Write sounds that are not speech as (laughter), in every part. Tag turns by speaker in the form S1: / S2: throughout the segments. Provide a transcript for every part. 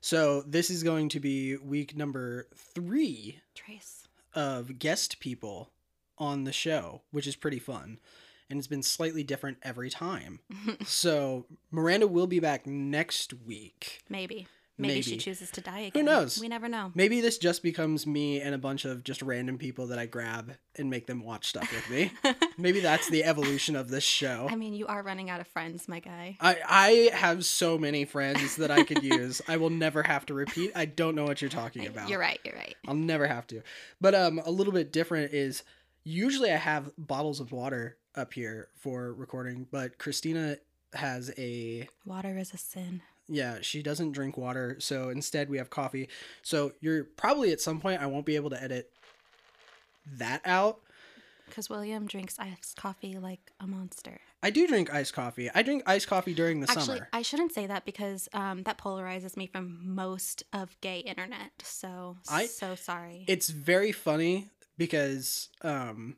S1: So this is going to be week number three
S2: Trace.
S1: of guest people on the show, which is pretty fun. And it's been slightly different every
S2: (laughs)
S1: time. so Miranda will be back next week.
S2: Maybe. Maybe, she
S1: Maybe.
S2: chooses to die again.
S1: knows?
S2: We
S1: (laughs)
S2: never know.
S1: Maybe this just becomes me and a bunch of just random people that I grab and make them watch stuff with
S2: (laughs)
S1: me. Maybe that's the evolution of this show.
S2: I mean, you are running out of friends, my guy.
S1: I, I have so many friends that I could use. I will never have to repeat. I don't know what you're talking
S2: I-
S1: about.
S2: (laughs) You're right. You're right.
S1: I'll never have to. But um, a little bit different is usually I have bottles of water up here for recording, but Christina has a
S2: Water is a sin.
S1: yeah she doesn't drink water so instead we have coffee so you're probably at some point i won't be able to edit that out
S2: Because William drinks iced coffee like a monster.
S1: i do drink iced coffee i drink iced coffee during the
S2: Actually,
S1: summer
S2: I shouldn't say that because um, that polarizes me from most of gay internet. So,
S1: I-
S2: so sorry.
S1: it's very funny because um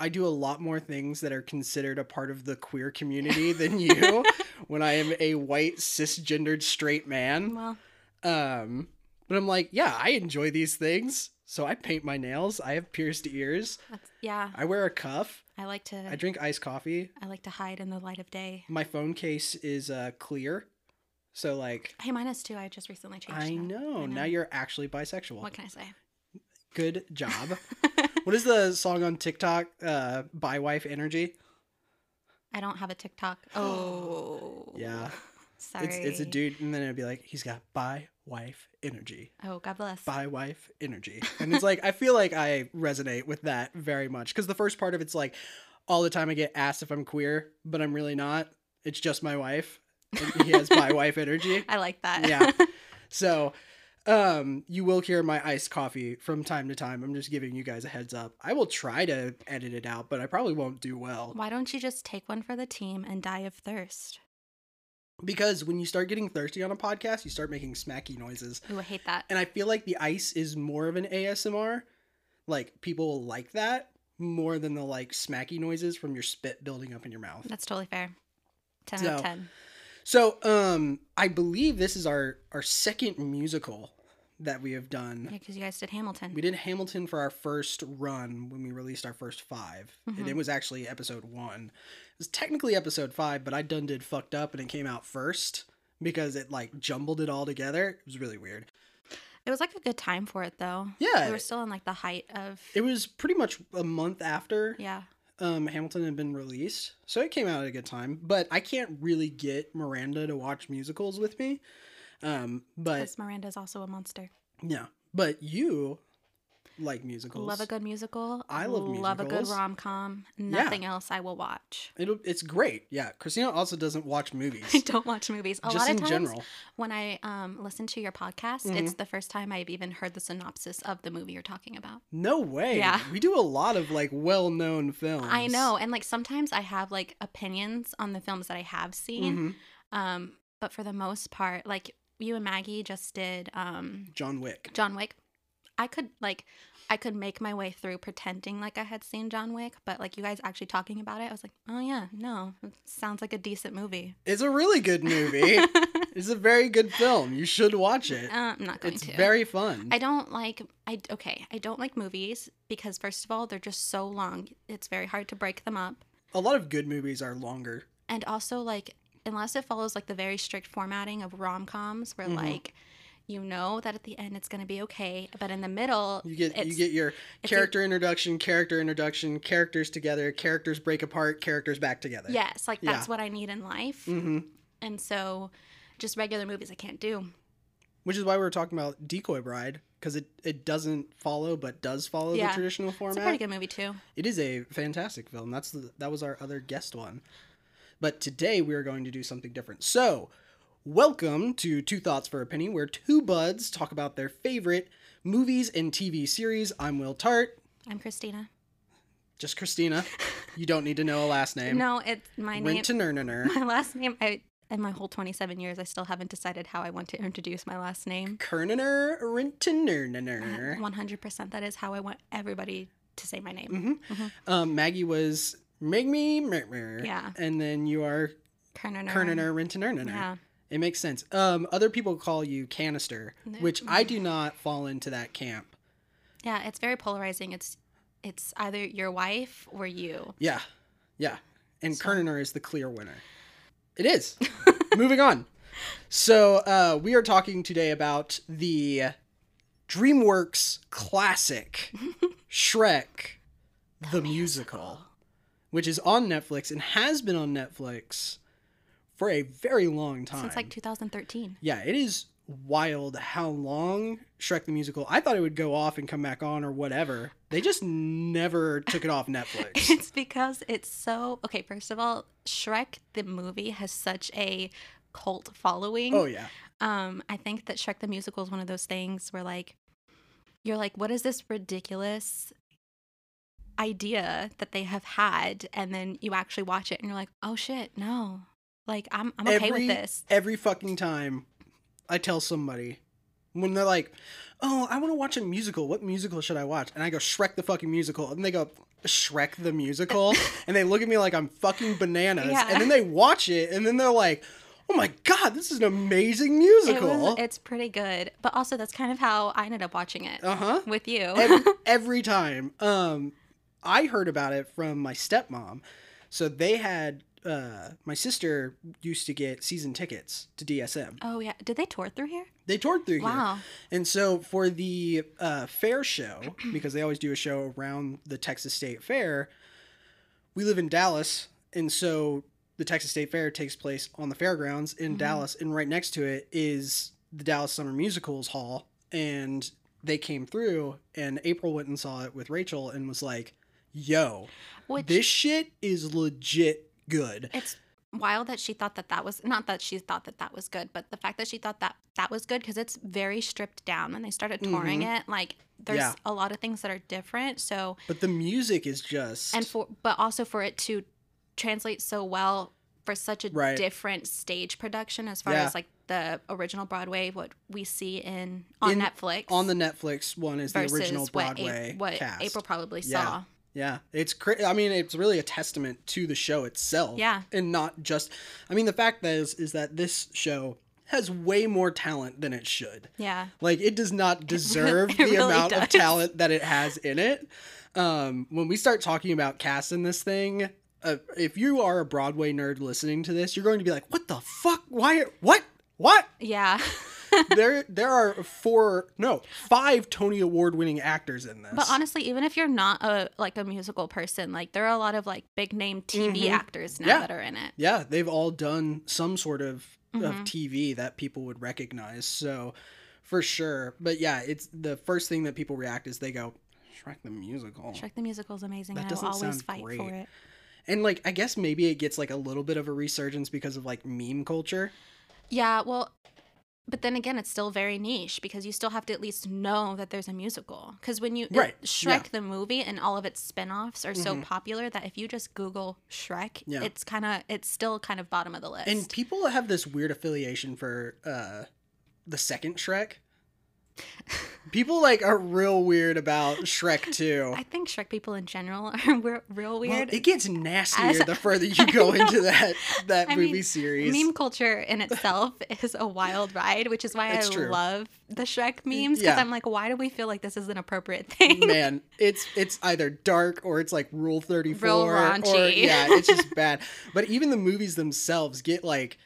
S1: I do a lot more things that are considered a part of the queer (laughs) community than you when I am a white cisgendered straight man.
S2: well,
S1: Um but I'm like, yeah, I enjoy these things. So I paint my nails, I have pierced ears,
S2: that's, yeah,
S1: I wear a cuff,
S2: I like to.
S1: I drink iced coffee.
S2: I like to hide in the light of day.
S1: My phone case is uh clear. So like
S2: Hey, mine is too. I just recently changed.
S1: I
S2: that.
S1: know. Now you're actually bisexual.
S2: What can I say? (laughs)
S1: Good job. what is the song on TikTok? Uh, by wife energy.
S2: I don't have
S1: (gasps)
S2: a TikTok. Oh.
S1: Yeah.
S2: Sorry.
S1: It's it's a dude, and then it'd be like he's got by wife energy,
S2: Oh, God bless.
S1: by wife energy, and it's like I feel like I resonate with that very much because the first part of it's like all the time I get asked if I'm queer, but I'm really not. It's just my wife. And he has by wife energy.
S2: I like that.
S1: Yeah. So um you will hear my iced coffee from time to time. I'm just giving you guys a heads up. I will try to edit it out, but I probably won't do well.
S2: (laughs) Why don't you just take one for the team and die of thirst?
S1: Because when you start getting thirsty on a podcast, you start making smacky noises.
S2: Ooh, I hate that.
S1: And I feel like the ice is more of an ASMR. Like people will like that more than the like smacky noises from your spit building up in your mouth.
S2: That's totally fair. 10 out
S1: So-
S2: of 10.
S1: So um I believe this is our our second musical that we have done.
S2: Yeah, because you guys did Hamilton.
S1: We did Hamilton for our first run when we released our first 5 and it
S2: Mm-hmm.
S1: was actually episode one. It was technically episode five, but I done did fucked up, and it came out first because it like jumbled it all together. It was really weird.
S2: It was like a good time for it, though.
S1: Yeah.
S2: We were still in like the height of.
S1: It was pretty much a month after
S2: yeah.
S1: um, Hamilton had been released, so it came out at a good time. But I can't really get Miranda to watch musicals with me. Um, but
S2: Because Miranda's also a monster.
S1: yeah, but you like musicals.
S2: Love a good musical.
S1: I love
S2: Love a good
S1: musicals.
S2: rom com. Nothing else I will watch. (laughs)
S1: It'll, it's great. Yeah, Christina also doesn't watch movies.
S2: I don't watch movies. A
S1: just
S2: lot
S1: in
S2: of times
S1: general.
S2: when I um, listen to your podcast,
S1: Mm-hmm.
S2: it's the first time I've even heard the synopsis of the movie you're talking about.
S1: No way.
S2: Yeah.
S1: We do a lot of like well known films.
S2: I know, and like sometimes I have like opinions on the films that I have seen,
S1: hmm
S2: um, but for the most part, like you and Maggie just did um,
S1: John Wick.
S2: John Wick. I could like I could make my way through pretending like I had seen John Wick, but like you guys actually talking about it, I was like, oh yeah, no, it sounds like a decent movie.
S1: It's a really good
S2: (laughs)
S1: movie. it's a very good film. You should watch it.
S2: Uh, I'm not going
S1: it's
S2: to.
S1: very fun.
S2: I don't like I okay, I don't like movies because first of all, they're just so long. It's very hard to break them up.
S1: a lot of good movies are longer.
S2: And also like unless it follows like the very strict formatting of rom-coms where
S1: Mm-hmm.
S2: like you know that at the end it's going to be okay, but in the middle
S1: You get you
S2: it's-
S1: get your
S2: a-
S1: character introduction, character introduction, characters together, characters break apart, characters back together.
S2: Yes, like
S1: Yeah.
S2: that's what I need in life.
S1: hmm
S2: And so just regular movies I can't do.
S1: Which is why we were talking about Decoy Bride because it it doesn't follow but does follow the
S2: Yeah.
S1: traditional
S2: It's a
S1: format.
S2: pretty good movie too.
S1: It is a fantastic film. That's the, that was our other guest one. But today we are going to do something different. So, welcome to Two Thoughts for a Penny, where two buds talk about their favorite movies and TV series. I'm Will Tart,
S2: I'm Christina.
S1: just
S2: (laughs)
S1: Christina. You don't need to know a last name.
S2: No, it's my name.
S1: Went to Nernner.
S2: (laughs) my last name I in my whole 27 years I still haven't decided how I want to introduce my last name.
S1: Kerner, Rintinernernern.
S2: One hundred percent. That is how I want everybody to say my name.
S1: Um, Maggie was Make Me Murmur.
S2: Yeah.
S1: And then you are
S2: Kerner.
S1: Mm. Kerner, Rintinernernern.
S2: Yeah.
S1: It makes sense. Um, other people call you canister,
S2: No.
S1: which I do not fall into that camp.
S2: Yeah, it's very polarizing. It's it's either your wife or you.
S1: Yeah, yeah. And
S2: So-
S1: Kerner is the clear winner. It
S2: (laughs)
S1: is. Moving on. So uh, we are talking today about the DreamWorks
S2: (laughs)
S1: classic Shrek, the musical, which is on Netflix and has been on Netflix for a very long time.
S2: Since like 2013.
S1: Yeah, it is wild how long Shrek the Musical. I thought it would go off and come back on or whatever. They just never took it off Netflix.
S2: (laughs) It's because it's so okay. First of all, Shrek the movie has such a cult following.
S1: oh yeah.
S2: Um, I think that Shrek the musical is one of those things where like you're like, what is this ridiculous idea that they have had, and then you actually watch it and you're like, oh shit, no, like I'm I'm okay
S1: Every-
S2: with this.
S1: Every fucking time I tell somebody when they're like, "Oh, I want to watch a musical. What musical should I watch?" and I go Shrek the fucking musical, and they go Shrek the
S2: (laughs)
S1: musical, and they look at me like I'm fucking bananas,
S2: Yeah.
S1: and then they watch it, and then they're like, "Oh my god, this is an amazing musical."
S2: It was, it's pretty good, but also that's kind of how I ended up watching it
S1: uh huh.
S2: with you.
S1: every, every time. Um, I heard about it from my stepmom. So they had uh, my sister used to get season tickets to DSM.
S2: oh yeah, did they tour through here?
S1: They toured through here,
S2: Wow.
S1: and so for the uh, fair show (clears throat) because they always do a show around the Texas State Fair. We live in Dallas, and so the Texas State Fair takes place on the fairgrounds in
S2: Mhm.
S1: Dallas, and right next to it is the Dallas Summer Musicals Hall, and they came through and April went and saw it with Rachel and was like, "Yo,
S2: Which
S1: this shit is legit good."
S2: it's wild that she thought that that was not that she thought that that was good, but the fact that she thought that that was good because it's very stripped down. When they started touring it, like there's
S1: Mm-hmm. Yeah.
S2: a lot of things that are different. So
S1: But the music is just
S2: and for but also for it to translate so well for such a
S1: Right.
S2: different stage production as far
S1: Yeah.
S2: as like the original Broadway, what we see in on
S1: In-
S2: Netflix
S1: on the Netflix one is the
S2: versus
S1: original
S2: what, A-
S1: Broadway
S2: what
S1: cast.
S2: April probably
S1: Yeah.
S2: saw.
S1: Yeah, it's cra- I mean, it's really a testament to the show itself.
S2: Yeah.
S1: and not just. I mean, the fact is, is that this show has way more talent than it should.
S2: Yeah.
S1: Like, it does
S2: (laughs)
S1: not deserve
S2: it
S1: the
S2: really
S1: amount of
S2: does.
S1: talent that it has in it. Um, when we start talking about cast in this thing. Uh, if you are a Broadway nerd listening to this, you're going to be like, "What the fuck? Why? What?
S2: (laughs)
S1: What?
S2: Yeah.
S1: there, there are four, no, five Tony Award-winning actors in this."
S2: But honestly, even if you're not a like a musical person, like there are a lot of like big name TV
S1: Mhm.
S2: actors now
S1: Yeah.
S2: that are in it.
S1: Yeah, they've all done some sort of of
S2: Mhm.
S1: TV that people would recognize. So for sure. But yeah, it's the first thing that people react is they go Shrek the musical.
S2: Shrek the musical is amazing.
S1: That
S2: and I
S1: doesn't
S2: will always
S1: sound
S2: fight
S1: great.
S2: for it.
S1: And like I guess maybe it gets like a little bit of a resurgence because of like meme culture.
S2: Yeah, well, but then again, it's still very niche because you still have to at least know that there's a musical. Because when you it-
S1: Right,
S2: Shrek
S1: yeah.
S2: the movie and all of its spin-offs are so
S1: Mhm.
S2: popular that if you just Google Shrek,
S1: Yeah.
S2: it's kind of it's still kind of bottom of the list.
S1: And people have this weird affiliation for uh the second
S2: (laughs)
S1: Shrek. people like are real weird about
S2: (laughs)
S1: Shrek 2.
S2: I think Shrek people in general (laughs) are we're real
S1: Well,
S2: weird.
S1: it gets nastier
S2: As-
S1: the further you
S2: (laughs) I
S1: go
S2: know.
S1: into that that
S2: I
S1: movie
S2: mean,
S1: series.
S2: Meme culture in itself (laughs) is a wild ride, which is why
S1: It's
S2: I
S1: true. Mm,
S2: love the Shrek memes because
S1: yeah.
S2: I'm like, why do we feel like this is an appropriate (laughs) thing?
S1: man it's it's either dark or it's like rule 34
S2: Real
S1: or
S2: raunchy.
S1: yeah it's
S2: (laughs)
S1: just bad but even the movies themselves get like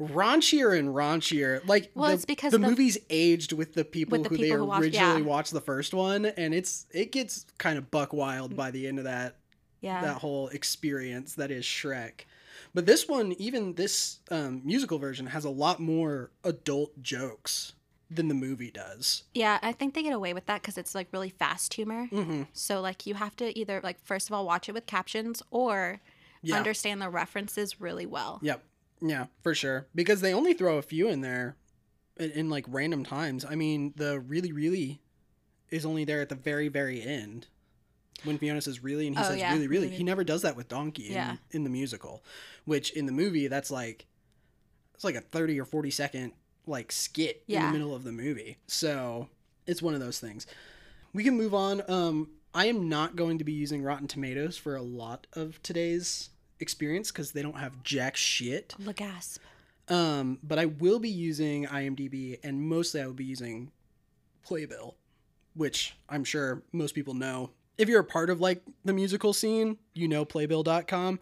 S1: raunchier and raunchier like
S2: Well,
S1: the,
S2: it's because
S1: the,
S2: the-
S1: movies aged with the people
S2: the
S1: who they
S2: people who watched-
S1: originally
S2: yeah.
S1: watched the first one and it's it gets kind of buck wild by the end of that
S2: yeah.
S1: that whole experience that is Shrek. But this one, even this um, musical version, has a lot more adult jokes than the movie does.
S2: Yeah, I think they get away with that because it's like really fast humor.
S1: Mm-hmm.
S2: So like you have to either like first of all watch it with captions or
S1: Yeah.
S2: understand the references really well.
S1: Yep. Yeah, for sure. Because they only throw a few in there in, in like random times. I mean, the really, really is only there at the very, very end when Fiona says really and he
S2: Oh,
S1: says
S2: yeah.
S1: really, really.
S2: Mhm.
S1: He never does that with Donkey in,
S2: Yeah.
S1: in the musical, which in the movie, that's like, it's like a 30 or 40 second like skit in
S2: Yeah.
S1: the middle of the movie. So it's one of those things. We can move on. Um, I am not going to be using Rotten Tomatoes for a lot of today's experience because they don't have jack shit.
S2: The gasp.
S1: Um, but I will be using IMDb, and mostly I will be using Playbill, which I'm sure most people know. If you're a part of like the musical scene, you know Playbill.com,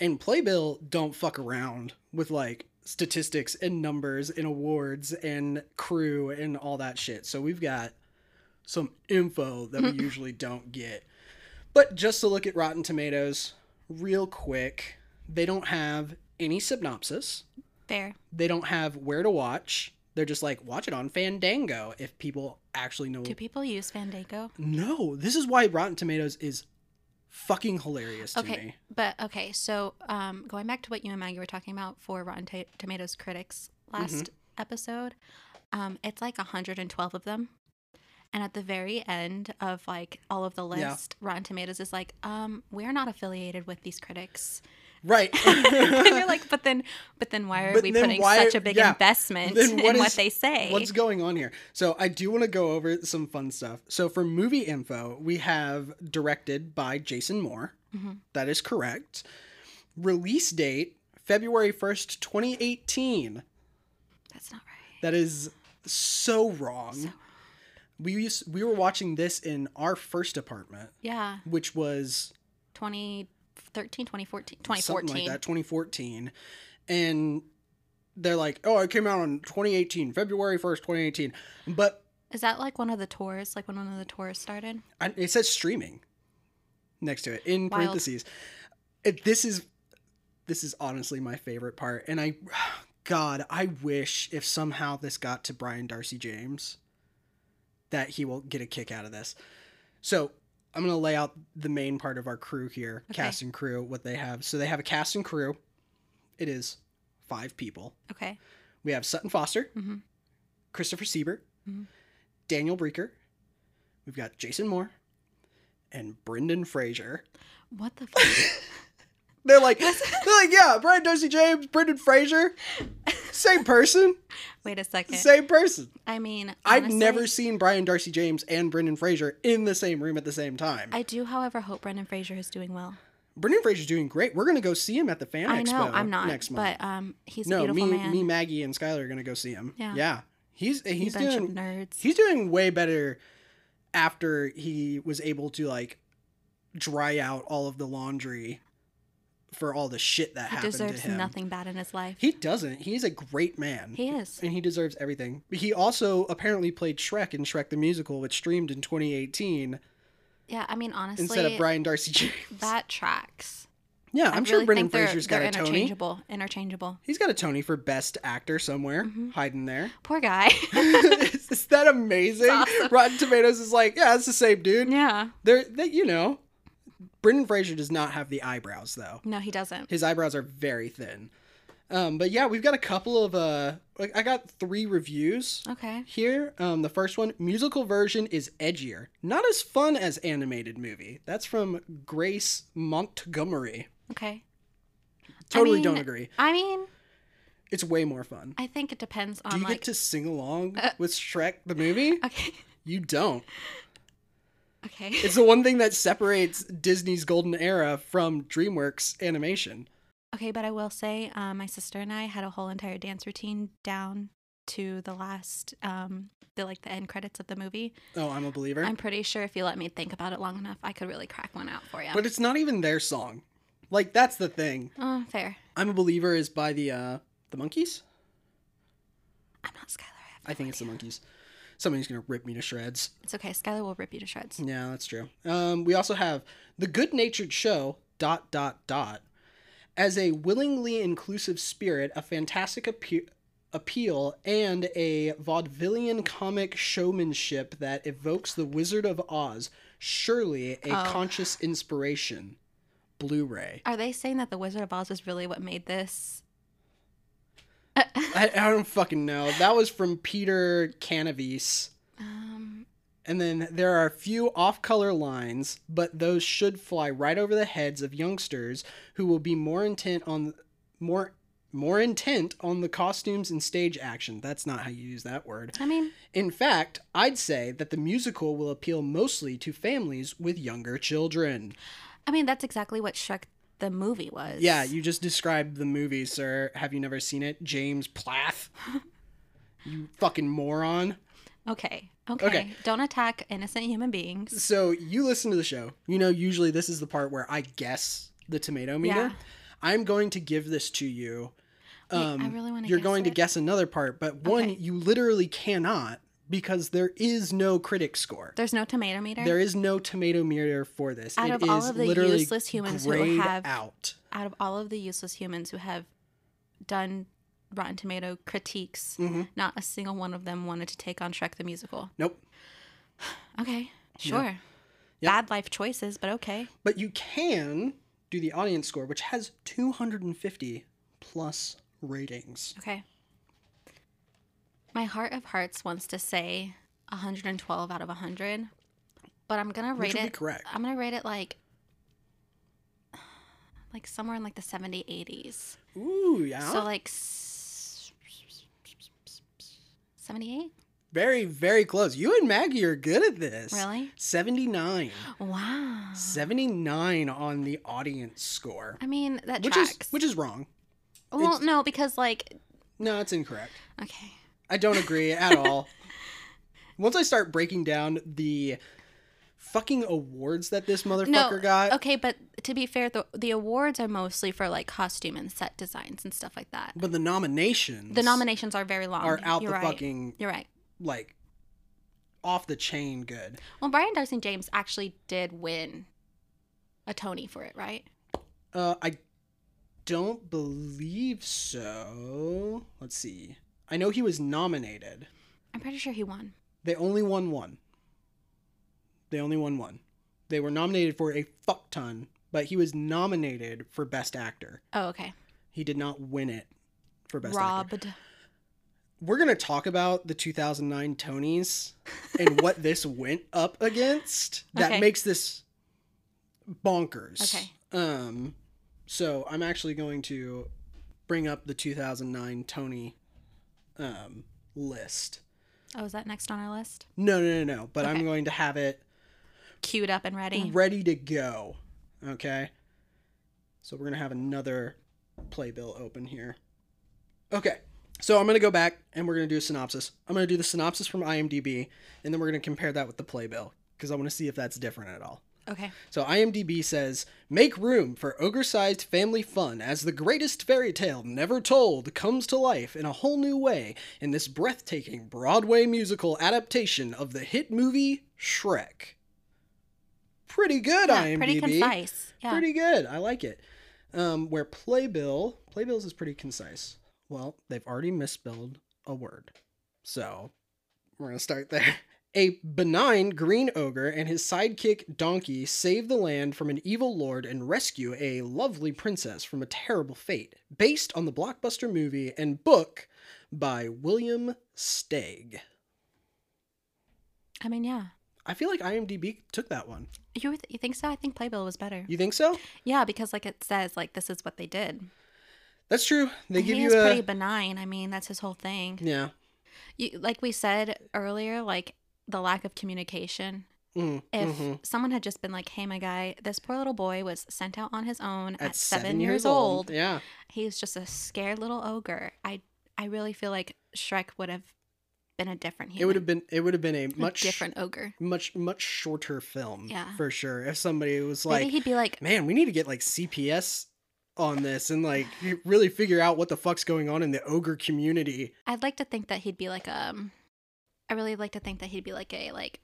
S1: and Playbill don't fuck around with like statistics and numbers and awards and crew and all that shit. So we've got some info that we usually don't get. But just to look at Rotten Tomatoes real quick, they don't have any synopsis.
S2: Fair.
S1: They don't have where to watch. They're just like, watch it on Fandango if people actually know.
S2: Do people use Fandango?
S1: no, this is why Rotten Tomatoes is fucking hilarious to
S2: Okay,
S1: me.
S2: but okay. So, um, going back to what you and Maggie were talking about for Rotten Ta- Tomatoes critics last
S1: Mm-hmm.
S2: episode, um, it's like 112 of them, and at the very end of like all of the
S1: Yeah.
S2: list, Rotten Tomatoes is like, um, we're not affiliated with these
S1: (laughs)
S2: critics, (laughs)
S1: Right.
S2: and you're like, but then, but then why are
S1: But
S2: we
S1: then
S2: putting
S1: why are-
S2: such a big
S1: yeah.
S2: investment
S1: Then what
S2: in what
S1: is-
S2: they say?
S1: (laughs) What's going on here? So I do want to go over some fun stuff. So for movie info, we have directed by Jason Moore.
S2: Mhm.
S1: That is correct. Release date February 1st, 2018.
S2: That's not right.
S1: That is so wrong.
S2: So wrong.
S1: We used, we were watching this in our first apartment,
S2: Yeah,
S1: which was
S2: 2013, 2014,
S1: something
S2: 2014.
S1: like that, 2014. And they're like, "Oh, it came out on 2018, February 1st, 2018." But
S2: Is that like one of the tours? Like when one of the tours started?
S1: I, it says streaming next to it in
S2: Wild.
S1: parentheses. It, this is this is honestly my favorite part, and I, (sighs) God, I wish if somehow this got to Brian Darcy James, that he will get a kick out of this. So I'm gonna lay out the main part of our crew here,
S2: Okay.
S1: cast and crew, what they have. So they have a cast and crew. It is five people.
S2: Okay.
S1: We have Sutton Foster,
S2: hmm
S1: Christopher Siebert,
S2: Mhm.
S1: Daniel Breaker, we've got Jason Moore, and Brendan
S2: (laughs)
S1: Fraser. (laughs)
S2: What the fuck?
S1: They're like, they're like, yeah, Brian Darcy James, Brendan Fraser, same person,
S2: Wait a second.
S1: same person.
S2: I mean,
S1: I've
S2: honestly,
S1: never seen Brian Darcy James and Brendan Fraser in the same room at the same time.
S2: I do, however, hope Brendan Fraser is doing well.
S1: Brendan Fraser's doing great. We're gonna go see him at the Fan
S2: I
S1: Expo
S2: know I'm not,
S1: next month.
S2: but um, he's a
S1: no, me,
S2: beautiful man.
S1: me, Maggie, and Skylar are gonna go see him.
S2: Yeah.
S1: yeah. He's
S2: You
S1: he's
S2: bunch
S1: doing
S2: of nerds.
S1: he's doing way better after he was able to like dry out all of the laundry for all the shit that
S2: He
S1: happened
S2: deserves
S1: to him.
S2: nothing bad in his life.
S1: He doesn't. He's a great man.
S2: He is.
S1: and he deserves everything. But he also apparently played Shrek in Shrek the Musical, which streamed in 2018
S2: Yeah, I mean, honestly,
S1: instead of Brian Darcy James.
S2: that tracks.
S1: yeah,
S2: I
S1: I'm
S2: really
S1: sure Brendan
S2: think they're,
S1: Fraser's
S2: they're
S1: got a Tony.
S2: interchangeable. Interchangeable.
S1: He's got a Tony for Best Actor somewhere,
S2: Mhm.
S1: hiding
S2: (laughs)
S1: there. (laughs)
S2: Poor guy.
S1: is, is that amazing?
S2: It's awesome.
S1: Rotten Tomatoes is like, yeah, it's the same dude.
S2: yeah.
S1: They're, they, you know, Brendan Fraser does not have the eyebrows though.
S2: No, he doesn't.
S1: His eyebrows are very thin. Um, but yeah, we've got a couple of uh, like I got three reviews
S2: Okay.
S1: here. Um, the first one, musical version is edgier, not as fun as animated movie. That's from Grace Montgomery.
S2: Okay.
S1: Totally
S2: mean-
S1: don't agree.
S2: I mean,
S1: It's way more fun.
S2: I think it depends on
S1: Do you
S2: like.
S1: get to sing along
S2: Uh,
S1: with Shrek the movie?
S2: okay. (laughs)
S1: You don't.
S2: Okay.
S1: It's the one thing that separates Disney's golden era from DreamWorks animation.
S2: Okay, but I will say, uh, my sister and I had a whole entire dance routine down to the last, um, the like the end credits of the movie.
S1: Oh, I'm a believer.
S2: I'm pretty sure if you let me think about it long enough, I could really crack one out for you.
S1: But it's not even their song. Like that's the thing.
S2: Uh, fair.
S1: I'm a believer is by the uh the monkeys.
S2: I'm not Skylar. I, have
S1: I
S2: no
S1: think
S2: idea.
S1: it's the monkeys. Somebody's gonna rip me to shreds.
S2: It's okay. Skylar will rip you to shreds.
S1: Yeah, that's true. Um, we also have the good natured show dot dot dot as a willingly inclusive spirit, a fantastic appe- appeal, and a vaudevillian comic showmanship that evokes the Wizard of Oz. Surely a
S2: Oh.
S1: conscious inspiration. Blu-ray.
S2: Are they saying that the Wizard of Oz was really what
S1: (laughs)
S2: made this?
S1: I, I don't fucking know. That was from Peter Canavese.
S2: Um,
S1: And then there are a few off color lines, but those should fly right over the heads of youngsters who will be more intent on more more intent on the costumes and stage action. That's not how you use that word.
S2: I mean,
S1: In fact, I'd say that the musical will appeal mostly to families with younger children.
S2: I mean that's exactly what Shrek the movie was.
S1: Yeah, you just described the movie, sir. Have you never seen it? James Plath. you fucking moron.
S2: Okay. Okay.
S1: Okay.
S2: Don't attack innocent human beings.
S1: So you listen to the show. You know, usually this is the part where I guess the tomato meter.
S2: Yeah.
S1: I'm going to give this to you. Um,
S2: Wait, I really wanna
S1: You're
S2: guess
S1: going to
S2: it.
S1: guess another part, but one
S2: Okay.
S1: you literally cannot because there is no critic score.
S2: There's no tomato meter.
S1: There is no tomato meter for this.
S2: Out
S1: It
S2: of all
S1: is
S2: of the
S1: literally
S2: useless humans who
S1: grayed
S2: have-
S1: out.
S2: Out of all of the useless humans who have done Rotten Tomato critiques,
S1: Mhm.
S2: not a single one of them wanted to take on Shrek the Musical.
S1: Nope.
S2: Okay. Sure.
S1: Yep.
S2: Bad life choices, but okay.
S1: But you can do the audience score, which has 250 plus ratings.
S2: Okay. My heart of hearts wants to say 112 out of 100, but I'm gonna
S1: Which
S2: rate
S1: would be
S2: it.
S1: correct.
S2: I'm gonna rate it like, like somewhere in like the 70 80s.
S1: Ooh, yeah.
S2: Uh, So like s- 78.
S1: very, very close. You and Maggie are good at this.
S2: Really? (gasps)
S1: 79.
S2: Wow.
S1: 79 on the audience score.
S2: I mean that
S1: Which
S2: tracks.
S1: is which is wrong.
S2: well, no, because like
S1: No, it's incorrect.
S2: okay,
S1: I don't agree
S2: (laughs)
S1: at all. Once I start breaking down the fucking awards that this motherfucker
S2: no,
S1: got,
S2: okay, but to be fair, the the awards are mostly for like costume and set designs and stuff like that.
S1: but the nominations
S2: The nominations are very long.
S1: are out
S2: You're
S1: the
S2: right.
S1: fucking
S2: You're right.
S1: like off the chain good.
S2: Well, Brian Darcy James actually did win a Tony for it, right?
S1: Uh, I don't believe so. Let's see. I know he was nominated.
S2: I'm pretty sure he won.
S1: They only won one. They only won one. They were nominated for a fuck ton, but he was nominated for Best Actor.
S2: Oh, okay.
S1: He did not win it for Best Actor.
S2: Robbed.
S1: We're going to talk about the 2009 Tonys and
S2: (laughs)
S1: what this went up against that
S2: Okay.
S1: makes this bonkers.
S2: Okay.
S1: Um, so I'm actually going to bring up the 2009 Tony um, list.
S2: Oh, is that next on our list?
S1: No, no, no, no. But I'm
S2: Okay.
S1: going to have it
S2: Queued up and ready.
S1: ready to go. Okay. So we're going to have another playbill open here. Okay. So I'm going to go back and we're going to do a synopsis. I'm going to do the synopsis from IMDb and then we're going to compare that with the playbill because I want to see if that's different at all.
S2: Okay.
S1: So IMDb says, "Make room for ogre-sized family fun as the greatest fairy tale never told comes to life in a whole new way in this breathtaking Broadway musical adaptation of the hit movie Shrek." Pretty good,
S2: Yeah,
S1: IMDb.
S2: pretty concise. Yeah.
S1: Pretty good. I like it. Um, where Playbill, Playbills is pretty concise. Well, they've already misspelled a word. So we're going to start there. (laughs) A benign green ogre and his sidekick Donkey save the land from an evil lord and rescue a lovely princess from a terrible fate, based on the blockbuster movie and book by William Stagg.
S2: I mean, yeah.
S1: I feel like IMDb took that one.
S2: You th- you think so? I think Playbill was better.
S1: You think so?
S2: Yeah, because like it says, like this is what they did.
S1: That's true. They
S2: And
S1: give
S2: he
S1: you
S2: is
S1: a
S2: pretty benign. I mean, that's his whole thing.
S1: yeah.
S2: You, like we said earlier, like the lack of communication
S1: Mm,
S2: if
S1: mhm.
S2: someone had just been like, "Hey, my guy, this poor little boy was sent out on his own at, seven, years old.
S1: Yeah.
S2: He's just a scared little ogre." I I really feel like Shrek would have been a different human.
S1: It would have been it would have been a
S2: a
S1: much
S2: different ogre.
S1: much much shorter film
S2: Yeah.
S1: for sure if somebody was
S2: Maybe
S1: like,
S2: he'd be like,
S1: "Man, we need to get like CPS on this and like really figure out what the fuck's going on in the ogre community."
S2: I'd like to think that he'd be like um, I really like to think that he'd be like a like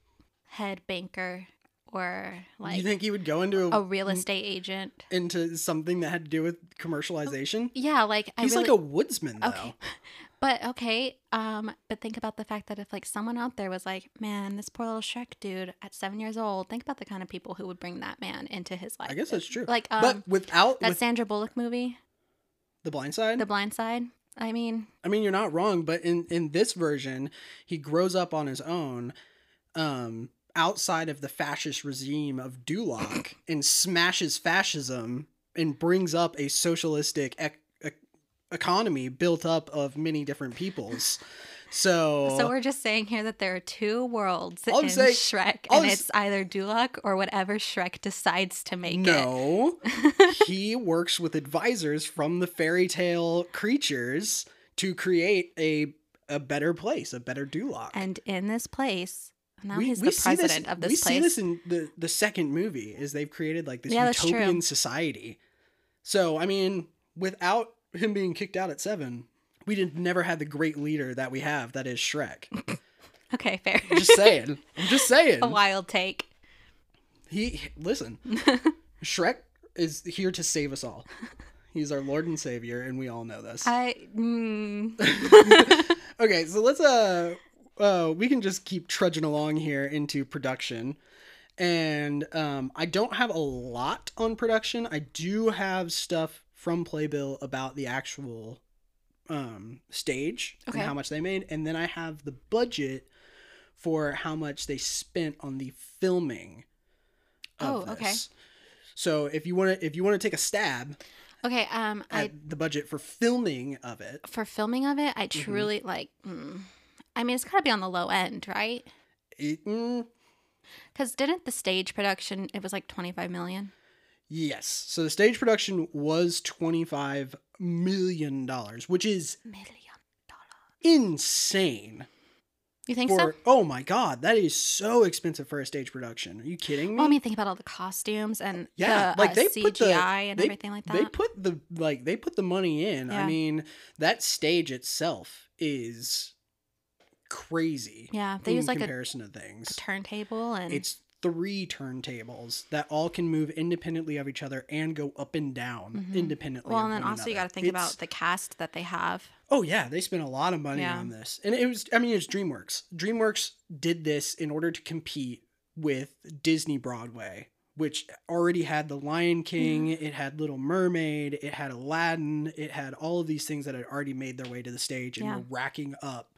S2: head banker or
S1: you
S2: like
S1: think he would go into
S2: a real estate agent.
S1: into something that had to do with commercialization?
S2: Oh, Yeah, like I
S1: He's
S2: really,
S1: like a woodsman though.
S2: (laughs) Okay. But okay, um, but think about the fact that if like someone out there was like, "Man, this poor little Shrek dude at seven years old," think about the kind of people who would bring that man into his life.
S1: I guess that's true.
S2: Like um,
S1: but without
S2: that
S1: with
S2: Sandra Bullock movie,
S1: the blind side?
S2: The Blind Side. I mean,
S1: I mean, you're not wrong, but in in this version, he grows up on his own, um, outside of the fascist regime of
S2: (coughs)
S1: Duloc, and smashes fascism and brings up a socialistic ec- ec- economy built up of many different peoples. So,
S2: (laughs) So we're just saying here that there are two worlds
S1: Oh. All I'm
S2: in
S1: saying-
S2: Shrek,
S1: all
S2: and
S1: I'm s-
S2: it's either Duloc or whatever Shrek decides to make (laughs)
S1: no,
S2: it.
S1: he works with advisors from the fairy tale creatures to create a a better place, a better Duloc.
S2: and in this place, now he's the
S1: see
S2: president of this
S1: we
S2: place.
S1: see this in the, the second movie is they've created like this
S2: Yeah, that's true.
S1: utopian society. So I mean, without him being kicked out at seven, we'd have never had the great leader that we have that is Shrek.
S2: okay, fair.
S1: I'm just saying. I'm just saying.
S2: (laughs) a wild take.
S1: He
S2: (laughs)
S1: listen, Shrek is here to save us all. He's our Lord and Savior, and we all know this.
S2: I
S1: (laughs)
S2: mm,
S1: okay, so let's uh, uh, we can just keep trudging along here into production, and um, I don't have a lot on production. I do have stuff from Playbill about the actual um stage
S2: Okay.
S1: and how much they made, and then I have the budget for how much they spent on the filming. Of
S2: Oh, okay.
S1: this. So if you want to, if you want to take a stab
S2: okay. Um,
S1: at
S2: I
S1: the budget for filming of it,
S2: for filming of it, I
S1: Mhm.
S2: truly like. Mm, I mean, it's gotta be on the low end, right?
S1: it, mm,
S2: Because didn't the stage production? It was like twenty five million.
S1: Yes. So the stage production was $25 million, which is
S2: Million.
S1: insane.
S2: You think so?
S1: For, oh my God, that is so expensive for a stage production. Are you kidding me?
S2: Well, I mean, think about all the costumes and
S1: Yeah,
S2: the
S1: like,
S2: uh,
S1: they
S2: CGI
S1: put the-
S2: and
S1: they-
S2: everything like that.
S1: they put the like they put the money in. I
S2: Yeah.
S1: mean, that stage itself is crazy.
S2: yeah, they
S1: in
S2: use like a,
S1: comparison to
S2: a
S1: things.
S2: turntable and
S1: It's three turntables that all can move independently of each other and go up and down
S2: Mhm.
S1: independently.
S2: well,
S1: of
S2: and then
S1: one
S2: also you got
S1: another.
S2: to think
S1: It's-
S2: about the cast that they have.
S1: Oh yeah, they spent a lot of money
S2: Yeah.
S1: on this, and it was. I mean, it's DreamWorks. DreamWorks did this in order to compete with Disney Broadway, which already had The Lion King, it had Little Mermaid, it had Aladdin, it had all of these things that had already made their way to the stage and
S2: Yeah.
S1: were racking up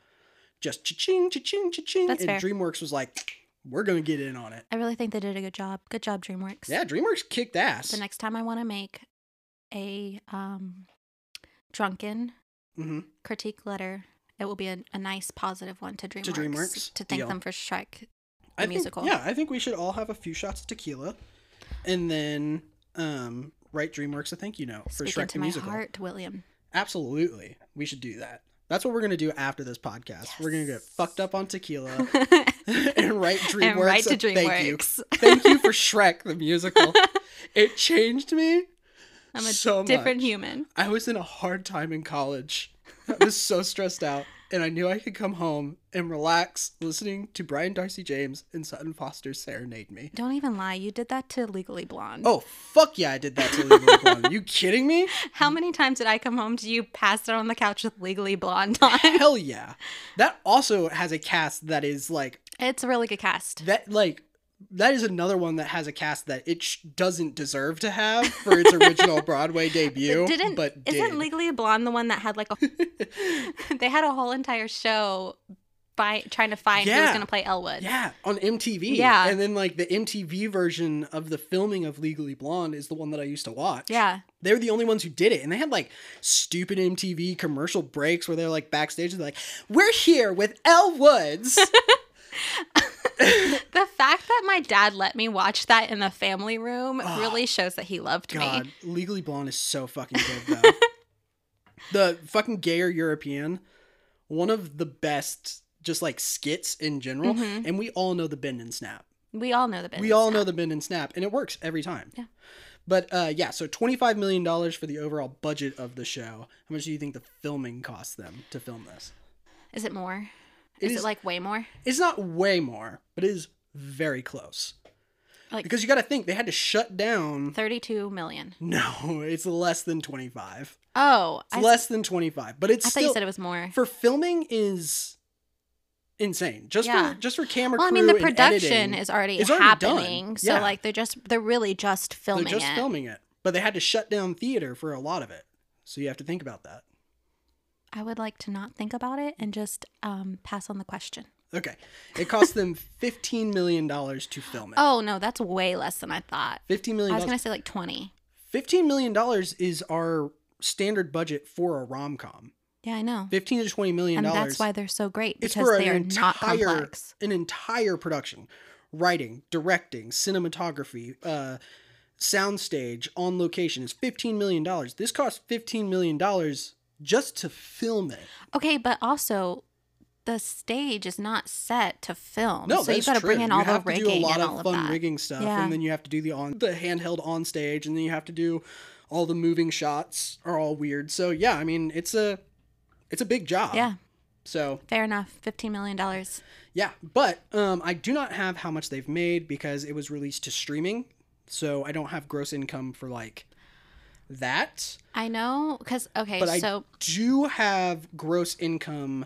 S1: just cha-ching, cha-ching, cha-ching,
S2: That's
S1: and
S2: fair.
S1: DreamWorks was like, "We're gonna get in on it."
S2: I really think they did a good job. Good job, DreamWorks.
S1: Yeah, DreamWorks kicked ass.
S2: The next time I want to make a um, drunken
S1: hmm
S2: critique letter, it will be a, a nice positive one to DreamWorks.
S1: DreamWorks?
S2: to thank
S1: Deal.
S2: them for Shrek.
S1: I
S2: the
S1: think-
S2: musical.
S1: yeah, I think we should all have a few shots of tequila, and then um, write DreamWorks a thank you note for
S2: Speaking
S1: Shrek
S2: to
S1: the
S2: my
S1: musical.
S2: heart,
S1: (laughs)
S2: William. (laughs)
S1: Absolutely, we should do that. That's what we're gonna do after this podcast. We're gonna get
S2: Yes.
S1: fucked up on tequila
S2: (laughs) and
S1: and write DreamWorks.
S2: right to
S1: a Thank you,
S2: DreamWorks.
S1: thank you for Shrek the
S2: (laughs)
S1: musical. It changed me.
S2: I'm a
S1: so
S2: different
S1: much.
S2: human.
S1: I was in a hard time in college. I was so stressed out, and I knew I could come home and relax listening to Brian Darcy James and Sutton Foster serenade me.
S2: Don't even lie. You did that to Legally Blonde.
S1: Oh fuck yeah, I did that to Legally Blonde. You kidding me?
S2: (laughs) How many times did I come home to you passed out on the couch with Legally Blonde
S1: (laughs)
S2: on?
S1: Hell yeah. That also has a cast that is like
S2: It's a really good cast.
S1: that like that is another one that has a cast that it sh- doesn't deserve to have for
S2: (laughs)
S1: its original Broadway debut,
S2: didn't
S1: but did.
S2: isn't Legally Blonde the one that had like a
S1: (laughs)
S2: they had a (laughs) whole entire show by trying to find who was
S1: Yeah.
S2: going to play Elwood.
S1: yeah, on MTV.
S2: Yeah.
S1: and then like the MTV version of the filming of Legally Blonde is the one that I used to watch.
S2: Yeah.
S1: They were the only ones who did it. And they had like stupid MTV commercial breaks where they're like backstage and they're like, We're here with Elle
S2: (laughs)
S1: Woods.
S2: The fact that my dad let me watch that in the family room
S1: Ah.
S2: really shows that he loved
S1: God,
S2: me.
S1: Legally Blonde is so fucking good
S2: (laughs)
S1: though. the fucking gay or European, one of the best just like skits in general.
S2: Mhm.
S1: And we all know the bend and snap.
S2: We all know the band.
S1: we all know the bend and snap, and it works every time.
S2: Yeah.
S1: But uh, yeah, so twenty five million dollars for the overall budget of the show. How much do you think the filming cost them to film this?
S2: Is it more?
S1: It
S2: Is
S1: is-
S2: it like way more?
S1: It's not way more, but it is very close.
S2: Like-
S1: because you got to think they had to shut down.
S2: 32 million.
S1: (laughs) No, it's less than twenty five.
S2: Oh,
S1: It's
S2: I,
S1: less than 25, but it's
S2: I thought
S1: still
S2: you said it was more.
S1: for filming is insane. Just
S2: Yeah.
S1: for just for camera
S2: Well, I
S1: crew
S2: mean, the
S1: and
S2: production
S1: editing,
S2: is already
S1: is already done.
S2: happening, so
S1: Yeah.
S2: like they're just they're really just filming
S1: they're just
S2: it.
S1: filming it. But they had to shut down theater for a lot of it. So you have to think about that.
S2: I would like to not think about it and just um, pass on the question.
S1: Okay. It cost them 15 million dollars to film it.
S2: Oh no, that's way less than I thought.
S1: 15
S2: I
S1: million
S2: was
S1: dollars.
S2: gonna say like twenty.
S1: 15 million dollars is our standard budget for a rom-com.
S2: Yeah, I know.
S1: 15 to 20 million
S2: And
S1: dollars.
S2: that's why they're so great
S1: It's
S2: because
S1: for
S2: they are
S1: an
S2: not
S1: entire-
S2: complex.
S1: an entire production writing directing cinematography uh soundstage on location is 15 million dollars this cost 15 million dollars just to film it
S2: Okay, but also the stage is not set to film.
S1: no
S2: so
S1: that's
S2: you've got to
S1: true.
S2: bring in
S1: you
S2: all the
S1: have to
S2: rigging
S1: do a lot
S2: and
S1: of
S2: all
S1: fun
S2: of that.
S1: rigging stuff
S2: Yeah.
S1: and then you have to do the on the handheld on stage and then you have to do all the moving shots are all weird so yeah i mean it's a it's a big job
S2: Yeah,
S1: so
S2: fair enough. $15 million.
S1: Yeah, but um, I do not have how much they've made because it was released to streaming, so I don't have gross income for like that.
S2: I know, because, okay,
S1: But I
S2: so
S1: do have gross income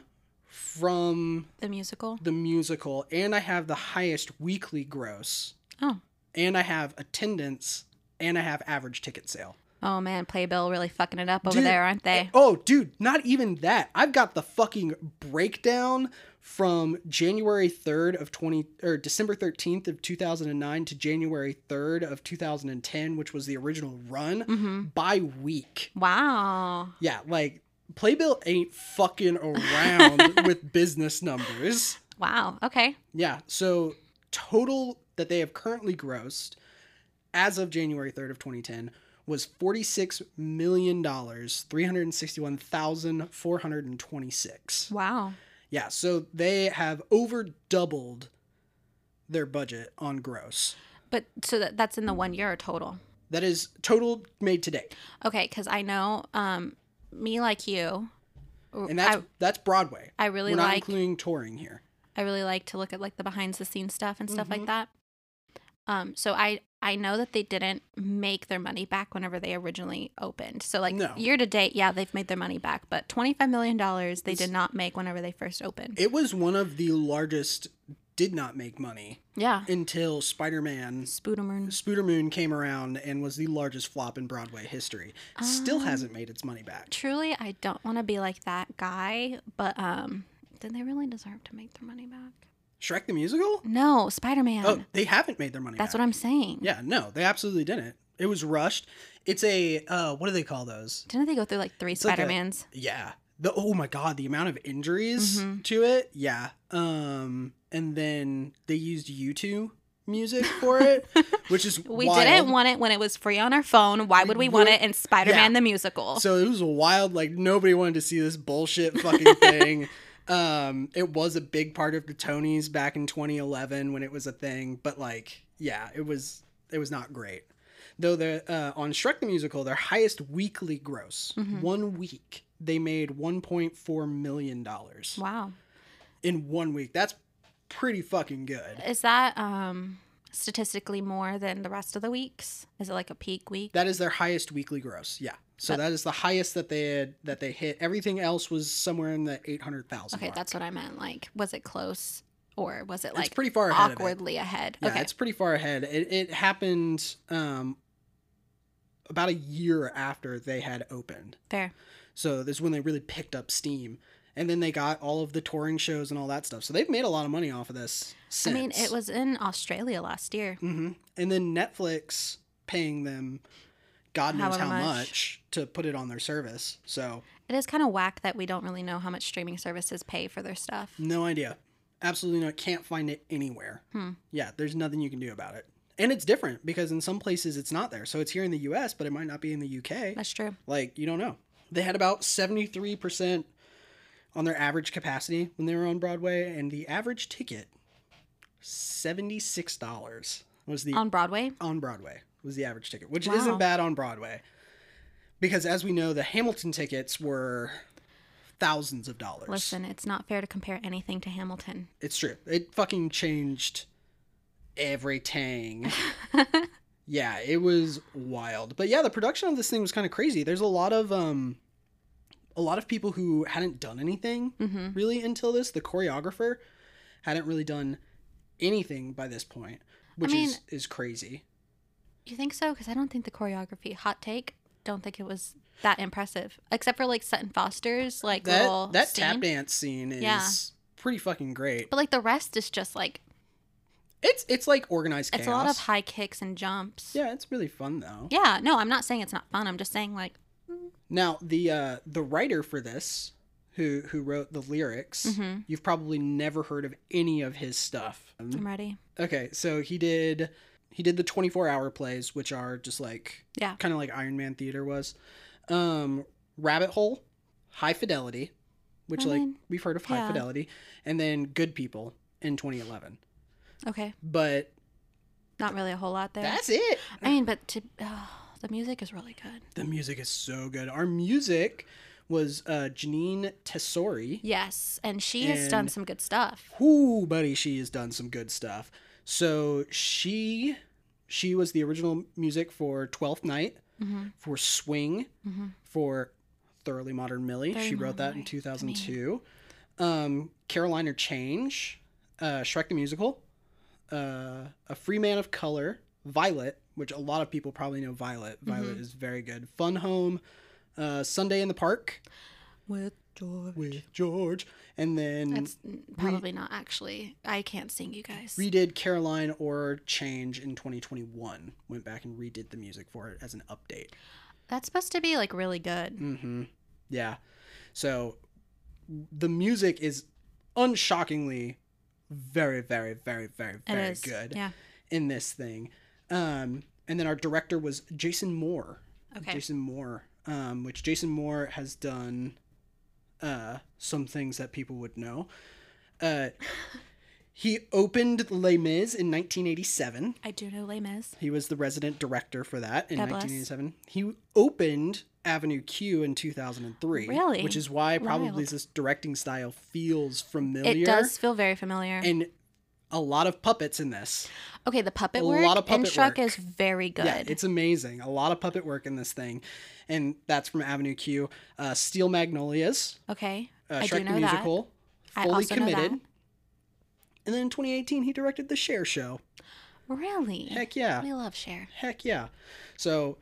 S1: from
S2: the musical.
S1: the musical, and I have the highest weekly gross,
S2: Oh,
S1: and I have attendance, and I have average ticket sale.
S2: oh man, Playbill really fucking it up over
S1: Dude,
S2: there, aren't they?
S1: Oh, dude, not even that. I've got the fucking breakdown from January 3rd of 20 or December 13th of 2009 to January 3rd of 2010, which was the original run
S2: hmm
S1: by week.
S2: Wow.
S1: Yeah, like Playbill ain't fucking around with business numbers.
S2: Wow. Okay.
S1: Yeah, so total that they have currently grossed as of January 3rd of 2010 was $46 million, 361,426.
S2: Wow.
S1: Yeah, so they have over doubled their budget on gross.
S2: But so that, that's in the one year total.
S1: That is total made today.
S2: Okay, because I know um, me like you.
S1: And that's that's Broadway.
S2: I really
S1: We're not
S2: like
S1: including touring here.
S2: I really like to look at like the behind the scenes stuff and stuff like that. Um, so I I know that they didn't make their money back whenever they originally opened. So like
S1: No.
S2: year to date, yeah, they've made their money back, but twenty five million dollars they
S1: It's-
S2: did not make whenever they first opened.
S1: It was one of the largest did not make money
S2: yeah,
S1: until Spider-Man
S2: Spooderman.
S1: Spooder Moon came around and was the largest flop in Broadway history. Still
S2: Um,
S1: hasn't made its money back.
S2: Truly, I don't want to be like that guy, but um, did they really deserve to make their money back?
S1: Shrek the Musical?
S2: No, Spider Man.
S1: Oh, they haven't made their money
S2: That's
S1: back.
S2: what I'm saying.
S1: Yeah, no, they absolutely didn't. It was rushed. It's a uh, what do they call those?
S2: Didn't they go through like three
S1: like a-
S2: Spider Mans?
S1: Yeah. The oh my god, the amount of injuries
S2: Mhm.
S1: to it. Yeah. Um and then they used U2 music for
S2: (laughs)
S1: it, which is
S2: we
S1: wild.
S2: didn't want it when it was free on our phone. Why would we want
S1: would-
S2: it in Spider Man
S1: yeah.
S2: the musical?
S1: So it was wild. Like nobody wanted to see this bullshit fucking
S2: (laughs)
S1: thing. um, it was a big part of the Tonys back in 2011 when it was a thing. But like, yeah, it was it was not great. Though the uh, on Shrek the Musical, their highest weekly gross
S2: Mhm.
S1: one week they made 1.4 million dollars
S2: wow.
S1: in one week. That's pretty fucking good.
S2: Is that um statistically more than the rest of the weeks? Is it like a peak week?
S1: That is their highest weekly gross. Yeah. So that is the highest that they had that they hit. Everything else was somewhere in the eight hundred thousand.
S2: okay, that's what I meant. Like, was it close or was it
S1: it's
S2: like
S1: pretty far ahead of it.
S2: awkwardly ahead?
S1: Yeah,
S2: okay.
S1: it's pretty far ahead. It, it happened um, about a year after they had opened.
S2: Fair.
S1: So this is when they really picked up steam. And then they got all of the touring shows and all that stuff. So they've made a lot of money off of this
S2: I
S1: since.
S2: mean, it was in Australia last year.
S1: hmm And then Netflix paying them God knows
S2: However
S1: how much.
S2: much.
S1: to put it on their service. So
S2: It is kind of whack that we don't really know how much streaming services pay for their stuff.
S1: no idea. Absolutely not. Can't find it anywhere.
S2: Hmm.
S1: Yeah, there's nothing you can do about it. And it's different because in some places it's not there. So it's here in the US, but it might not be in the UK.
S2: That's true.
S1: Like, you don't know. They had about 73% on their average capacity when they were on Broadway, and the average ticket, $76 was the on,
S2: On Broadway,
S1: Broadway, was the average ticket, which
S2: Oh. Wow.
S1: isn't bad on Broadway. Because as we know, the Hamilton tickets were thousands of dollars.
S2: listen, it's not fair to compare anything to Hamilton.
S1: It's true. It fucking changed
S2: (laughs)
S1: everything. yeah, it was wild. But yeah, the production of this thing was kind of crazy. There's a lot of um a lot of people who hadn't done anything
S2: Mm-hmm.
S1: really until this. The choreographer hadn't really done anything by this point, which
S2: mean-
S1: is is crazy.
S2: You think so? Because I don't think the choreography, hot take, don't think it was that impressive. Except for like Sutton Foster's like little
S1: That that
S2: scene.
S1: tap dance scene is
S2: Yeah.
S1: pretty fucking great.
S2: But like the rest is just like
S1: It's it's like organized chaos.
S2: it's a lot of high kicks and jumps.
S1: Yeah, it's really fun though.
S2: Yeah, No, I'm not saying it's not fun. I'm just saying like
S1: Now the uh, the writer for this who who wrote the lyrics.
S2: hmm
S1: You've probably never heard of any of his stuff. Um,
S2: I'm ready.
S1: Okay, so he did he did the 24 hour plays, which are just like
S2: Yeah.
S1: kind of like Iron Man Theater was. Um, Rabbit Hole, High Fidelity, which
S2: I
S1: like
S2: mean,
S1: we've heard of High
S2: yeah.
S1: Fidelity, and then Good People in 2011.
S2: Okay.
S1: But
S2: Not really a whole lot there.
S1: that's it.
S2: I mean, but to, oh, the music is really good.
S1: The music is so good. Our music was uh, Janine Tessori.
S2: Yes, and she has done
S1: And-
S2: some good stuff.
S1: Whoo, buddy, she has done some good stuff. So she she was the original music for Twelfth Night,
S2: hmm
S1: for Swing,
S2: hmm
S1: for Thoroughly Modern Millie.
S2: Thoroughly
S1: she wrote
S2: Modern
S1: that in
S2: Millie.
S1: 2002. Um, Carolina Change, uh, Shrek the Musical, uh, A Free Man of Color, Violet, which a lot of people probably know Violet. Violet
S2: Mm-hmm.
S1: is very good. Fun Home, uh, Sunday in the Park
S2: With George.
S1: with George, and then
S2: That's n- probably not actually. I can't sing, you guys.
S1: redid Caroline or Change in 2021. Went back and redid the music for it as an update.
S2: That's supposed to be like really good.
S1: Mm-hmm. Yeah. So the music is unshockingly very, very, very, very,
S2: It
S1: very
S2: is.
S1: good
S2: Yeah.
S1: in this thing. Um, and then our director was Jason Moore.
S2: Okay.
S1: Jason Moore, um, which Jason Moore has done uh, some things that people would know. Uh, (laughs) he opened Les Mis in 1987.
S2: I do know Les Mis.
S1: He was the resident director for that in
S2: God bless.
S1: 1987. He opened Avenue Q in 2003.
S2: Really?
S1: Which is why probably
S2: Wild.
S1: this directing style feels familiar.
S2: It does feel very familiar.
S1: And a lot of puppets in this.
S2: okay, the puppet
S1: a
S2: work
S1: lot of
S2: in
S1: puppet
S2: Shrek
S1: work.
S2: is very good.
S1: Yeah, it's amazing. A lot of puppet work in this thing. And that's from Avenue Q. Uh, Steel Magnolias,
S2: okay.
S1: uh,
S2: I
S1: Shrek the
S2: do know that.
S1: Musical,
S2: I
S1: Fully
S2: also know that.
S1: Committed. And then in 2018, he directed The Share Show.
S2: Really?
S1: Heck yeah.
S2: We love Cher.
S1: Heck yeah. So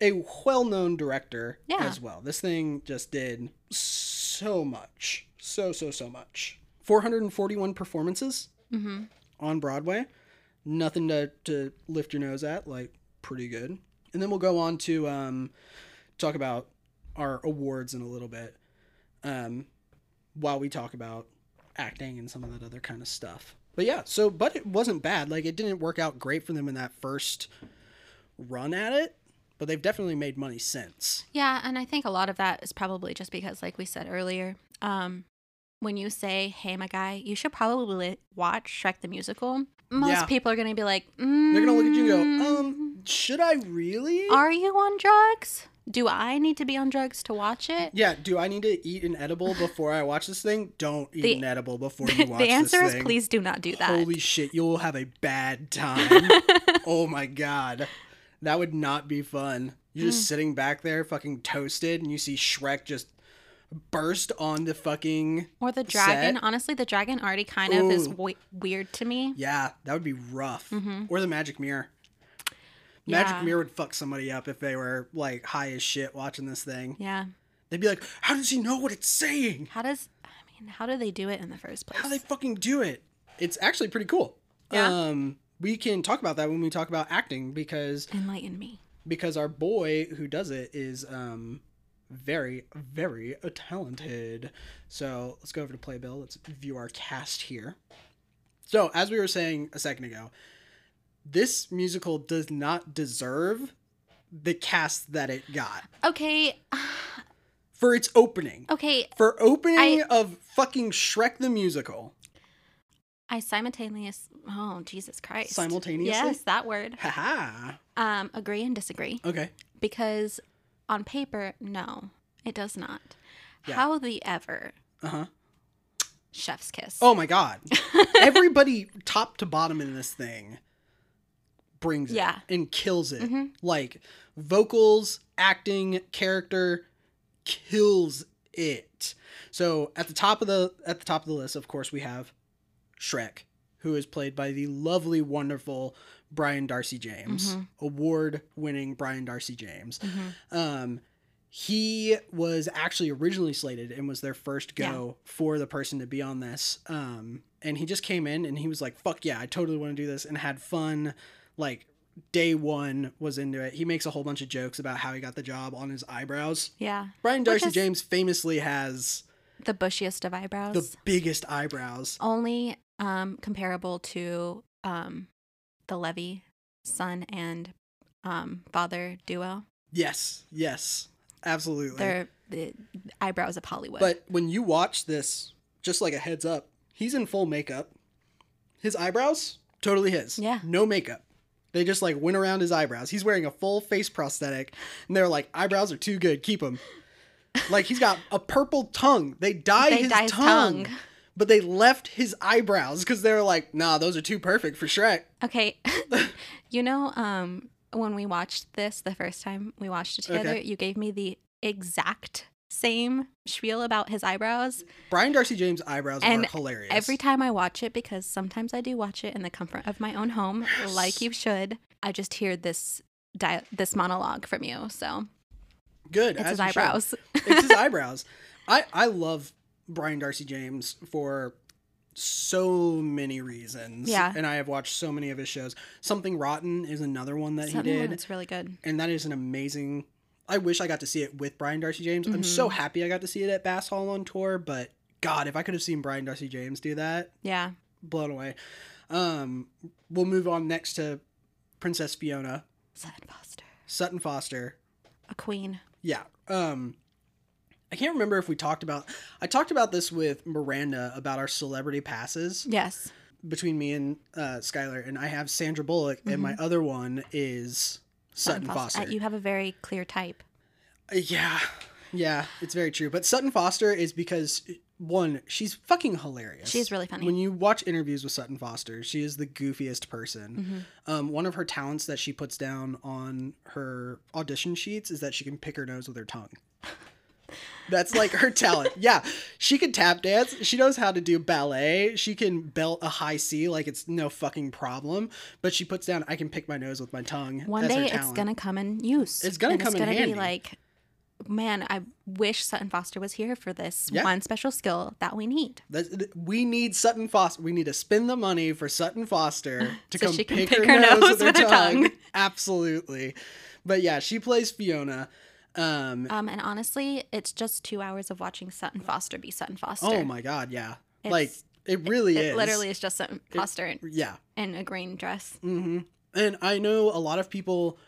S1: a well-known director
S2: Yeah.
S1: as well. This thing just did so much. So so so much. 441 performances
S2: Mm-hmm.
S1: on Broadway. Nothing to to lift your nose at, like pretty good. And then we'll go on to um talk about our awards in a little bit. Um while we talk about acting and some of that other kind of stuff. But yeah, so but it wasn't bad. Like it didn't work out great for them in that first run at it, but they've definitely made money since.
S2: Yeah, and I think a lot of that is probably just because, like we said earlier, um, when you say, "Hey, my guy," you should probably watch Shrek the Musical. Most
S1: Yeah.
S2: people are gonna be like,
S1: They're gonna look at you and
S2: "Mm,
S1: go, um, should I really?
S2: are you on drugs? Do I need to be on drugs to watch it?"
S1: yeah, do I need to eat an edible before I watch this thing? Don't eat
S2: The-
S1: an edible
S2: (laughs)
S1: before you watch
S2: the answer
S1: this
S2: is
S1: thing.
S2: please do not do that.
S1: Holy shit, you'll have a
S2: (laughs)
S1: bad time. oh my god. That would not be fun. You're just
S2: Hmm.
S1: sitting back there fucking toasted and you see Shrek just burst on the fucking
S2: or the dragon.
S1: Set.
S2: Honestly, the dragon already kind of is
S1: Ooh.
S2: w- weird to me.
S1: Yeah, that would be rough.
S2: Mhm.
S1: Or the magic mirror. Magic
S2: Yeah.
S1: mirror would fuck somebody up if they were like high as shit watching this thing.
S2: Yeah.
S1: They'd be like, "How does he know what it's saying?
S2: How does I mean? How do they do it in the first place?
S1: How they fucking do it?" It's actually pretty cool.
S2: Yeah.
S1: Um we can talk about that when we talk about acting because
S2: Enlighten me.
S1: because our boy who does it is um very very talented so let's go over to playbill let's view our cast here so as we were saying a second ago this musical does not deserve the cast that it got
S2: Okay.
S1: for its opening
S2: Okay.
S1: for opening of fucking shrek the musical
S2: I simultaneous. Oh Jesus Christ!
S1: Simultaneously?
S2: Yes, that word.
S1: haha
S2: Um, agree and disagree
S1: okay
S2: because on paper, no, it does not.
S1: Yeah.
S2: How the ever,
S1: uh-huh
S2: chef's kiss.
S1: oh my god everybody top to bottom in this thing brings
S2: Yeah.
S1: it and kills it.
S2: Mhm.
S1: Like vocals, acting, character kills it. So at the top of the at the top of the list, of course, we have Shrek, who is played by the lovely, wonderful Brian Darcy James,
S2: Mhm.
S1: award-winning Brian Darcy James.
S2: Mhm.
S1: Um, he was actually originally slated and was their first go for the person to be on this. Um, and he just came in and he was like, "Fuck yeah, I totally want to do this," and had fun. Like day one was into it. He makes a whole bunch of jokes about how he got the job on his eyebrows.
S2: Yeah,
S1: Brian
S2: Which
S1: Darcy
S2: is-
S1: James famously has
S2: the bushiest of eyebrows.
S1: The biggest eyebrows.
S2: only um comparable to um the Levy son and um father duo.
S1: Yes, yes, absolutely.
S2: They're the eyebrows of Hollywood.
S1: But when you watch this, just like a heads up, he's in full makeup. His eyebrows, totally his.
S2: Yeah.
S1: No makeup. They just like went around his eyebrows. He's wearing a full face prosthetic, and they're like, eyebrows are too good, keep
S2: (laughs)
S1: them. Like he's got a purple tongue. They dyed
S2: They
S1: his,
S2: dye his
S1: tongue,
S2: tongue.
S1: but they left his eyebrows because they were like, nah, those are too perfect for Shrek. (laughs)
S2: okay. (laughs) you know, um when we watched this the first time we watched it
S1: Okay.
S2: together, you gave me the exact same spiel about his eyebrows.
S1: Brian Darcy James' eyebrows
S2: And
S1: are hilarious.
S2: Every time I watch it, because sometimes I do watch it in the comfort of my own home, like you should, I just hear this dia- this monologue from you. So
S1: good.
S2: it's
S1: as
S2: his
S1: you should.
S2: eyebrows.
S1: it's his eyebrows. I I love Brian Darcy James for so many reasons.
S2: Yeah.
S1: and I have watched so many of his shows. Something Rotten is another one that
S2: Something
S1: he did,
S2: It's really good.
S1: and that is an amazing. I wish I got to see it with Brian Darcy James. I'm so
S2: Mm-hmm.
S1: happy I got to see it at Bass Hall on tour, but God, if I could have seen Brian Darcy James do that,
S2: Yeah.
S1: blown away. Um, we'll move on next to Princess Fiona,
S2: Sutton Foster,
S1: Sutton Foster,
S2: a queen.
S1: Yeah. Um I can't remember if we talked about I talked about this with Miranda about our celebrity passes
S2: Yes.
S1: between me and uh Skylar and I have Sandra Bullock and my other one is Mm-hmm. Sutton Foster.
S2: Uh, You have a very clear type.
S1: Uh, Yeah. Yeah, it's very true. But Sutton Foster is because one, she's fucking hilarious.
S2: She is really funny.
S1: When you watch interviews with Sutton Foster, she is the goofiest person.
S2: Mm-hmm.
S1: Um, one of her talents that she puts down on her audition sheets is that she can pick her nose with her
S2: (laughs)
S1: tongue. That's like her talent. Yeah. She can tap dance. She knows how to do ballet. She can belt a high C like it's no fucking problem. But she puts down, I can pick my nose with my tongue.
S2: One
S1: as her
S2: day it's
S1: talent.
S2: gonna come in use.
S1: It's gonna
S2: and
S1: come
S2: It's
S1: in
S2: gonna
S1: handy.
S2: be like, man, I wish Sutton Foster was here for this
S1: Yeah.
S2: one special skill that we need.
S1: That's, th- we need Sutton Foster. We need to spend the money for Sutton
S2: (laughs)
S1: Foster to
S2: So
S1: come
S2: she can
S1: pick,
S2: pick
S1: her,
S2: her
S1: nose,
S2: nose
S1: with her
S2: with her
S1: tongue.
S2: tongue.
S1: (laughs) Absolutely. But yeah, she plays Fiona. Um,
S2: Um, and honestly, it's just two hours of watching Sutton Foster be Sutton Foster.
S1: oh my god, yeah.
S2: It's-
S1: like it really is.
S2: It literally is just Sutton Foster in,
S1: Yeah.
S2: in a green dress.
S1: hmm And I know a lot of people.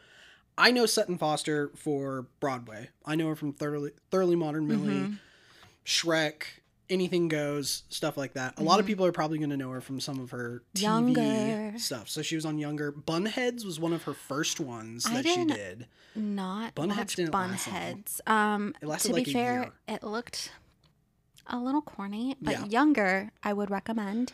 S1: I know Sutton Foster for Broadway. I know her from Thoroughly, Thoroughly Modern Millie,
S2: Mhm.
S1: Shrek, Anything Goes, stuff like that. A lot of
S2: Mhm.
S1: people are probably going to know her from some of her TV
S2: Younger.
S1: stuff. So she was on Younger. Bunheads was one of her first ones
S2: I
S1: that she
S2: didn't-
S1: did.
S2: Not
S1: Bunheads
S2: watch
S1: didn't last long.
S2: bunheads. Um,
S1: It lasted
S2: to
S1: like
S2: be
S1: a
S2: fair,
S1: year.
S2: it looked a little corny, but
S1: Yeah.
S2: younger, I would recommend.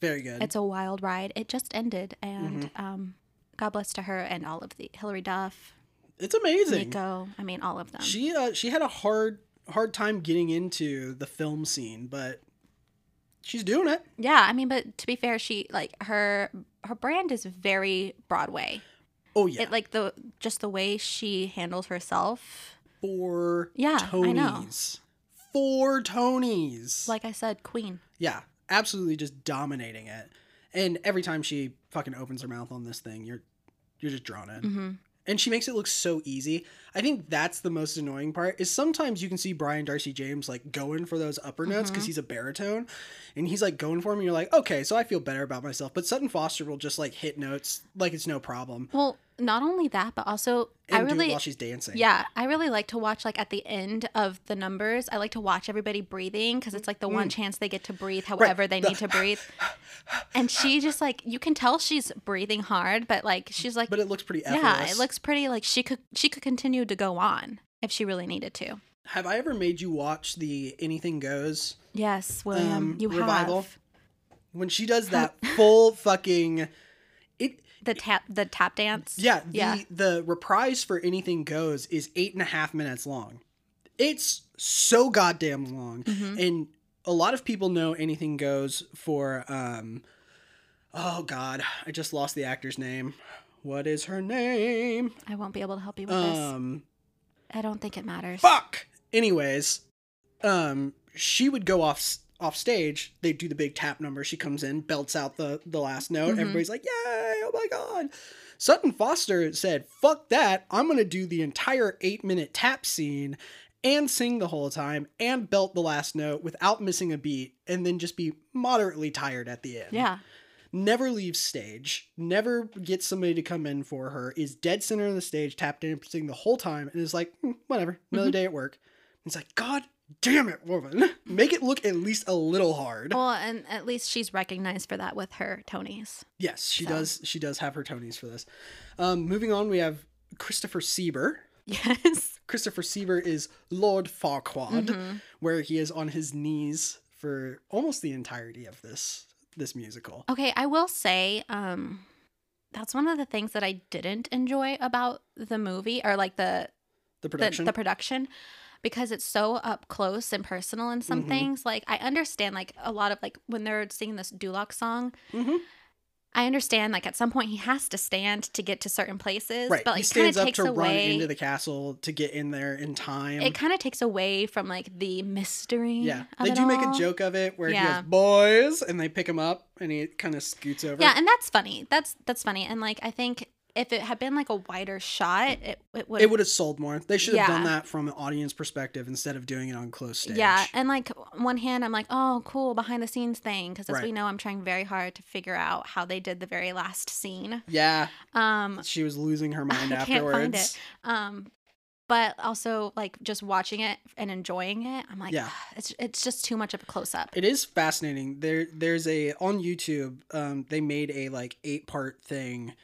S1: Very good.
S2: It's a wild ride. It just ended, and
S1: Mm-hmm.
S2: um, God bless to her and all of the Hillary Duff,
S1: It's amazing.
S2: Nico. I mean, all of them.
S1: She uh, she had a hard hard time getting into the film scene, but she's doing it.
S2: yeah, I mean, but to be fair, she like her her brand is very Broadway.
S1: Oh yeah,
S2: It like the just the way she handles herself.
S1: four
S2: Yeah, I know.
S1: Tonys. Four Tonys.
S2: Like I said, Queen.
S1: yeah, absolutely just dominating it. And every time she fucking opens her mouth on this thing, you're you're just drawn in.
S2: hmm
S1: And she makes it look so easy. I think that's the most annoying part is sometimes you can see Brian Darcy James like going for those upper
S2: Mm-hmm.
S1: notes because he's a baritone and he's like going for them and you're like, okay, so I feel better about myself. But Sutton Foster will just like hit notes like it's no problem.
S2: Well, not only that, but also
S1: And
S2: I
S1: do it
S2: really
S1: while she's dancing.
S2: yeah, I really like to watch like at the end of the numbers. I like to watch everybody breathing because it's like the one chance they get to breathe however they
S1: Mm. The-
S2: need to breathe. and she just like you can tell she's breathing hard, but like she's like
S1: But it looks pretty effortless.
S2: yeah, it looks pretty like she could she could continue to go on if she really needed to.
S1: Have I ever made you watch the Anything Goes
S2: Yes, William,
S1: Um,
S2: you
S1: revival?
S2: have
S1: when she does that full fucking it
S2: the tap the tap dance.
S1: yeah the,
S2: yeah.
S1: the reprise for anything goes is eight and a half minutes long it's so goddamn long and a lot of people know anything goes for um oh god i just lost the actor's name what is her name
S2: I won't be able to help you with this.
S1: um
S2: I don't think it matters.
S1: fuck anyways um she would go off s- off stage they do the big tap number she comes in belts out the the last note
S2: Mhm.
S1: everybody's like yay oh my god sutton foster said fuck that i'm gonna do the entire eight minute tap scene and sing the whole time and belt the last note without missing a beat and then just be moderately tired at the end.
S2: Yeah.
S1: Never leaves stage, never gets somebody to come in for her, is dead center on the stage, tapped dancing the whole time, and is like, "Hmm, whatever, another day at work. It's like, God damn it, woman. (laughs) Make it look at least a little hard.
S2: Well, and at least she's recognized for that with her Tonys. (laughs)
S1: Yes, she
S2: So.
S1: does. She does have her Tonys for this. Um, moving on, we have Christopher Sieber.
S2: Yes.
S1: Christopher Sieber is Lord Farquaad,
S2: Mhm.
S1: where he is on his knees for almost the entirety of this this musical.
S2: Okay, I will say um that's one of the things that I didn't enjoy about the movie or like the
S1: The
S2: the,
S1: production,
S2: the production because it's so up close and personal in some
S1: Mhm.
S2: things. Like I understand like a lot of like when they're singing this Duloc song,
S1: Mhm.
S2: I understand like at some point he has to stand to get to certain places,
S1: right?
S2: but
S1: he
S2: like kind of
S1: stands up
S2: takes
S1: to run
S2: away
S1: into the castle to get in there in time.
S2: it kind of takes away from like the mystery.
S1: yeah,
S2: of
S1: they
S2: it
S1: do make a
S2: all.
S1: joke of it where
S2: Yeah.
S1: he goes, "Boys," and they pick him up, and he kind of scoots over.
S2: Yeah, and that's funny. That's that's funny. And like I think if it had been like a wider shot, it it would
S1: it would have sold more. They should have done
S2: Yeah.
S1: that from an audience perspective instead of doing it on close stage.
S2: Yeah, and like on one hand, I'm like, oh, cool, behind the scenes thing, because as
S1: Right.
S2: we know, I'm trying very hard to figure out how they did the very last scene.
S1: yeah.
S2: Um,
S1: She was losing her mind
S2: (laughs) I can't
S1: afterwards.
S2: find it. um, but also like just watching it and enjoying it, I'm like,
S1: Yeah.
S2: "Ugh, it's it's just too much of a close up.
S1: It is fascinating. There, there's a on YouTube. Um, they made a like eight part thing,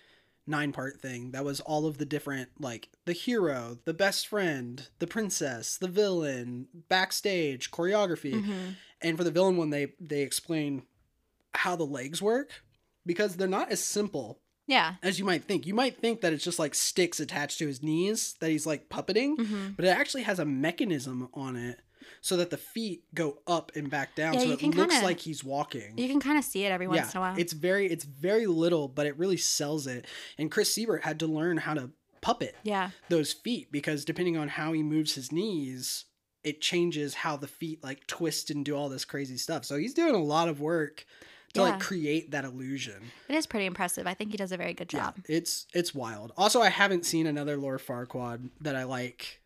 S1: nine part thing that was all of the different like the hero, the best friend, the princess, the villain, backstage choreography.
S2: Mm-hmm.
S1: And for the villain one, they they explain how the legs work because they're not as simple
S2: Yeah.
S1: as you might think. You might think that it's just like sticks attached to his knees that he's like puppeting,
S2: hmm
S1: but it actually has a mechanism on it so that the feet go up and back down
S2: Yeah,
S1: so
S2: you
S1: it
S2: can
S1: looks
S2: kinda-
S1: like he's walking
S2: You can kind of see it every once in a while.
S1: it's very it's very little but it really sells it and chris siebert had to learn how to puppet
S2: yeah.
S1: those feet because depending on how he moves his knees it changes how the feet like twist and do all this crazy stuff so he's doing a lot of work to like
S2: Yeah.
S1: create that illusion
S2: It is pretty impressive. I think he does a very good job.
S1: yeah, it's it's wild. Also, I haven't seen another Lord Farquaad that I like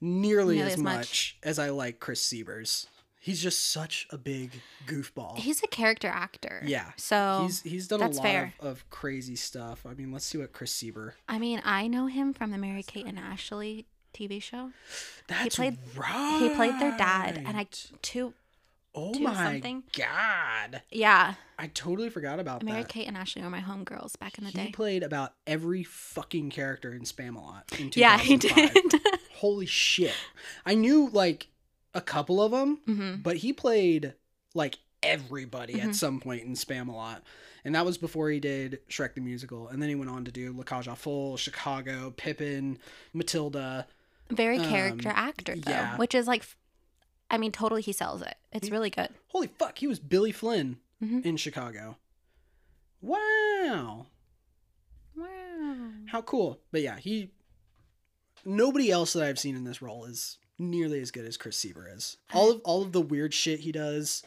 S1: nearly, as, much, as I like Chris Siebers. He's just such a big goofball.
S2: He's a character actor.
S1: Yeah.
S2: So
S1: he's he's done a
S2: oh, that's
S1: lot of,
S2: fair.
S1: of crazy stuff. I mean, let's see what Chris Sieber.
S2: I mean, I know him from the Mary Kate and Ashley TV show.
S1: That's
S2: played-
S1: right.
S2: He played their dad, and I too.
S1: oh
S2: do
S1: my
S2: something.
S1: god,
S2: Yeah,
S1: I totally forgot about
S2: Mary
S1: that.
S2: Kate and Ashley were my homegirls back in the
S1: He
S2: day.
S1: played about every fucking character in Spamalot. In
S2: (laughs) Yeah, he
S1: 2005.
S2: did. (laughs)
S1: Holy shit! I knew like a couple of them,
S2: hmm
S1: but he played like everybody
S2: Mhm.
S1: at some point in Spamalot. And that was before he did Shrek the Musical. And then he went on to do La Cage aux Folles, Chicago, Pippin, Matilda.
S2: Very
S1: Um,
S2: character actor though,
S1: yeah.
S2: which is like, f- I mean, totally he sells it. It's
S1: He-
S2: really good.
S1: Holy fuck, he was Billy Flynn
S2: Mhm.
S1: in Chicago. Wow.
S2: Wow.
S1: How cool. But yeah, he. Nobody else that I've seen in this role is nearly as good as Chris Sieber is. All of all of the weird shit he does,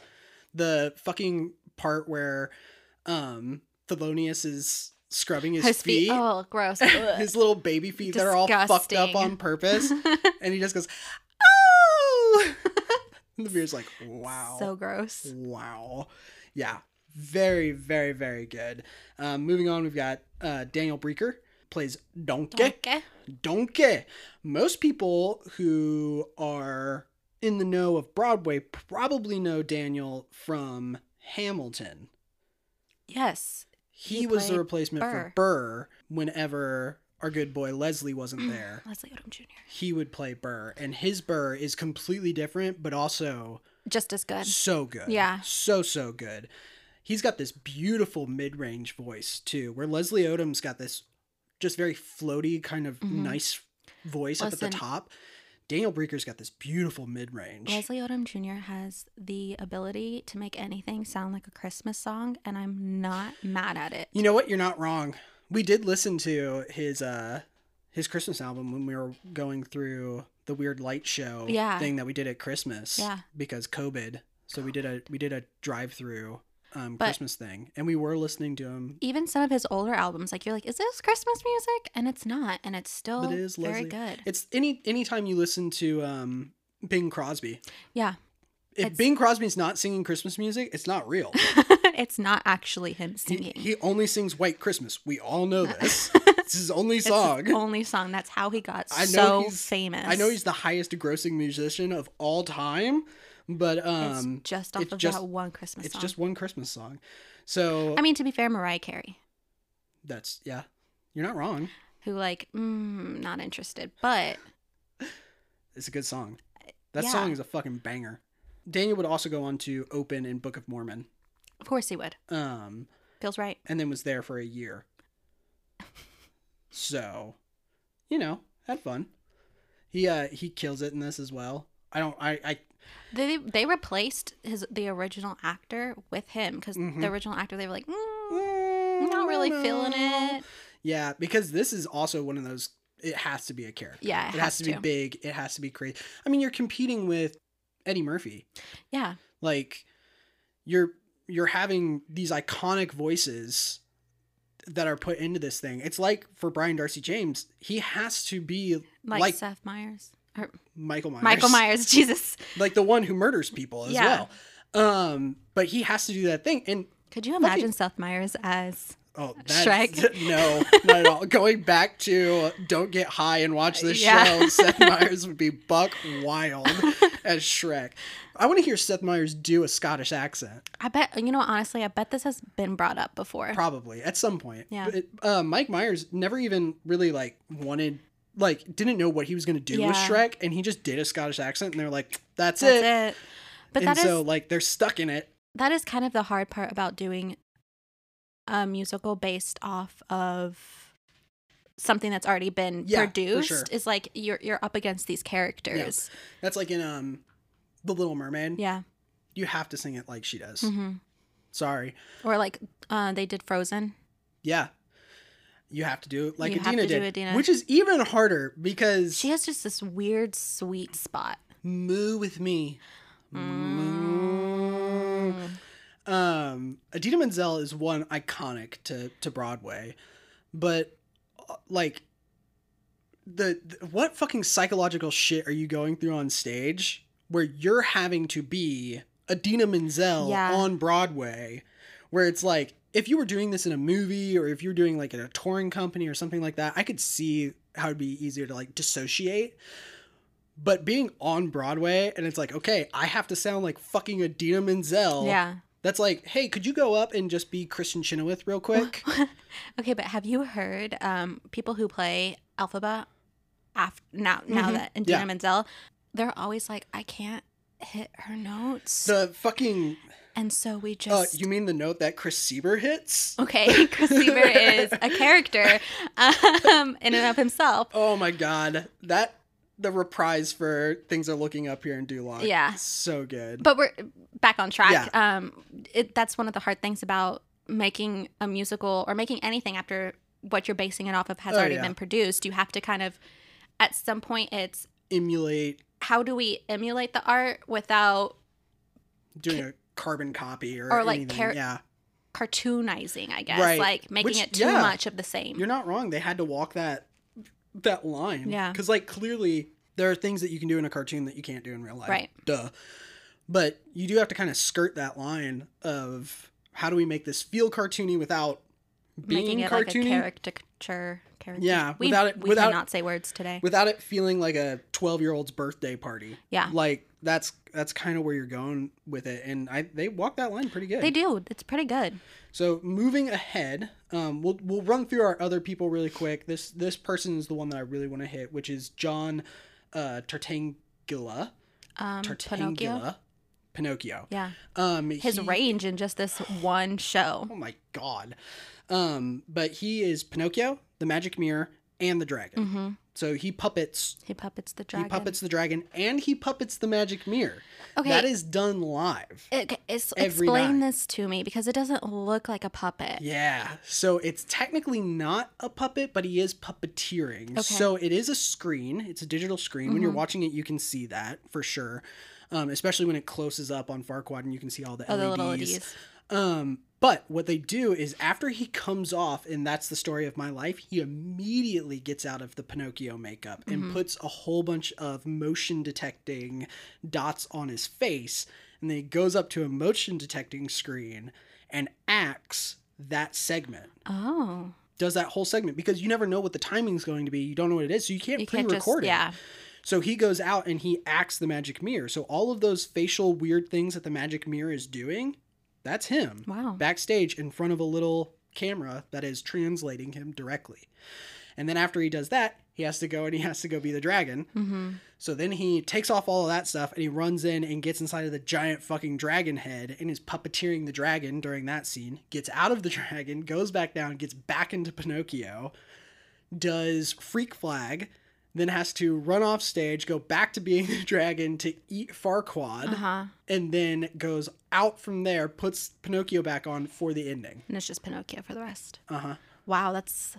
S1: the fucking part where um Thelonious is scrubbing his,
S2: His
S1: feet.
S2: feet. Oh, gross. Ugh.
S1: (laughs)
S2: (laughs)
S1: his little baby feet that are all fucked up
S2: Disgusting.
S1: on
S2: (laughs)
S1: purpose. and he just goes, Oh (laughs) And the beer's like, Wow.
S2: (laughs) So gross.
S1: Wow. Yeah. Very, very, very good. Um, moving on, we've got uh, Daniel Breaker plays Donkey.
S2: Okay.
S1: Donkey. Most people who are in the know of Broadway probably know Daniel from Hamilton.
S2: Yes.
S1: He,
S2: He
S1: was the
S2: played
S1: replacement for
S2: Burr.
S1: Burr whenever our good boy Leslie
S2: (sighs)
S1: wasn't there.
S2: Leslie Odom Jr.
S1: He would play Burr, and his Burr is completely different, but also
S2: Just as good.
S1: so good.
S2: Yeah.
S1: So, so good. He's got this beautiful mid range voice, too, where Leslie Odom's got this just very floaty, kind of
S2: Mhm.
S1: nice voice up at
S2: Listen.
S1: the top. Daniel Breaker's got this beautiful mid range.
S2: Leslie Odom Jr. has the ability to make anything sound like a Christmas song, and I'm not mad at it.
S1: You know what? You're not wrong. We did listen to his, uh, his Christmas album when we were going through the weird light show
S2: Yeah.
S1: thing that we did at Christmas
S2: Yeah.
S1: because COVID. So we did a we did a drive through um,
S2: But-
S1: Christmas thing, and we were listening to him.
S2: Even some of his older albums, like you're like, is this Christmas music? And it's not, and it's still
S1: it is,
S2: very
S1: Leslie.
S2: good.
S1: It's any anytime you listen to um, Bing Crosby.
S2: yeah,
S1: If
S2: It's-
S1: Bing Crosby's not singing Christmas music, it's not
S2: (laughs)
S1: real.
S2: (laughs) it's not actually him
S1: He,
S2: singing.
S1: he only sings White Christmas. We all
S2: (laughs)
S1: know this. it's his only
S2: It's his
S1: song.
S2: only song. That's how he got
S1: I know
S2: so
S1: he's-
S2: famous.
S1: I know he's the highest grossing musician of all time, but
S2: It's
S1: um,
S2: just off
S1: it's
S2: of
S1: just-
S2: that one Christmas
S1: it's
S2: song.
S1: just one Christmas song. So
S2: I mean, to be fair, Mariah Carey,
S1: that's yeah, you're not wrong.
S2: who like, mm, not interested, but
S1: It's a good song. That
S2: yeah.
S1: song is a fucking banger. Daniel would also go on to Open and Book of Mormon,
S2: of course he would.
S1: um,
S2: Feels right.
S1: and then was there for a year. So, you know, had fun. He uh he kills it in this as well. I don't I I
S2: They they replaced his the original actor with him because
S1: Mhm.
S2: the original actor they were like, mm,
S1: Mm,
S2: not really
S1: no.
S2: feeling it.
S1: Yeah, because this is also one of those. It has to be a character.
S2: Yeah,
S1: it, has, to, be big. It has to be crazy. I mean, you're competing with Eddie Murphy.
S2: Yeah,
S1: Like, you're you're having these iconic voices that are put into this thing. It's like for Brian Darcy James, he has to be
S2: like,
S1: Like-
S2: Seth Meyers, or
S1: Michael Myers.
S2: Michael Myers. (laughs) Jesus,
S1: like the one who murders people as
S2: Yeah.
S1: well. Um, but he has to do that thing, and
S2: could you imagine Seth Meyers as
S1: Oh, that's, (laughs)
S2: Shrek.
S1: No, not at all. Going back to Don't Get High and Watch This
S2: Yeah. (laughs)
S1: Show, Seth Meyers would be buck wild as Shrek. I want to hear Seth Meyers do a Scottish accent,
S2: I bet you know honestly. I bet this has been brought up before.
S1: probably at some point.
S2: Yeah.
S1: But, uh, Mike Myers never even really like wanted, like, didn't know what he was going to do with
S2: Yeah.
S1: Shrek, and he just did a Scottish accent, and they're like, that's,
S2: That's
S1: it.
S2: it. But
S1: and
S2: that is
S1: so, like, they're stuck in it.
S2: that is kind of the hard part about doing a musical based off of something that's already been
S1: Yeah, for
S2: produced
S1: sure.
S2: is like you're you're up against these characters.
S1: That's like in um, The Little Mermaid.
S2: Yeah.
S1: You have to sing it like she does.
S2: hmm
S1: Sorry.
S2: Or like uh, they did Frozen.
S1: Yeah. You have to do it like
S2: You have
S1: Adina
S2: to do
S1: did,
S2: Adina.
S1: which is even harder because
S2: She has just this weird sweet spot.
S1: moo with me. Moo.
S2: Mm.
S1: Um, Adina Menzel is one iconic to to Broadway, but uh, like the, the what fucking psychological shit are you going through on stage where you're having to be Adina Menzel
S2: Yeah.
S1: on Broadway, where it's like if you were doing this in a movie or if you're doing like in a touring company or something like that, I could see how it'd be easier to like dissociate. But being on Broadway and it's like, okay, I have to sound like fucking Adina Menzel.
S2: Yeah.
S1: That's like, hey, could you go up and just be Christian Chenoweth real
S2: (gasps)
S1: quick?
S2: (laughs) Okay, but have you heard um, people who play Alphaba after now now
S1: Mhm.
S2: that and Dina
S1: Yeah.
S2: Menzel, they're always like, I can't hit her notes.
S1: the fucking,
S2: and so we
S1: uh,
S2: just
S1: you mean the note that Chris Sieber hits?
S2: (laughs) Okay, Chris Weaver is a character (laughs) um, in and of himself.
S1: Oh my god, that the reprise for things are looking up here in Duloc.
S2: Yeah.
S1: so good.
S2: But we're back on track. Um, it, that's one of the hard things about making a musical or making anything after what you're basing it off of has
S1: Oh,
S2: already
S1: yeah.
S2: been produced. You have to kind of, at some point, it's
S1: Emulate
S2: how do we emulate the art without
S1: doing a carbon copy or
S2: Or, like,
S1: anything.
S2: char-
S1: yeah,
S2: cartoonizing, I guess,
S1: Right.
S2: like making
S1: Which-
S2: it too
S1: yeah.
S2: much of the same.
S1: you're not wrong. They had to walk that that line.
S2: Yeah.
S1: because like clearly there are things that you can do in a cartoon that you can't do in real life.
S2: Right.
S1: Duh. But you do have to kind of skirt that line of how do we make this feel cartoony without being
S2: making it like a
S1: cartoony
S2: caricature. Character.
S1: Yeah,
S2: we,
S1: without it-
S2: we
S1: without-
S2: cannot say words today.
S1: without it feeling like a 12 year old's birthday party
S2: Yeah.
S1: like that's that's kind of where you're going with it and i they walk that line pretty good
S2: They do. It's pretty good.
S1: so moving ahead um we'll we'll run through our other people really quick this this person is the one that i really want to hit which is john uh tartangula
S2: Um, Pinocchio.
S1: tartangula pinocchio
S2: Yeah.
S1: um
S2: His
S1: he-
S2: range in just this one show.
S1: oh my god um but he is pinocchio the magic mirror and the dragon
S2: hmm
S1: so he puppets
S2: He puppets the dragon.
S1: He puppets the dragon and he puppets the magic mirror.
S2: Okay.
S1: That is done live.
S2: Okay, it's,
S1: every
S2: explain
S1: night.
S2: this to me because it doesn't look like a puppet.
S1: Yeah. So it's technically not a puppet, but he is puppeteering.
S2: Okay. Mm-hmm.
S1: So it is a screen. It's a digital screen. When you're watching it, you can see that for sure. Um, especially when it closes up on Farquaad and you can see all the
S2: Oh,
S1: LEDs.
S2: the little LEDs.
S1: Um, but what they do is after he comes off, and that's the story of my life, he immediately gets out of the Pinocchio makeup and
S2: Mhm.
S1: puts a whole bunch of motion detecting dots on his face. And then he goes up to a motion detecting screen and acts that segment.
S2: Oh,
S1: Does that whole segment because you never know what the timing's going to be. You don't know what it is, so you can't
S2: you
S1: pre
S2: can't just
S1: record it.
S2: yeah.
S1: So he goes out and he acts the magic mirror. So all of those facial weird things that the magic mirror is doing, that's him
S2: Wow.
S1: backstage in front of a little camera that is translating him directly. And then after he does that, he has to go and he has to go be the dragon.
S2: mm-hmm.
S1: So then he takes off all of that stuff and he runs in and gets inside of the giant fucking dragon head and is puppeteering the dragon during that scene. Gets out of the (laughs) dragon, goes back down, gets back into Pinocchio, does Freak Flag, then has to run off stage, go back to being (laughs) the dragon to eat Farquaad,
S2: Uh huh.
S1: and then goes out from there, puts Pinocchio back on for the ending.
S2: And it's just Pinocchio for the rest.
S1: Uh huh.
S2: Wow, that's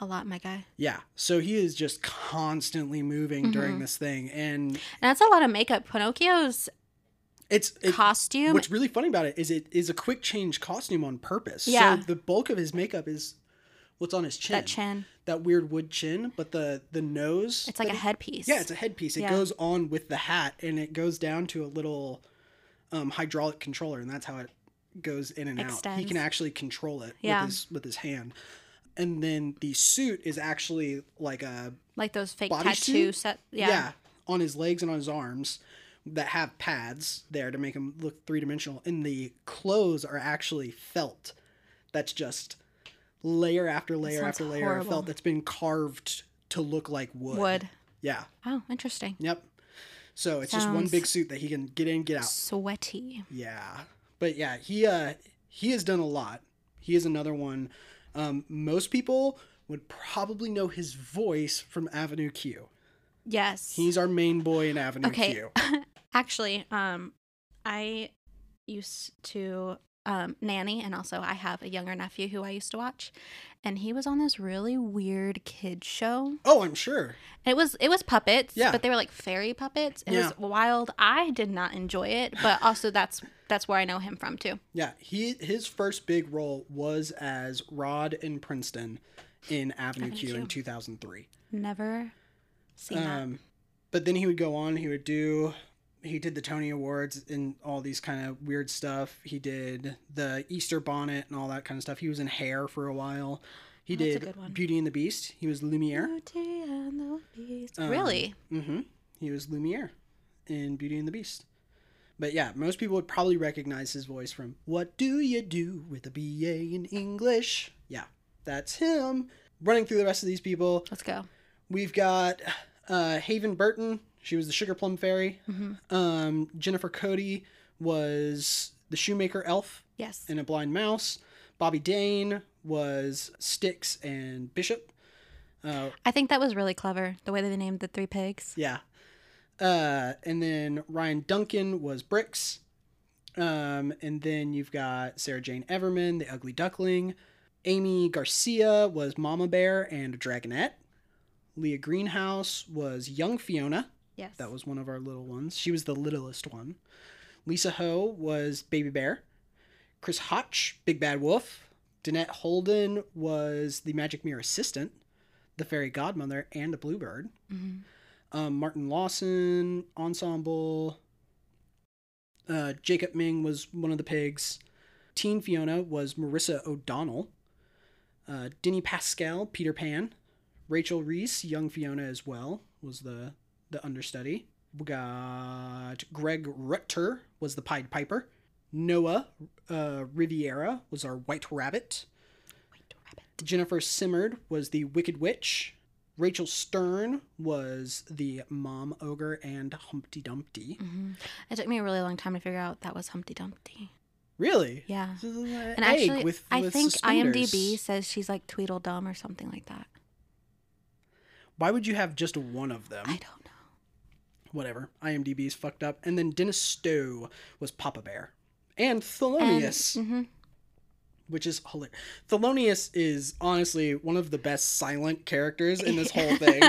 S2: a lot, my guy.
S1: Yeah. So he is just constantly moving
S2: Mm-hmm.
S1: during this thing, and
S2: And that's a lot of makeup. Pinocchio's
S1: it's it,
S2: costume.
S1: What's really funny about it is it is a quick change costume on purpose.
S2: Yeah.
S1: So the bulk of his makeup is what's on his chin.
S2: that chin.
S1: That weird wood chin, but the the nose.
S2: It's like
S1: that
S2: a
S1: he-
S2: headpiece.
S1: Yeah, it's a headpiece. It
S2: Yeah.
S1: goes on with the hat, and it goes down to a little um, hydraulic controller, and that's how it goes in and out. He
S2: Extends.
S1: can actually control it
S2: Yeah.
S1: with his with his hand. And then the suit is actually like a
S2: like those fake
S1: bodysuit?
S2: tattoo set. Yeah.
S1: on his legs and on his arms that have pads there to make him look three dimensional. And the clothes are actually felt. That's just layer after layer
S2: sounds
S1: after layer of
S2: horrible.
S1: felt that's been carved to look like wood.
S2: Wood.
S1: Yeah.
S2: Oh, interesting.
S1: Yep. So it's just one
S2: Sounds-
S1: big suit that he can get in, get out.
S2: Sweaty.
S1: Yeah. But yeah, he uh he has done a lot. He is another one. Um, most people would probably know his voice from Avenue Q.
S2: Yes.
S1: He's our main boy in Avenue
S2: Okay.
S1: Q.
S2: Actually, um, I used to um, nanny, and also I have a younger nephew who I used to watch, and he was on this really weird kid show.
S1: Oh, I'm sure.
S2: And It was it was puppets,
S1: Yeah.
S2: but they were like fairy puppets. It
S1: Yeah.
S2: was wild. I did not enjoy it, but also that's that's where I know him from too.
S1: Yeah, he his first big role was as Rod in Princeton in Avenue
S2: Avenue
S1: Q in
S2: Q.
S1: 2003.
S2: Never seen that.
S1: Um, but then he would go on. He would do. He did the Tony Awards and all these kind of weird stuff. He did the Easter Bonnet and all that kind of stuff. He was in Hair for a while. He
S2: Oh, that's a
S1: did
S2: good one.
S1: Beauty and the Beast. He was Lumiere.
S2: Beauty and the Beast.
S1: Um,
S2: really?
S1: Mm-hmm. He was Lumiere in Beauty and the Beast. But yeah, most people would probably recognize his voice from What Do You Do with a BA in English? Yeah, that's him. Running through the rest of these people,
S2: Let's go.
S1: we've got uh, Haven Burton. She was the Sugar Plum Fairy.
S2: Mhm.
S1: Um, Jennifer Cody was the Shoemaker Elf
S2: Yes.
S1: and a blind mouse. Bobby Dane was Styx and Bishop. Uh,
S2: I think that was really clever the way that they named the three pigs.
S1: yeah. Uh, and then Ryan Duncan was Bricks. Um, and then you've got Sarah Jane Everman, the Ugly Duckling. Amy Garcia was Mama Bear and Dragonette. Leah Greenhouse was Young Fiona.
S2: Yes.
S1: That was one of our little ones. She was the littlest one. Lisa Ho was Baby Bear. Chris Hotch, Big Bad Wolf. Danette Holden was the Magic Mirror assistant, the fairy godmother, and a bluebird.
S2: Mhm.
S1: Um, Martin Lawson, Ensemble. Uh, Jacob Ming was one of the pigs. Teen Fiona was Marissa O'Donnell. Uh, Denny Pascal, Peter Pan. Rachel Reese, young Fiona as well, was the the understudy. We got Greg Rutter was the Pied Piper. Noah uh, Riviera was our White Rabbit.
S2: White rabbit.
S1: Jennifer Simmerd was the Wicked Witch. Rachel Stern was the Mom Ogre and Humpty Dumpty.
S2: Mhm. It took me a really long time to figure out that was Humpty Dumpty.
S1: Really?
S2: Yeah.
S1: This is an egg
S2: And actually,
S1: with-
S2: I
S1: with
S2: think IMDb
S1: suspenders.
S2: says she's like Tweedledum or something like that.
S1: Why would you have just one of them?
S2: I don't know.
S1: Whatever. IMDb's fucked up. And then Dennis Stowe was Papa Bear. And
S2: And-
S1: Thelonious.
S2: mhm.
S1: which is hilarious. Thelonious is honestly one of the best silent characters in this
S2: (laughs)
S1: whole thing.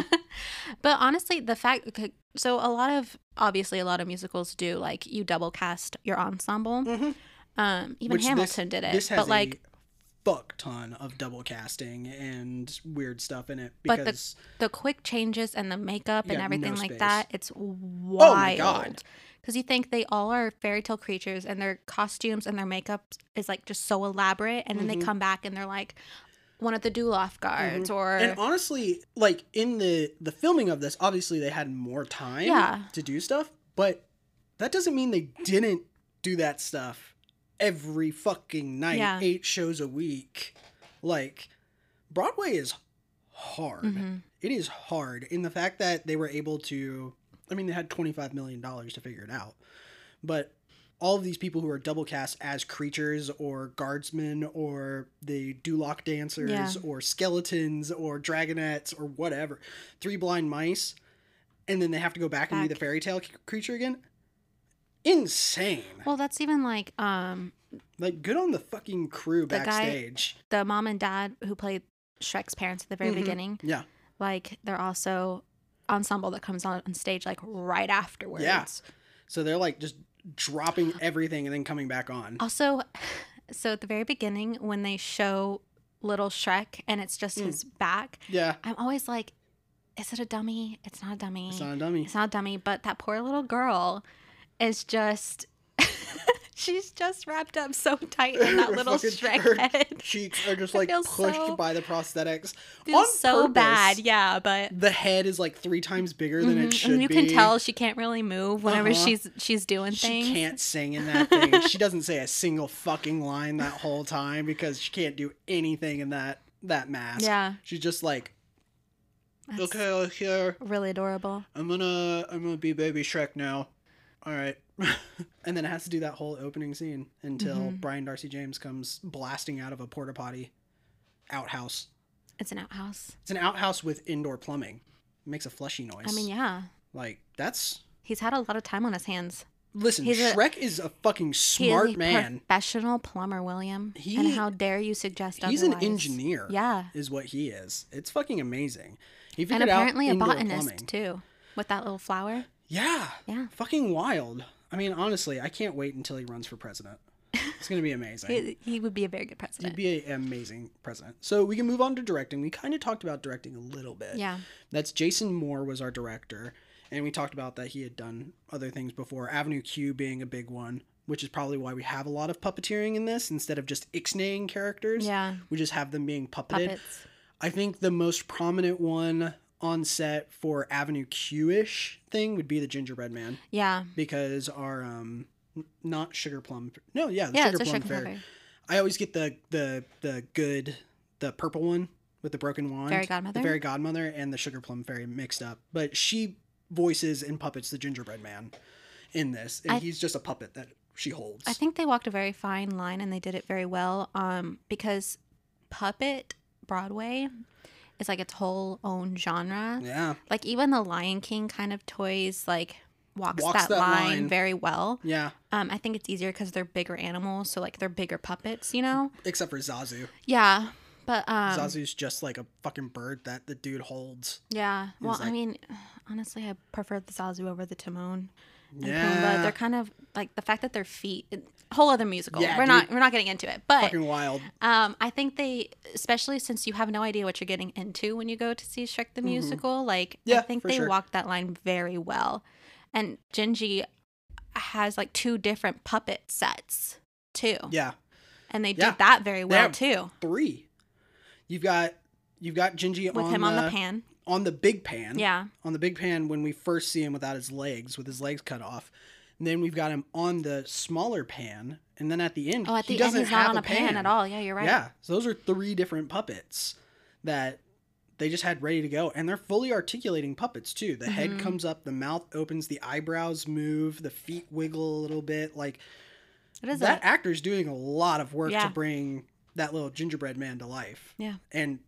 S2: But honestly, the fact okay, so a lot of obviously a lot of musicals do like you double cast your ensemble.
S1: Mhm.
S2: Um, even
S1: Which this-
S2: Hamilton did it,
S1: This has
S2: but like
S1: a fuck ton of double casting and weird stuff in it
S2: But the
S1: because
S2: the quick changes and the makeup
S1: Yeah,
S2: and
S1: no
S2: everything like
S1: space. Oh
S2: that, it's wild.
S1: God.
S2: Because you think they all are fairy tale creatures, and their costumes and their makeup is like just so elaborate, and then
S1: Mhm.
S2: they come back and they're like one of the Dulof guards, or
S1: Mm-hmm. and honestly, like in the the filming of this, obviously they had more time
S2: Yeah.
S1: to do stuff, but that doesn't mean they didn't do that stuff every fucking night,
S2: Yeah.
S1: eight shows a week. Like Broadway is hard.
S2: Mhm.
S1: It is hard in the fact that they were able to I mean they had 25 million dollars to figure it out. But all of these people who are double cast as creatures or guardsmen or the Duloc dancers
S2: Yeah.
S1: or skeletons or dragonettes or whatever, three blind mice, and then they have to go back, and be
S2: Back.
S1: the fairy tale c- creature again. Insane.
S2: well, that's even like um
S1: like good on the fucking crew
S2: The guy-
S1: backstage.
S2: the mom and dad who played Shrek's parents at the very
S1: Mhm.
S2: beginning.
S1: Yeah.
S2: Like they're also ensemble that comes on, on stage like right afterwards.
S1: So they're like just dropping everything and then coming back on.
S2: Also, (sighs) so at the very beginning when they show little Shrek and it's just
S1: Mm.
S2: his back,
S1: Yeah.
S2: I'm always like, is it a dummy? It's not a dummy.
S1: It's not a dummy.
S2: It's not a dummy, but that poor little girl is just (laughs) she's just wrapped up so
S1: (laughs)
S2: tight in that
S1: Her
S2: little
S1: fucking-
S2: Shrek
S1: her
S2: head. (laughs)
S1: Cheeks are just
S2: I
S1: like
S2: feel
S1: pushed
S2: so-
S1: by the prosthetics. On
S2: Feels so bad,
S1: purpose.
S2: yeah, but
S1: The head is like three times bigger than
S2: Mhm,
S1: it should
S2: and you
S1: be.
S2: can tell she can't really move whenever
S1: Uh-huh.
S2: she's she's doing
S1: She
S2: things.
S1: can't sing in that thing. she doesn't say a single fucking line that whole time because she can't do anything in that that mask.
S2: Yeah.
S1: She's just like,
S2: That's
S1: okay, look here.
S2: Really adorable.
S1: I'm gonna I'm gonna be baby Shrek now. All right. (laughs) and then it has to do that whole opening scene until
S2: Mhm.
S1: Brian Darcy James comes blasting out of a porta potty outhouse.
S2: It's an outhouse.
S1: It's an outhouse with indoor plumbing. It makes a flushy noise.
S2: I mean, yeah.
S1: Like that's
S2: He's had a lot of time on his hands.
S1: listen,
S2: He's a-
S1: Shrek is a fucking
S2: He is
S1: smart
S2: a
S1: man.
S2: professional plumber, William. and
S1: He-
S2: how dare you suggest
S1: He's an
S2: otherwise?
S1: engineer.
S2: Yeah.
S1: Is what he is. It's fucking amazing. He
S2: And
S1: figured
S2: apparently
S1: out
S2: a
S1: indoor
S2: botanist
S1: plumbing.
S2: too. With that little flower.
S1: Yeah.
S2: Yeah.
S1: Fucking wild. I mean, honestly, I can't wait until he runs for president. It's
S2: (laughs)
S1: gonna be amazing.
S2: He, he would be a very good
S1: He'd
S2: president.
S1: be an amazing president. So we can move on to directing. We kind of talked about directing a little bit.
S2: yeah.
S1: That's Jason Moore was our director, and we talked about that he had done other things before. Avenue Q being a big one, which is probably why we have a lot of puppeteering in this instead of just ixnaying characters.
S2: Yeah.
S1: We just have them being puppeted.
S2: Puppets.
S1: I think the most prominent one on set for Avenue Q ish thing would be the Gingerbread Man
S2: Yeah.
S1: because our um n- not sugar plum no yeah the
S2: Yeah,
S1: sugar
S2: it's a
S1: plum
S2: sugar
S1: fairy.
S2: fairy.
S1: I always get the the the good the purple one with the broken wand.
S2: Fairy godmother?
S1: The fairy godmother and the sugar plum fairy mixed up. But she voices and puppets the gingerbread man in this. And
S2: I-
S1: he's just a puppet that she holds.
S2: I think they walked a very fine line and they did it very well um, because puppet Broadway is like its whole own genre.
S1: Yeah.
S2: Like even the Lion King kind of toys like walks,
S1: Walks
S2: that,
S1: that
S2: line,
S1: line.
S2: very well.
S1: Yeah.
S2: Um, I think it's easier because they're bigger animals, so like they're bigger puppets, you know?
S1: Except for Zazu.
S2: Yeah, but um,
S1: Zazu's just like a fucking bird that the dude holds.
S2: yeah. Well, I
S1: like-
S2: mean, honestly, I prefer the Zazu over the Timon and Pumbaa.
S1: Yeah.
S2: They're kind of like the fact that their feet. Whole other musical.
S1: Yeah,
S2: we're
S1: dude.
S2: not we're not getting into it, but
S1: Fucking wild.
S2: Um, I think they, especially since you have no idea what you're getting into when you go to see Shrek the Musical, like I
S1: Mm-hmm. Yeah,
S2: think
S1: for
S2: they
S1: sure.
S2: walked that line very well. And Gingy has like two different puppet sets too,
S1: Yeah.
S2: and they
S1: Yeah.
S2: did that very well
S1: have
S2: too
S1: Three. You've got you've got Gingy
S2: with
S1: on
S2: him
S1: the,
S2: on the pan.
S1: on the big pan.
S2: Yeah,
S1: on the big pan when we first see him without his legs, with his legs cut off. And then we've got him on the smaller pan, and then at the end,
S2: Oh, at
S1: he
S2: the end,
S1: doesn't
S2: he's not
S1: have
S2: on a pan. at all. Yeah, you're right.
S1: Yeah, so those are three different puppets that they just had ready to go, and they're fully articulating puppets too. The head
S2: Mhm.
S1: comes up, the mouth opens, the eyebrows move, the feet wiggle a little bit. Like
S2: It is
S1: that
S2: a,
S1: actor's doing a lot of work
S2: Yeah.
S1: to bring that little gingerbread man to life.
S2: Yeah.
S1: And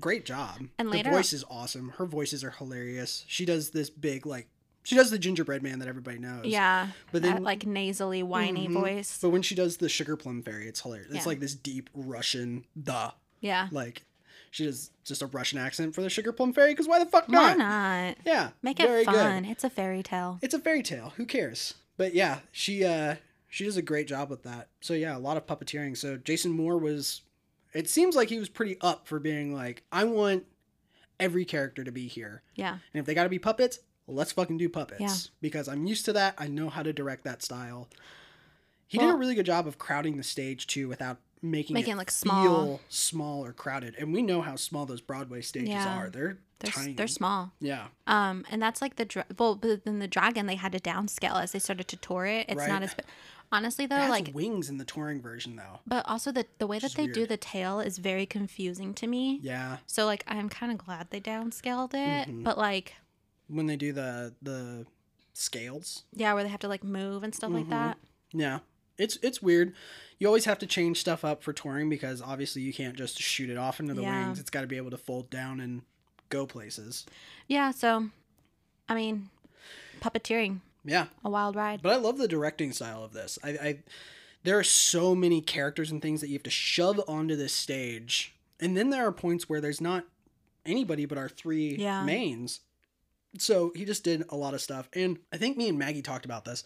S1: great job.
S2: And later-
S1: the voice is awesome. Her voices are hilarious. She does this big like she does the gingerbread man that everybody knows.
S2: yeah,
S1: But
S2: that,
S1: then-
S2: like nasally, whiny
S1: Mhm.
S2: voice.
S1: But when she does the sugar plum fairy, it's hilarious.
S2: Yeah.
S1: It's like this deep Russian the
S2: yeah,
S1: like she does just a Russian accent for the sugar plum fairy because why the fuck
S2: why
S1: not?
S2: not?
S1: Yeah,
S2: Make it
S1: very good.
S2: fun. It's a fairy tale.
S1: It's a fairy tale. Who cares? But yeah, she uh She does a great job with that. So yeah, a lot of puppeteering. So Jason Moore was it seems like he was pretty up for being like, I want every character to be here.
S2: Yeah.
S1: And if they got to be puppets, let's fucking do puppets
S2: Yeah.
S1: because I'm used to that. I know how to direct that style. He did
S2: Well-
S1: a really good job of crowding the stage too without making,
S2: Making
S1: it
S2: it look small.
S1: feel small or crowded. And we know how small those Broadway stages
S2: Yeah.
S1: are. They're,
S2: They're, s-
S1: tiny.
S2: they're small.
S1: yeah.
S2: Um, and that's like the dra- well, but then the dragon they had to downscale as they started to tour it. It's
S1: Right.
S2: not as bi- honestly
S1: It
S2: though,
S1: has
S2: like
S1: wings in the touring version though.
S2: but also the the way that
S1: is
S2: they do
S1: weird.
S2: the tail is very confusing to me.
S1: Yeah.
S2: So like I'm kind of glad they downscaled it,
S1: Mhm.
S2: but like
S1: When they do the the scales.
S2: yeah, where they have to like move and stuff like
S1: Mhm.
S2: that.
S1: Yeah. It's it's weird. You always have to change stuff up for touring because obviously you can't just shoot it off into the
S2: Yeah.
S1: wings. It's got to be able to fold down and go places.
S2: Yeah. So, I mean, puppeteering
S1: Yeah.
S2: a wild ride.
S1: But I love the directing style of this. I, I there are so many characters and things that you have to shove onto this stage, and then there are points where there's not anybody but our three
S2: Yeah.
S1: mains. So he just did a lot of stuff, and I think me and Maggie talked about this.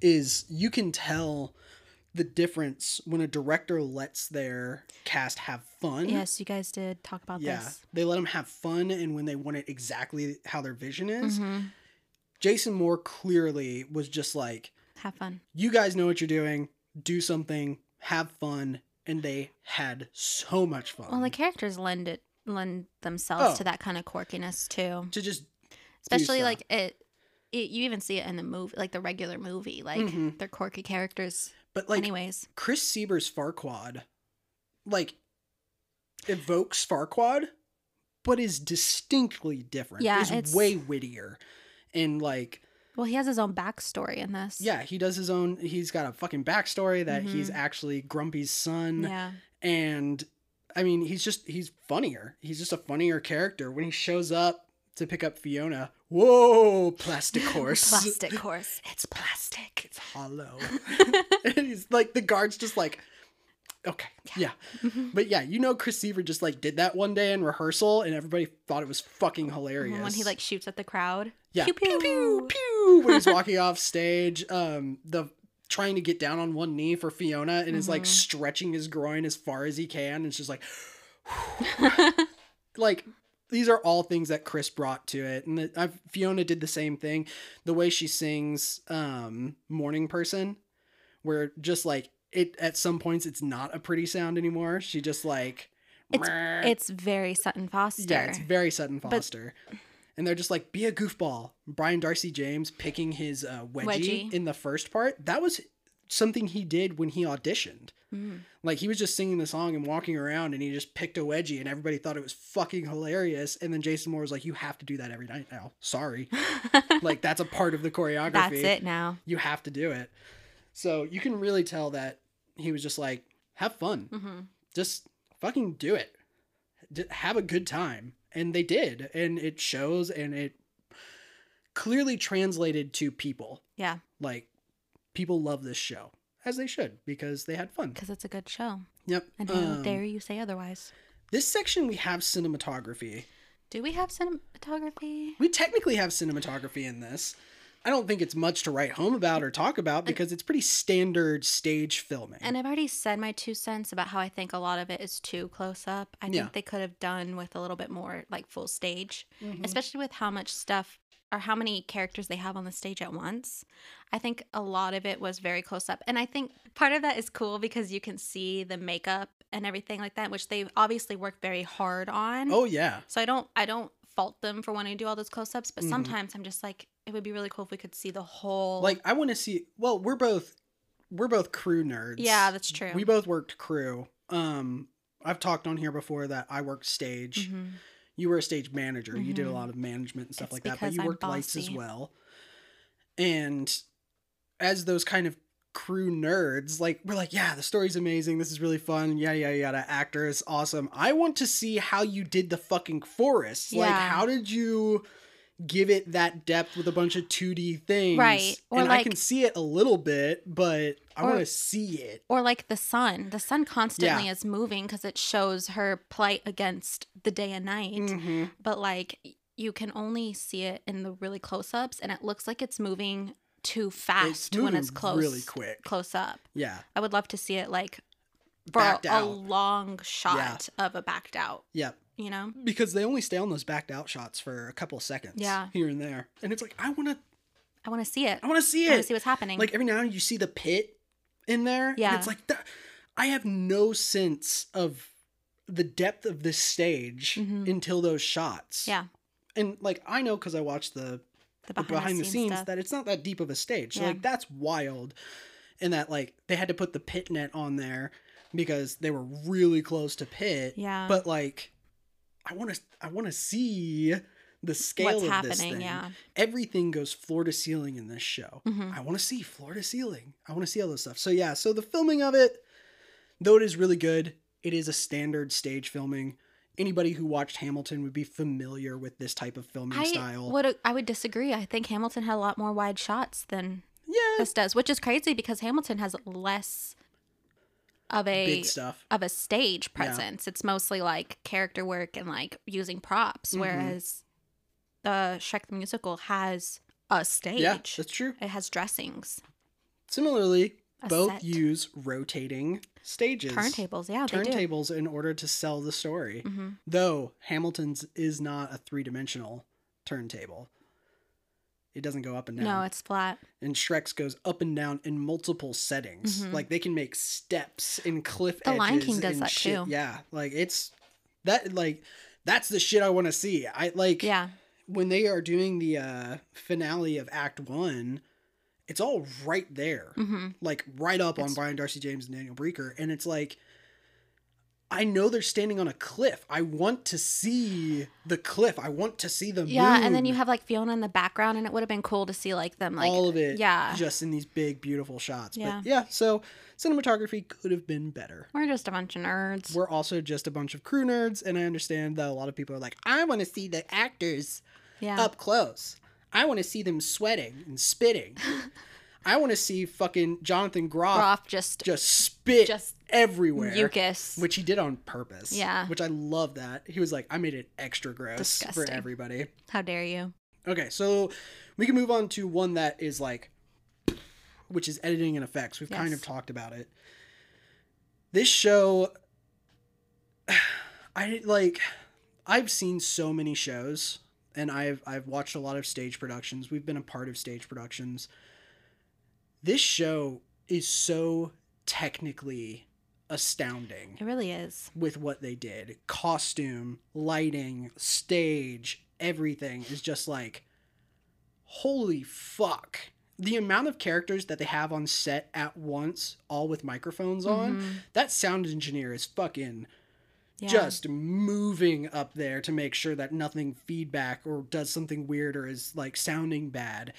S1: Is you can tell the difference when a director lets their cast have fun.
S2: Yes, you guys did talk about
S1: Yeah,
S2: this.
S1: they let them have fun, and when they want it exactly how their vision is,
S2: Mhm.
S1: Jason Moore clearly was just like,
S2: Have fun.
S1: you guys know what you're doing. Do something. Have fun. And they had so much fun.
S2: Well, the characters lend it lend themselves
S1: Oh.
S2: to that kind of quirkiness too.
S1: to just
S2: Especially
S1: so.
S2: like it, it, you even see it in the movie, like the regular movie, like
S1: Mhm.
S2: they're quirky characters.
S1: but like
S2: Anyways,
S1: Chris Sieber's Farquad, like evokes Farquad, but is distinctly different.
S2: Yeah,
S1: is
S2: it's-
S1: way wittier. And like,
S2: well, he has his own backstory in this.
S1: yeah, he does his own. He's got a fucking backstory that he's
S2: Mm-hmm.
S1: actually Grumpy's son.
S2: (laughs) Yeah.
S1: and I mean, he's just he's funnier. He's just a funnier character when he shows up to pick up Fiona. Whoa, plastic
S2: (laughs)
S1: horse. (laughs)
S2: Plastic horse.
S1: It's plastic. It's
S2: (laughs)
S1: hollow. (laughs) and he's like the guard's just like okay. Yeah.
S2: Mm-hmm.
S1: But yeah, you know Chris Seaver just like did that one day in rehearsal and everybody thought it was fucking hilarious.
S2: When he like shoots at
S1: (laughs)
S2: the crowd.
S1: yeah.
S2: Pew pew.
S1: pew pew when he's walking off stage, um the trying to get down on one knee for Fiona and is like
S2: Mhm.
S1: stretching his groin as far as he can and it's
S2: (laughs)
S1: just like (sighs) like these are all things that Chris brought to it, and the, i Fiona did the same thing. The way she sings um, "Morning Person," where just like it at some points it's not a pretty sound anymore. She just like
S2: It's-
S1: "Meh."
S2: it's very Sutton Foster.
S1: yeah, it's very Sutton
S2: But-
S1: Foster, and they're just like be a goofball. Brian Darcy James picking his uh, wedgie,
S2: Wedgie.
S1: in the first part that was something he did when he auditioned. (laughs)
S2: Mm.
S1: Like he was just singing the song and walking around and he just picked a wedgie and everybody thought it was fucking hilarious. And then Jason Moore was like, You have to do that every night now.
S2: (laughs)
S1: Sorry. like that's a part of the choreography.
S2: That's it now.
S1: You have to do it. So you can really tell that he was just like, Have fun.
S2: hmm
S1: Just fucking do it. D- have a good time. And they did. And it shows and it clearly translated to people.
S2: Yeah,
S1: Like people love this show as they should because they had fun.
S2: because it's a good show.
S1: Yep.
S2: And how
S1: um,
S2: dare you say otherwise?
S1: This section we have cinematography.
S2: Do we have cinematography?
S1: We technically have cinematography in this. I don't think it's much to write home about or talk about because it's pretty standard stage filming.
S2: And I've already said my two cents about how I think a lot of it is too close up. I
S1: Yeah.
S2: think they could have done with a little bit more like full stage,
S1: Mhm.
S2: especially with how much stuff or how many characters they have on the stage at once. I think a lot of it was very close up. And I think part of that is cool because you can see the makeup and everything like that, which they obviously work very hard on.
S1: oh yeah.
S2: So I don't I don't fault them for wanting to do all those close ups, but
S1: Mhm.
S2: sometimes I'm just like it would be really cool if we could see the whole
S1: Like I want to see well, we're both we're both crew nerds.
S2: Yeah, that's true.
S1: We both worked crew. Um I've talked on here before that I worked stage.
S2: Mhm.
S1: You were a stage manager. You did a
S2: Mhm.
S1: lot of management and stuff
S2: It's
S1: like that, but
S2: because
S1: you
S2: I'm
S1: worked lights as
S2: bossy.
S1: well. And as those kind of crew nerds, like we're like, yeah, the story's amazing. This is really fun. Yeah, yeah, yada. Actor is awesome. I want to see how you did the fucking forest. Like,
S2: Yeah.
S1: how did you give it that depth with a bunch of 2D things?
S2: Right, or
S1: and I
S2: like-
S1: can see it a little bit, but I
S2: Or-
S1: want to see it.
S2: or like the sun the sun constantly is moving because it shows her plight against the day and night
S1: Mhm.
S2: but like y- you can only see it in the really close-ups and it looks like it's moving too fast when it's
S1: moving
S2: close
S1: really quick.
S2: close up.
S1: Yeah.
S2: I would love to see it like for a,
S1: Backed
S2: a
S1: out.
S2: long shot of a backed out,
S1: Yeah.
S2: you know?
S1: Because they only stay on those backed out shots for a couple of seconds.
S2: Yeah.
S1: Here and there. And it's like I wanna
S2: I want to see it.
S1: I wanna see
S2: I want to
S1: it.
S2: see what's happening.
S1: Like every now and then you see the pit in there. and
S2: Yeah.
S1: it's like that I have no sense of the depth of this stage
S2: Mhm.
S1: until those shots.
S2: Yeah.
S1: And like I know because I watched the
S2: the
S1: the
S2: behind, the scenes, stuff.
S1: that it's not that deep of a stage. So,
S2: Yeah.
S1: Like that's wild. And that like they had to put the pit net on there because they were really close to pit.
S2: yeah.
S1: But like I want to I want to see the scale
S2: what's
S1: of
S2: happening?
S1: this thing.
S2: Yeah.
S1: Everything goes floor to ceiling in this show.
S2: hmm
S1: I want to see floor to ceiling. I want to see all this stuff. So yeah, so the filming of it though it is really good, it is a standard stage filming. Anybody who watched Hamilton would be familiar with this type of filming
S2: I
S1: style.
S2: would I would disagree. I think Hamilton had a lot more wide shots than
S1: yeah,
S2: this does, which is crazy because Hamilton has less of a
S1: big stuff.
S2: of a stage
S1: Yeah.
S2: presence. It's mostly like character work and like using props,
S1: Mhm.
S2: whereas the Shrek the Musical has a stage.
S1: Yeah, that's true.
S2: it has dressings,
S1: Similarly,
S2: a
S1: both
S2: set,
S1: use rotating stages,
S2: turntables. Yeah, they do.
S1: turntables in order to sell the story.
S2: hmm
S1: Though Hamilton's is not a three-dimensional turntable. It doesn't go up and down.
S2: No, it's flat.
S1: and Shrek's goes up and down in multiple settings.
S2: Mhm.
S1: Like they can make steps and cliff
S2: The
S1: edges.
S2: Lion King does
S1: and
S2: that
S1: shit.
S2: too.
S1: Yeah, like it's that like that's the shit I want to see. I like
S2: Yeah,
S1: when they are doing the uh finale of Act 1, it's all right there.
S2: hmm
S1: like right up on
S2: It's-
S1: Brian Darcy James and Daniel Breaker, and it's like I know they're standing on a cliff. I want to see the cliff. I want to see the
S2: yeah.
S1: moon.
S2: And then you have like Fiona in the background, and it would have been cool to see like them like
S1: all of it,
S2: yeah.
S1: just in these big, beautiful shots.
S2: Yeah.
S1: But yeah, so cinematography could have been better.
S2: We're just a bunch of nerds.
S1: We're also just a bunch of crew nerds, and I understand that a lot of people are like, I want to see the actors
S2: yeah.
S1: up close. I want to see them sweating and
S2: (laughs)
S1: spitting. I want to see fucking Jonathan Groff,
S2: We're off just
S1: just spit
S2: Just
S1: everywhere.
S2: mucus.
S1: which he did on purpose.
S2: Yeah.
S1: which I love that he was like, I made it extra gross for
S2: Disgusting.
S1: everybody.
S2: How dare you?
S1: Okay, so we can move on to one that is like, which is editing and effects. We've kind
S2: Yes.
S1: of talked about it. This show, (sighs) I did- like. I've seen so many shows, and I've I've watched a lot of stage productions. We've been a part of stage productions. This show is so technically astounding
S2: It really is.
S1: with what they did costume lighting stage everything is just like holy fuck the amount of characters that they have on set at once all with microphones on
S2: Mhm.
S1: that sound engineer is fucking
S2: Yeah.
S1: just moving up there to make sure that nothing feedback or does something weird or is like sounding bad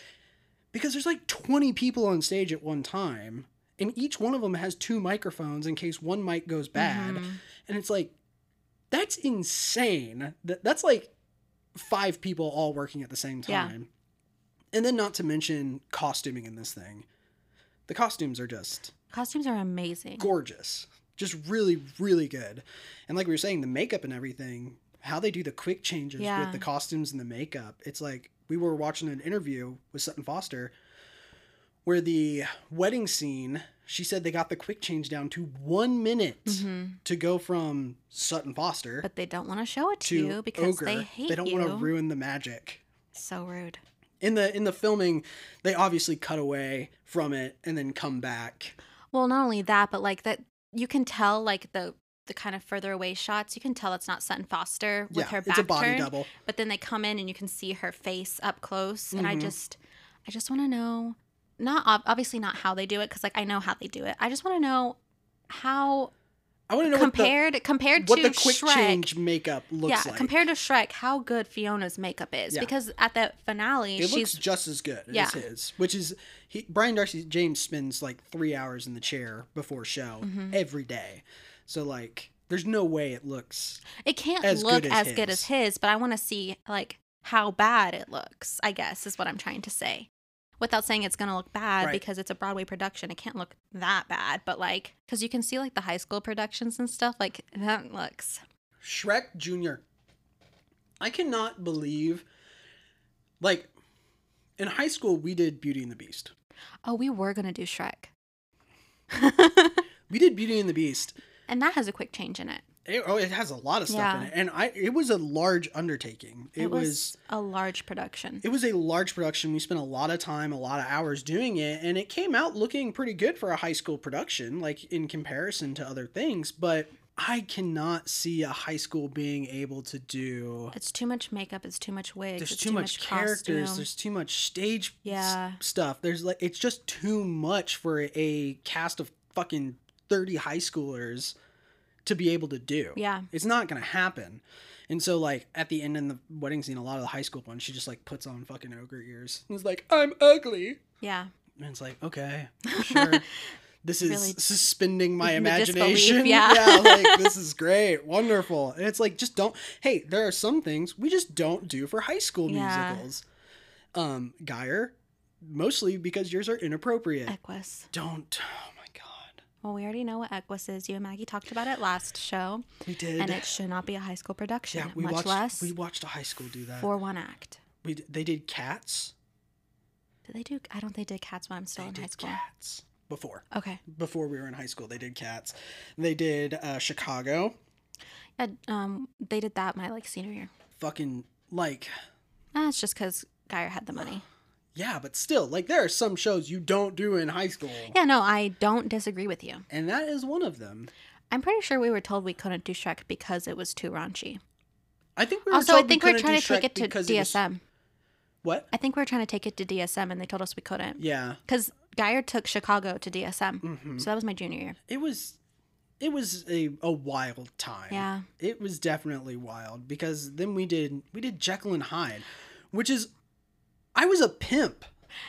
S1: because there's like 20 people on stage at one time and each one of them has two microphones in case one mic goes bad
S2: Mhm.
S1: and it's like, that's insane. That that's like five people all working at the same
S2: Yeah.
S1: time. And then not to mention costuming in this thing. The costumes are just
S2: Costumes are amazing.
S1: gorgeous. Just really, really good. And like we were saying, the makeup and everything, how they do the quick changes
S2: Yeah.
S1: with the costumes and the makeup. It's like we were watching an interview with Sutton Foster where the wedding scene, she said they got the quick change down to one minute
S2: hmm
S1: to go from Sutton Foster
S2: But they don't want to show it to,
S1: to
S2: you because
S1: Ogre.
S2: they hate
S1: don't
S2: you.
S1: want to ruin the magic.
S2: so rude.
S1: In the in the filming, they obviously cut away from it and then come back.
S2: Well, not only that, but like that, you can tell like the the kind of further away shots. You can tell it's not Sutton Foster with
S1: yeah,
S2: her back
S1: it's a body
S2: turned,
S1: double.
S2: but then they come in and you can see her face up close. And I
S1: Mhm.
S2: just, I just want to know, not ob- obviously not how they do it because like I know how they do it. I just want to know how
S1: I want to know
S2: compared
S1: what
S2: compared
S1: the, what
S2: to
S1: the quick
S2: Shrek.
S1: change makeup
S2: yeah,
S1: looks like.
S2: compared to Shrek, how good Fiona's makeup is
S1: Yeah.
S2: because at the finale,
S1: it looks
S2: she's
S1: just as good
S2: Yeah.
S1: as his, which is he, Brian Darcy James spends like three hours in the chair before show
S2: Mhm.
S1: every day, so like there's no way it looks
S2: it can't
S1: as
S2: look
S1: good as
S2: as good as
S1: his.
S2: his, but I want to see like how bad it looks. I guess is what I'm trying to say, without saying it's gonna look bad
S1: Right.
S2: because it's a Broadway production. It can't look that bad, but like because you can see like the high school productions and stuff, like that looks
S1: Shrek Jr. I cannot believe, like, in high school we did Beauty and the Beast.
S2: Oh, we were going to do Shrek.
S1: We did Beauty and the Beast.
S2: and that has a quick change in it.
S1: It, oh, it has a lot of stuff in
S2: Yeah.
S1: it, and I it was a large undertaking. It, was
S2: a large production.
S1: It was a large production. We spent a lot of time, a lot of hours doing it, and it came out looking pretty good for a high school production, like in comparison to other things. But I cannot see a high school being able to do.
S2: it's too much makeup. It's too much wigs.
S1: There's
S2: it's
S1: too much characters.
S2: costume.
S1: There's too much stage s-
S2: Yeah.
S1: stuff. There's like it's just too much for a cast of fucking thirty high schoolers to be able to do.
S2: yeah.
S1: It's not gonna happen. And so like at the end in the wedding scene, a lot of the high school ones, she just like puts on fucking ogre ears. And He's like, I'm ugly.
S2: Yeah.
S1: And it's like,
S2: (laughs)
S1: okay, sure. this is
S2: Really
S1: suspending my
S2: the
S1: imagination.
S2: (laughs)
S1: (laughs)
S2: disbelief, yeah. (laughs)
S1: like this is great, wonderful. And it's like just don't hey, there are some things we just don't do for high school
S2: Yeah.
S1: musicals. Um, Geyer, mostly because yours are inappropriate.
S2: Equus.
S1: don't oh my god.
S2: Well, we already know what Equus is. You and Maggie talked about it last show,
S1: We did
S2: and it should not be a high school production,
S1: yeah, we
S2: much
S1: watched
S2: less
S1: we watched a high school do that.
S2: for one act.
S1: We d- they did cats.
S2: Did they do? I don't think they did cats when I'm still
S1: they
S2: in
S1: did
S2: high school.
S1: cats before
S2: Okay.
S1: before we were in high school. They did cats. They did uh, Chicago.
S2: Yeah, um, they did that my like senior year.
S1: Fucking like
S2: That's just because Geyer had the money.
S1: yeah, but still like there are some shows you don't do in high school,
S2: Yeah, no, I don't disagree with you.
S1: and that is one of them.
S2: I'm pretty sure we were told we couldn't do Shrek because it was too raunchy.
S1: I think we were
S2: also, I
S1: told we
S2: think we are
S1: couldn't
S2: trying
S1: do
S2: to take
S1: Shrek
S2: it to
S1: because it was-
S2: DSM.
S1: what?
S2: I think we are trying to take it to DSM, and they told us we couldn't
S1: Yeah,
S2: because Geyer took Chicago to DSM.
S1: Mhm.
S2: So that was my junior year.
S1: it was. It was a, a wild time.
S2: Yeah.
S1: It was definitely wild because then we did we did Jekyll and Hyde, which is I was a pimp.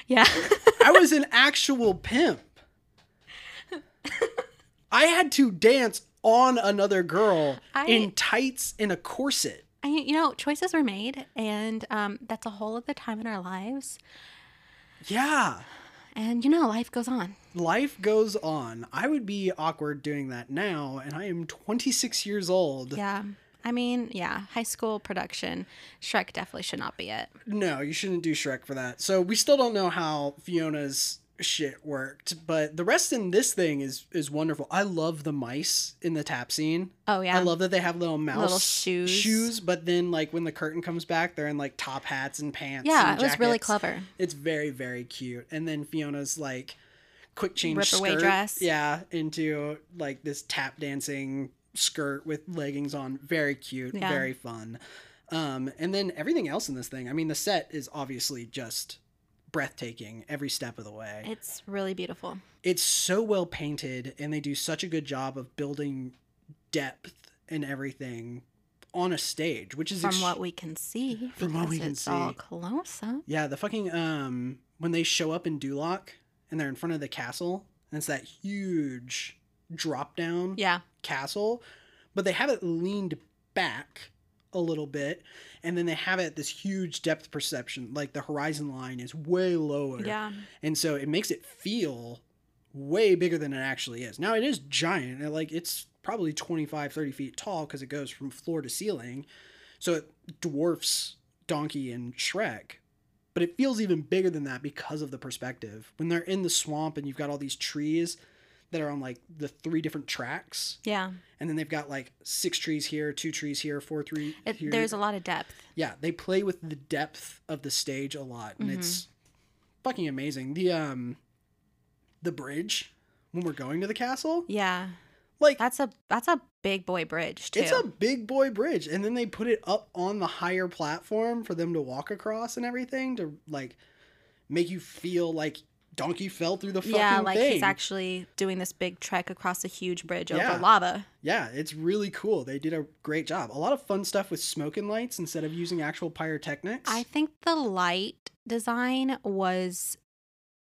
S2: Yeah. (laughs)
S1: I was an actual pimp. I had to dance on another girl
S2: (laughs) I-
S1: in tights and a corset.
S2: I, you know, choices were made, and um, that's a whole other time in our lives.
S1: Yeah.
S2: And you know, life goes on.
S1: Life goes on. I would be awkward doing that now, and I am 26 years old.
S2: Yeah. I mean, yeah, high school production, Shrek definitely should not be it.
S1: No, you shouldn't do Shrek for that. So we still don't know how Fiona's shit worked, but the rest in this thing is is wonderful. I love the mice in the tap scene.
S2: Oh yeah.
S1: I love that they have little mouse
S2: Little shoes.
S1: shoes, but then like when the curtain comes back, they're in like top hats and pants.
S2: yeah,
S1: and
S2: it was really
S1: jackets.
S2: clever.
S1: It's very very cute. And then Fiona's like quick change
S2: Rip away
S1: skirt,
S2: dress.
S1: yeah, into like this tap dancing skirt with leggings on. Very cute,
S2: Yeah.
S1: very fun. Um, and then everything else in this thing. I mean, the set is obviously just breathtaking every step of the way
S2: It's really beautiful.
S1: it's so well painted and they do such a good job of building depth and everything on a stage which is
S2: From
S1: ex-
S2: what we can see,
S1: From what we
S2: because
S1: can
S2: it's all
S1: see.
S2: close up.
S1: yeah the fucking um when they show up in duloc and they're in front of the castle and it's that huge drop down
S2: Yeah,
S1: castle but they have it leaned back a little bit and then they have it this huge depth perception like the horizon line is way lower
S2: yeah.
S1: and so it makes it feel way bigger than it actually is now it is giant and like it's probably 25 30 feet tall because it goes from floor to ceiling so it dwarfs donkey and shrek but it feels even bigger than that because of the perspective when they're in the swamp and you've got all these trees that are on like the three different tracks
S2: Yeah,
S1: and then they've got like six trees here two trees here four three
S2: it,
S1: here
S2: there's a lot of depth.
S1: yeah they play with the depth of the stage a lot and it's
S2: Mm-hmm.
S1: fucking amazing the um the bridge when we're going to the castle
S2: Yeah,
S1: like
S2: that's a that's a big boy bridge too.
S1: it's a big boy bridge and then they put it up on the higher platform for them to walk across and everything to like make you feel like donkey fell through the fucking
S2: yeah, like
S1: thing
S2: he's actually doing this big trek across a huge bridge over
S1: Yeah.
S2: lava.
S1: yeah it's really cool they did a great job a lot of fun stuff with smoke and lights instead of using actual pyrotechnics
S2: I think the light design was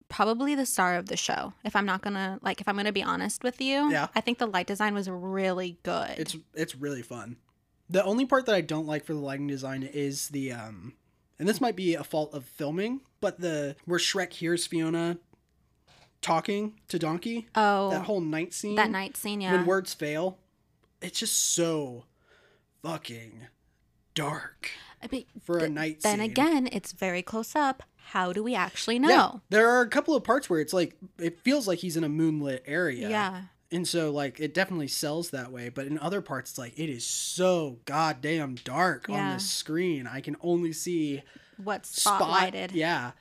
S2: probably the star of the show. If I'm not gonna like, if I'm gonna be honest with you,
S1: Yeah.
S2: I think the light design was really good.
S1: It's it's really fun. The only part that I don't like for the lighting design is the um and this might be a fault of filming, but the where Shrek hears Fiona talking to Donkey,
S2: oh
S1: that whole night scene
S2: that night scene, yeah,
S1: when words fail, it's just so fucking dark.
S2: But
S1: for a
S2: th-
S1: night
S2: Then
S1: scene.
S2: again, it's very close up. How do we actually know?
S1: Yeah, there are a couple of parts where it's like it feels like he's in a moonlit area.
S2: Yeah.
S1: And so like it definitely sells that way, but in other parts it's like it is so goddamn dark on
S2: Yeah.
S1: the screen. I can only see
S2: What's
S1: spot-
S2: spotlighted?
S1: yeah.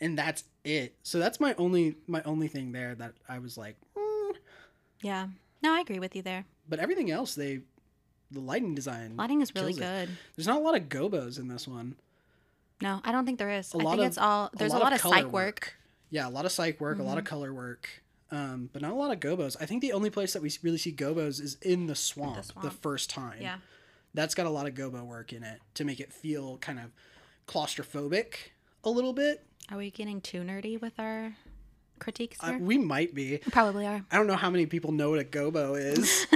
S1: And that's it. So that's my only my only thing there that I was like, "Mm."
S2: Yeah. No, I agree with you there.
S1: but everything else they the lighting design.
S2: Lighting is really
S1: Mm, Kills it.
S2: good.
S1: There's not a lot of gobos in this one.
S2: No, I don't think there is.
S1: A
S2: I
S1: lot
S2: think
S1: of-
S2: it's all there's a lot, of,
S1: color
S2: psych work. Mm-hmm.
S1: Yeah, a lot of psych work, a lot of color work, um, but not a lot of gobos. I think the only place that we really see gobos is in the swamp the,
S2: swamp.
S1: first time.
S2: Yeah.
S1: That's got a lot of gobo work in it to make it feel kind of claustrophobic a little bit.
S2: Are we getting too nerdy with our critiques
S1: I-
S2: here?
S1: we might be.
S2: We Probably are.
S1: I don't know how many people know what a gobo
S2: (laughs)
S1: is.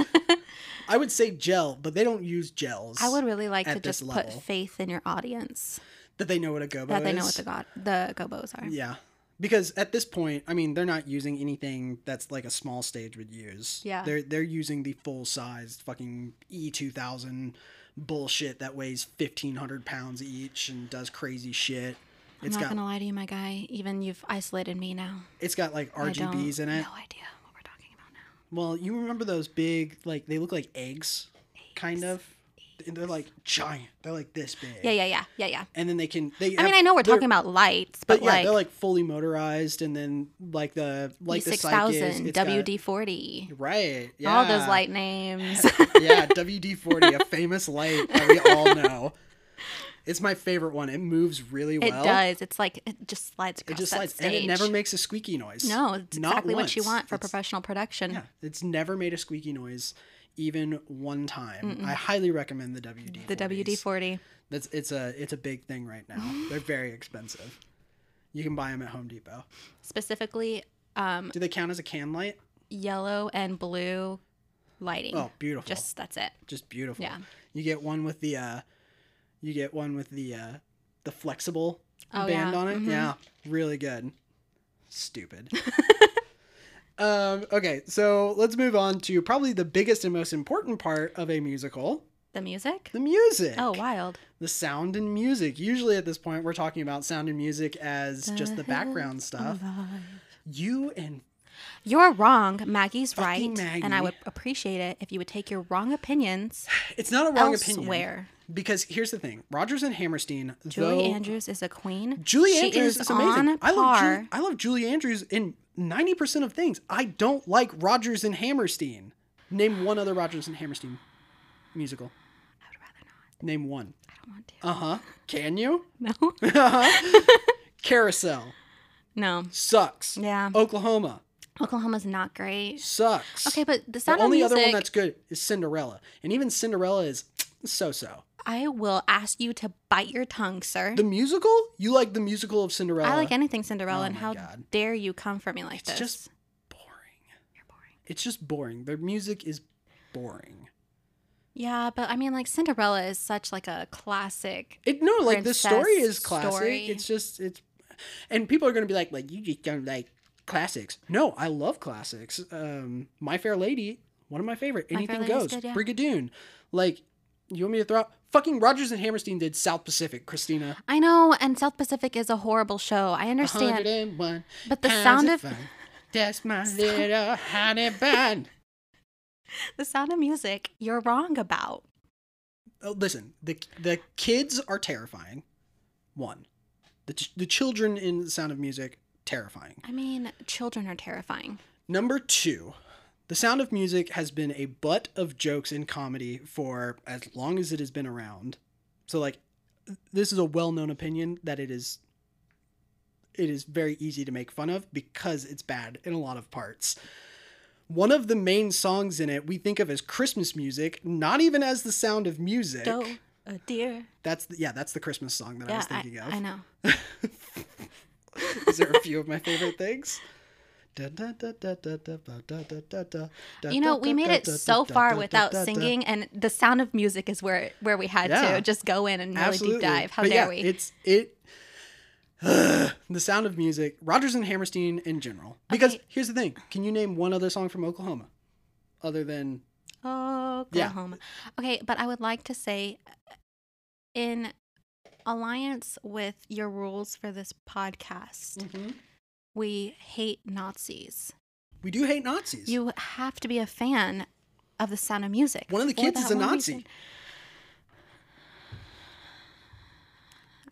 S1: I would say gel, but they don't use gels.
S2: I would really like
S1: At
S2: to
S1: this
S2: just
S1: level.
S2: put faith in your audience
S1: that they know what a gobo
S2: that they know
S1: is.
S2: what the god the gobos are.
S1: Yeah. Because at this point, I mean, they're not using anything that's like a small stage would use.
S2: Yeah.
S1: They're they're using the full sized fucking E two thousand bullshit that weighs fifteen hundred pounds each and does crazy shit.
S2: I'm
S1: It's
S2: not
S1: got
S2: gonna lie to you, my guy. Even you've isolated me now.
S1: it's got like
S2: I don't-
S1: RGBs in it.
S2: No idea what we're talking about now.
S1: Well, you remember those big like they look like eggs, kind of. And they're like giant. They're like this big.
S2: Yeah, yeah, yeah, yeah, yeah.
S1: And then they can. They
S2: I mean, I know we're talking about lights,
S1: But
S2: but,
S1: yeah,
S2: like,
S1: they're like fully motorized, and then like the like the
S2: E six
S1: psych is,
S2: thousand
S1: it's got-
S2: WD forty,
S1: Right. Yeah.
S2: all those
S1: (laughs)
S2: light names. (laughs)
S1: yeah, WD 40, a famous light that we all know. It's my favorite one. It moves really
S2: it
S1: well.
S2: does. It's like it just slides
S1: It
S2: across
S1: just
S2: that
S1: slides,
S2: stage.
S1: and it never makes a squeaky noise.
S2: No, it's
S1: Not
S2: exactly what you
S1: once.
S2: want for
S1: It's-
S2: professional production.
S1: Yeah, (clears throat) it's never made a squeaky noise, even one time. I highly recommend the WD.
S2: The WD forty.
S1: That's it's a it's a big thing right
S2: (gasps)
S1: now. They're very expensive. You can buy them at Home Depot.
S2: specifically um,
S1: Do they count as a can light?
S2: yellow and blue lighting.
S1: Oh, beautiful.
S2: Eh, Just that's it.
S1: just beautiful.
S2: Yeah.
S1: You get one with the uh you get one with the uh the flexible
S2: Oh,
S1: band
S2: yeah.
S1: on it.
S2: Mhm.
S1: Yeah. Really good.
S2: (laughs)
S1: Stupid. um okay, so let's move on to probably the biggest and most important part of a musical,
S2: The music.
S1: the music.
S2: Oh, wild.
S1: The sound and music. Usually at this point we're talking about sound and music as just the background
S2: Oh.
S1: stuff. You and
S2: You're wrong. Maggie's
S1: Fucking
S2: right, and I
S1: Maggie.
S2: would appreciate it if you would take your wrong opinions
S1: it's not a (sighs) wrong opinion
S2: elsewhere.
S1: because here's the thing. Rogers and Hammerstein
S2: Julie
S1: though
S2: Andrews is a queen.
S1: Julie
S2: She
S1: Andrews is,
S2: is
S1: amazing.
S2: on
S1: I love
S2: par.
S1: Julie, I love Julie Andrews in ninety percent of things. I don't like Rogers and Hammerstein. Name one other Rogers and Hammerstein musical.
S2: I would rather not.
S1: Name one.
S2: I don't want to.
S1: Uh huh. Can you? (laughs) Uh-huh.
S2: No.
S1: Carousel
S2: (laughs) no.
S1: sucks.
S2: Yeah.
S1: Oklahoma
S2: Oklahoma's not great.
S1: sucks.
S2: Okay, but the
S1: The
S2: sound
S1: only
S2: of
S1: other
S2: music.
S1: one that's good is Cinderella, and even Cinderella is so so.
S2: I will ask you to bite your tongue, sir.
S1: The musical? You like the musical of Cinderella?
S2: I like anything Cinderella,
S1: Oh
S2: and
S1: my
S2: how
S1: God.
S2: dare you come for me like
S1: It's
S2: this?
S1: just boring.
S2: You're boring.
S1: It's just boring. Their music is boring.
S2: Yeah, but I mean, like Cinderella is such like a classic.
S1: It no, like the story
S2: princess
S1: is classic.
S2: story.
S1: It's just it's, and people are gonna be like, like you just don't like classics. No, I love classics. Um, My Fair Lady, one of my favorite.
S2: My Fair
S1: Anything
S2: Lady's
S1: goes.
S2: good, yeah.
S1: Brigadoon, like you want me to throw out? Fucking Rogers and Hammerstein did South Pacific, Christina.
S2: I know, and South Pacific is a horrible show.
S1: (laughs) Oh,
S2: I understand,
S1: 101
S2: but the
S1: pounds
S2: sound of
S1: fun. that's
S2: (laughs)
S1: my little honey bun.
S2: the sound of music, you're wrong about.
S1: Oh, listen, the the kids are terrifying. One, the ch- the children in Sound of Music terrifying.
S2: I mean, children are terrifying.
S1: Number two, The Sound of Music has been a butt of jokes in comedy for as long as it has been around. So, like, this is a well-known opinion that it is. It is very easy to make fun of because it's bad in a lot of parts. One of the main songs in it we think of as Christmas music, not even as the sound of music.
S2: Doe, a deer.
S1: That's the, yeah, that's the Christmas song that I
S2: uh, Yeah,
S1: was thinking of.
S2: I know.
S1: Is there a few of my favorite things? You
S2: You know, we made it so far without singing, and the sound of music is where where we had
S1: Yeah.
S2: to just go in and really deep dive. How
S1: But
S2: dare
S1: yeah,
S2: we?
S1: It's it. (sighs) the sound of music, Rogers and Hammerstein in general. Because
S2: Okay.
S1: here's the thing: can you name one other song from Oklahoma, other than
S2: Oklahoma. Okay, but I would like to say in alliance with your rules for this podcast.
S1: Mm-hmm.
S2: We hate Nazis.
S1: We do hate Nazis.
S2: You have to be a fan of the sound of music.
S1: One of the
S2: for
S1: kids
S2: that
S1: is a
S2: one
S1: Nazi.
S2: reason.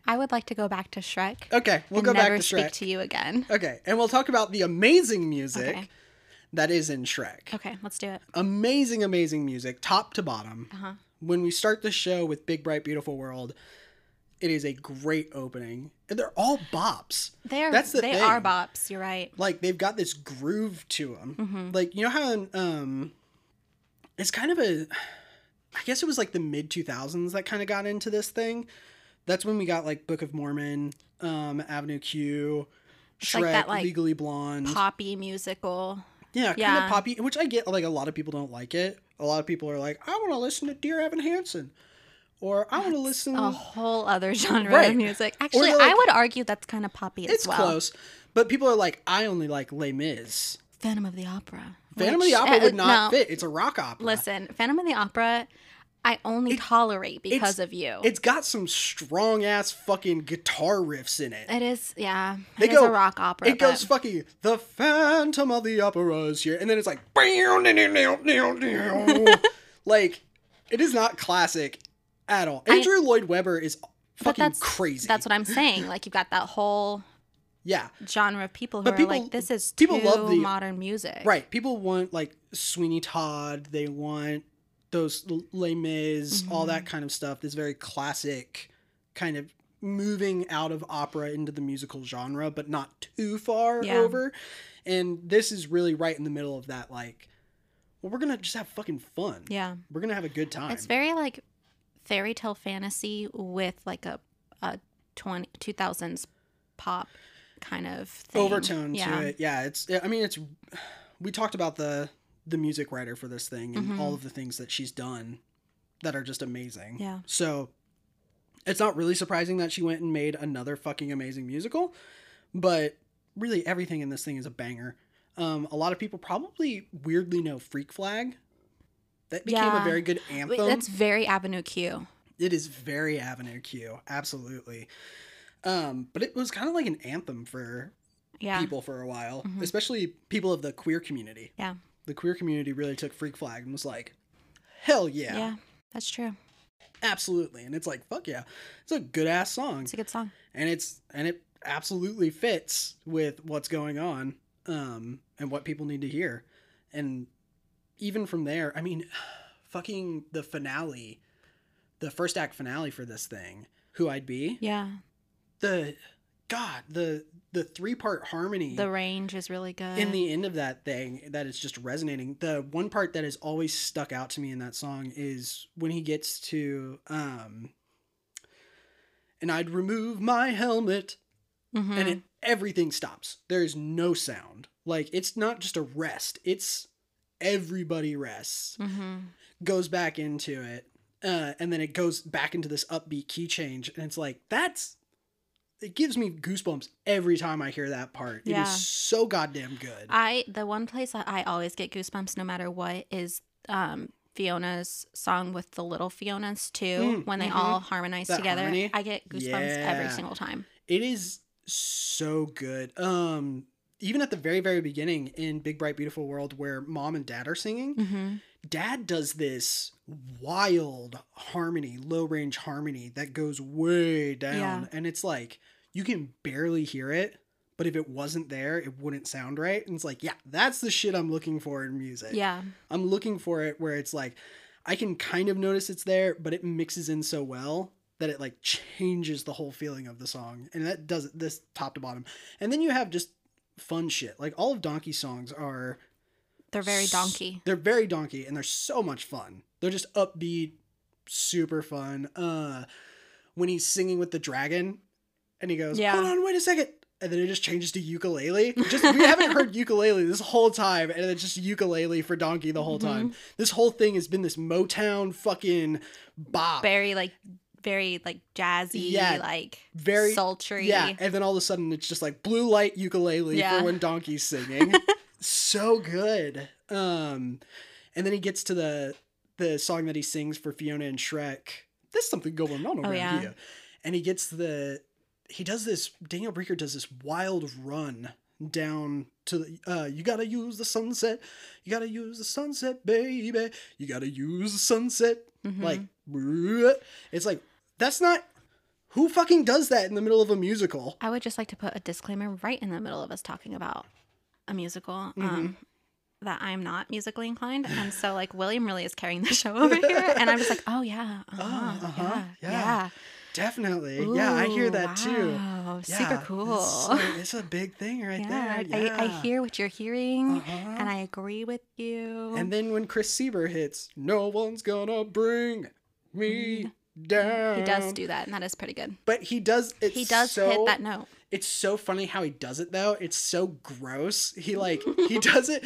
S2: I would like to go back to Shrek.
S1: okay, Oh, we'll
S2: and
S1: go back
S2: never
S1: to
S2: speak
S1: Shrek.
S2: to you again.
S1: okay, and we'll talk about the amazing music
S2: Okay.
S1: that is in Shrek.
S2: Okay, let's do it.
S1: Amazing, amazing music, top to bottom.
S2: Uh-huh.
S1: When we start the show with Big Bright Beautiful World, it is a great opening. And they're all bops.
S2: They are
S1: That's the
S2: they are
S1: thing.
S2: bops, you're right.
S1: like they've got this groove to them.
S2: Mhm.
S1: Like you know how in, um, it's kind of a, I guess it was like the mid two thousands that kind of got into this thing. That's when we got like Book of Mormon, um, Avenue Q,
S2: It's
S1: Shrek,
S2: like that, like,
S1: Legally Blonde.
S2: Poppy musical.
S1: yeah, kind
S2: yeah.
S1: of poppy. Which I get. Like a lot of people don't like it. A lot of people are like, I want to listen to Dear Evan Hansen, or I want to listen.
S2: A whole other (laughs) genre
S1: Mm. Right.
S2: of music. Actually,
S1: they're
S2: I
S1: like-
S2: would argue that's kind of poppy as
S1: It's
S2: well.
S1: close, but people are like, I only like Les Mis.
S2: Phantom of the Opera.
S1: Phantom
S2: which-
S1: of the Opera
S2: uh,
S1: would not
S2: no,
S1: fit. It's a rock opera.
S2: Listen, Phantom of the Opera, I only tolerate because of you.
S1: It's got some strong ass fucking guitar riffs in it.
S2: it is, yeah.
S1: They
S2: It is
S1: go-
S2: a rock opera.
S1: It goes
S2: but-
S1: fucking the Phantom of the Opera is here, and then it's like (laughs) like it is not classic at all.
S2: I-
S1: Andrew Lloyd Webber is fucking
S2: that's-
S1: crazy.
S2: That's what I'm saying. Like you've got that whole
S1: yeah,
S2: genre of people who
S1: But
S2: are
S1: people-
S2: like, this is
S1: people
S2: too
S1: love the-
S2: modern music.
S1: right. People want like Sweeney Todd. They want those L- Les Mis, all that
S2: Mm-hmm.
S1: kind of stuff. This very classic kind of moving out of opera into the musical genre, but not too far
S2: Yeah.
S1: over. And this is really right in the middle of that. Like, well, we're gonna just have fucking fun.
S2: Yeah.
S1: We're gonna have a good time.
S2: It's very like fairy tale fantasy with like a, a 20, 2000s pop kind of thing.
S1: overtone
S2: yeah.
S1: to it. Yeah, it's. I mean, it's. We talked about the the music writer for this thing and
S2: Mhm.
S1: all of the things that she's done that are just amazing.
S2: Yeah.
S1: So it's not really surprising that she went and made another fucking amazing musical, but really everything in this thing is a banger. Um, a lot of people probably weirdly know Freak Flag. That became a
S2: Yeah.
S1: very good
S2: Wait,
S1: anthem.
S2: That's very Avenue Q.
S1: It is very Avenue Q, absolutely. Um, but it was kind of like an anthem for
S2: Yeah.
S1: people for a while,
S2: Mhm.
S1: especially people of the queer community.
S2: Yeah.
S1: The queer community really took Freak Flag and was like, hell yeah,
S2: yeah. That's true.
S1: absolutely. And it's like, fuck yeah. It's a good ass song.
S2: It's a good song.
S1: And it's and it absolutely fits with what's going on um and what people need to hear. And even from there, I mean, (sighs) fucking the finale, the first act finale for this thing, Who I'd Be,
S2: Yeah.
S1: the God, the the three part harmony
S2: The range is really good.
S1: in the end of that thing that is just resonating. The one part that has always stuck out to me in that song is when he gets to um and I'd remove my helmet
S2: Mhm.
S1: and it, everything stops. There is no sound. Like it's not just a rest. It's everybody rests.
S2: Mhm.
S1: Goes back into it. Uh, and then it goes back into this upbeat key change and it's like that's it gives me goosebumps every time I hear that part. It
S2: Yeah.
S1: is so goddamn good.
S2: I the one place that I always get goosebumps no matter what is um Fiona's song with the little Fionas too
S1: Mm,
S2: when they
S1: mhm.
S2: all harmonize
S1: That
S2: together.
S1: harmony?
S2: I get goosebumps every
S1: Yeah.
S2: single time.
S1: it is so good um even at the very very beginning in big bright beautiful world where mom and dad are singing
S2: hmm
S1: dad does this wild harmony low range harmony that goes way down
S2: Yeah.
S1: and it's like you can barely hear it but if it wasn't there it wouldn't sound right and it's like yeah that's the shit i'm looking for in music
S2: Yeah.
S1: i'm looking for it where it's like i can kind of notice it's there but it mixes in so well that it like changes the whole feeling of the song and that does it this top to bottom and then you have just fun shit like all of donkey's songs are
S2: They're very
S1: s-
S2: donkey.
S1: they're very donkey and they're so much fun they're just upbeat super fun uh when he's singing with the dragon and he goes
S2: Yeah.
S1: hold on wait a second and then it just changes to ukulele just we
S2: (laughs)
S1: haven't heard ukulele this whole time and it's just ukulele for donkey the
S2: Mm-hmm.
S1: whole time this whole thing has been this motown fucking bop
S2: Very like very like jazzy,
S1: Yeah.
S2: like
S1: Very-
S2: sultry.
S1: yeah and then all of a sudden it's just like blue light ukulele
S2: Yeah.
S1: for when donkey's
S2: (laughs)
S1: singing so good um and then he gets to the the song that he sings for fiona and shrek there's something going on
S2: Oh,
S1: around
S2: yeah.
S1: here and he gets the he does this Daniel Breaker does this wild run down to the, uh you got to use the sunset. You got to use the sunset, baby. You got to use the sunset.
S2: Mhm.
S1: Like
S2: Mm-hmm.
S1: bruh. (laughs) it's like that's not who fucking does that in the middle of a musical?
S2: I would just like to put a disclaimer right in the middle of us talking about a musical.
S1: Mm-hmm.
S2: Um, that I'm not musically inclined, and so like William really is carrying the (laughs) show over here, and I'm just like, oh yeah, uh-huh,
S1: uh-huh,
S2: yeah,
S1: yeah. Definitely. yeah, I hear
S2: Ooh,
S1: that too.
S2: wow,
S1: Yeah,
S2: super
S1: it's
S2: cool.
S1: so-
S2: (laughs)
S1: It's, a big thing right
S2: yeah,
S1: there. Yeah.
S2: I, I hear what you're hearing,
S1: Uh-huh.
S2: and I agree with you.
S1: And then when Chris Sieber hits, no one's gonna bring me down.
S2: he does do that, and that is pretty good.
S1: but he does. It's
S2: He does
S1: so,
S2: hit that note.
S1: It's so funny how he does it though. It's so gross. He like he does it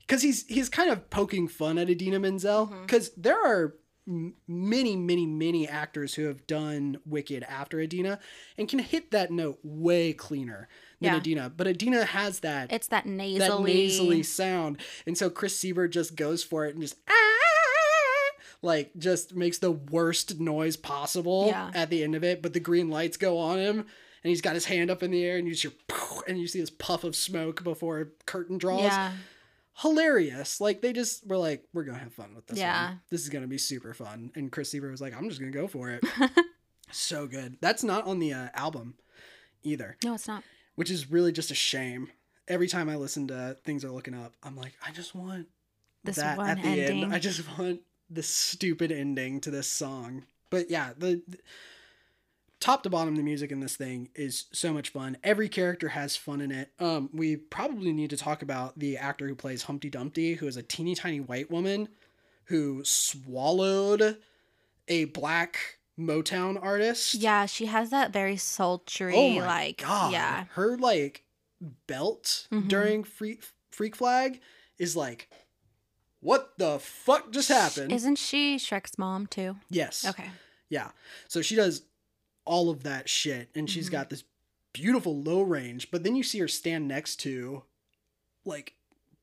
S1: because he's he's kind of poking fun at Adina Menzel because there are m- many many many actors who have done Wicked after Adina and can hit that note way cleaner than
S2: Yeah.
S1: Adina. But Adina has that
S2: It's that nasally.
S1: that nasally sound. And so Chris Sieber just goes for it and just "Ah," like just makes the worst noise possible
S2: Yeah.
S1: at the end of it. But the green lights go on him and he's got his hand up in the air and you just hear "Pow," and you see this puff of smoke before a curtain draws.
S2: Yeah,
S1: Hilarious. Like they just were like, we're gonna have fun with this
S2: Yeah.
S1: one. This is gonna be super fun. And Chris Sieber was like, I'm just gonna go for
S2: (laughs)
S1: it. so good. That's not on the uh, album either
S2: no, it's not.
S1: which is really just a shame. Every time I listen to things are looking up, I'm like, I just want
S2: This
S1: that
S2: one
S1: at the
S2: ending.
S1: end. I just want this stupid ending to this song. But yeah, the, the- top to bottom, the music in this thing is so much fun. Every character has fun in it. Um, we probably need to talk about the actor who plays Humpty Dumpty, who is a teeny tiny white woman who swallowed a black Motown artist.
S2: Yeah, she has that very sultry, like, yeah,
S1: Oh Her like belt
S2: Mhm.
S1: during Freak Freak Flag is like, what the fuck just happened?
S2: Isn't she Shrek's mom too?
S1: yes.
S2: Okay.
S1: Yeah. So she does all of that shit, and she's
S2: Mhm.
S1: got this beautiful low range. But then you see her stand next to, like,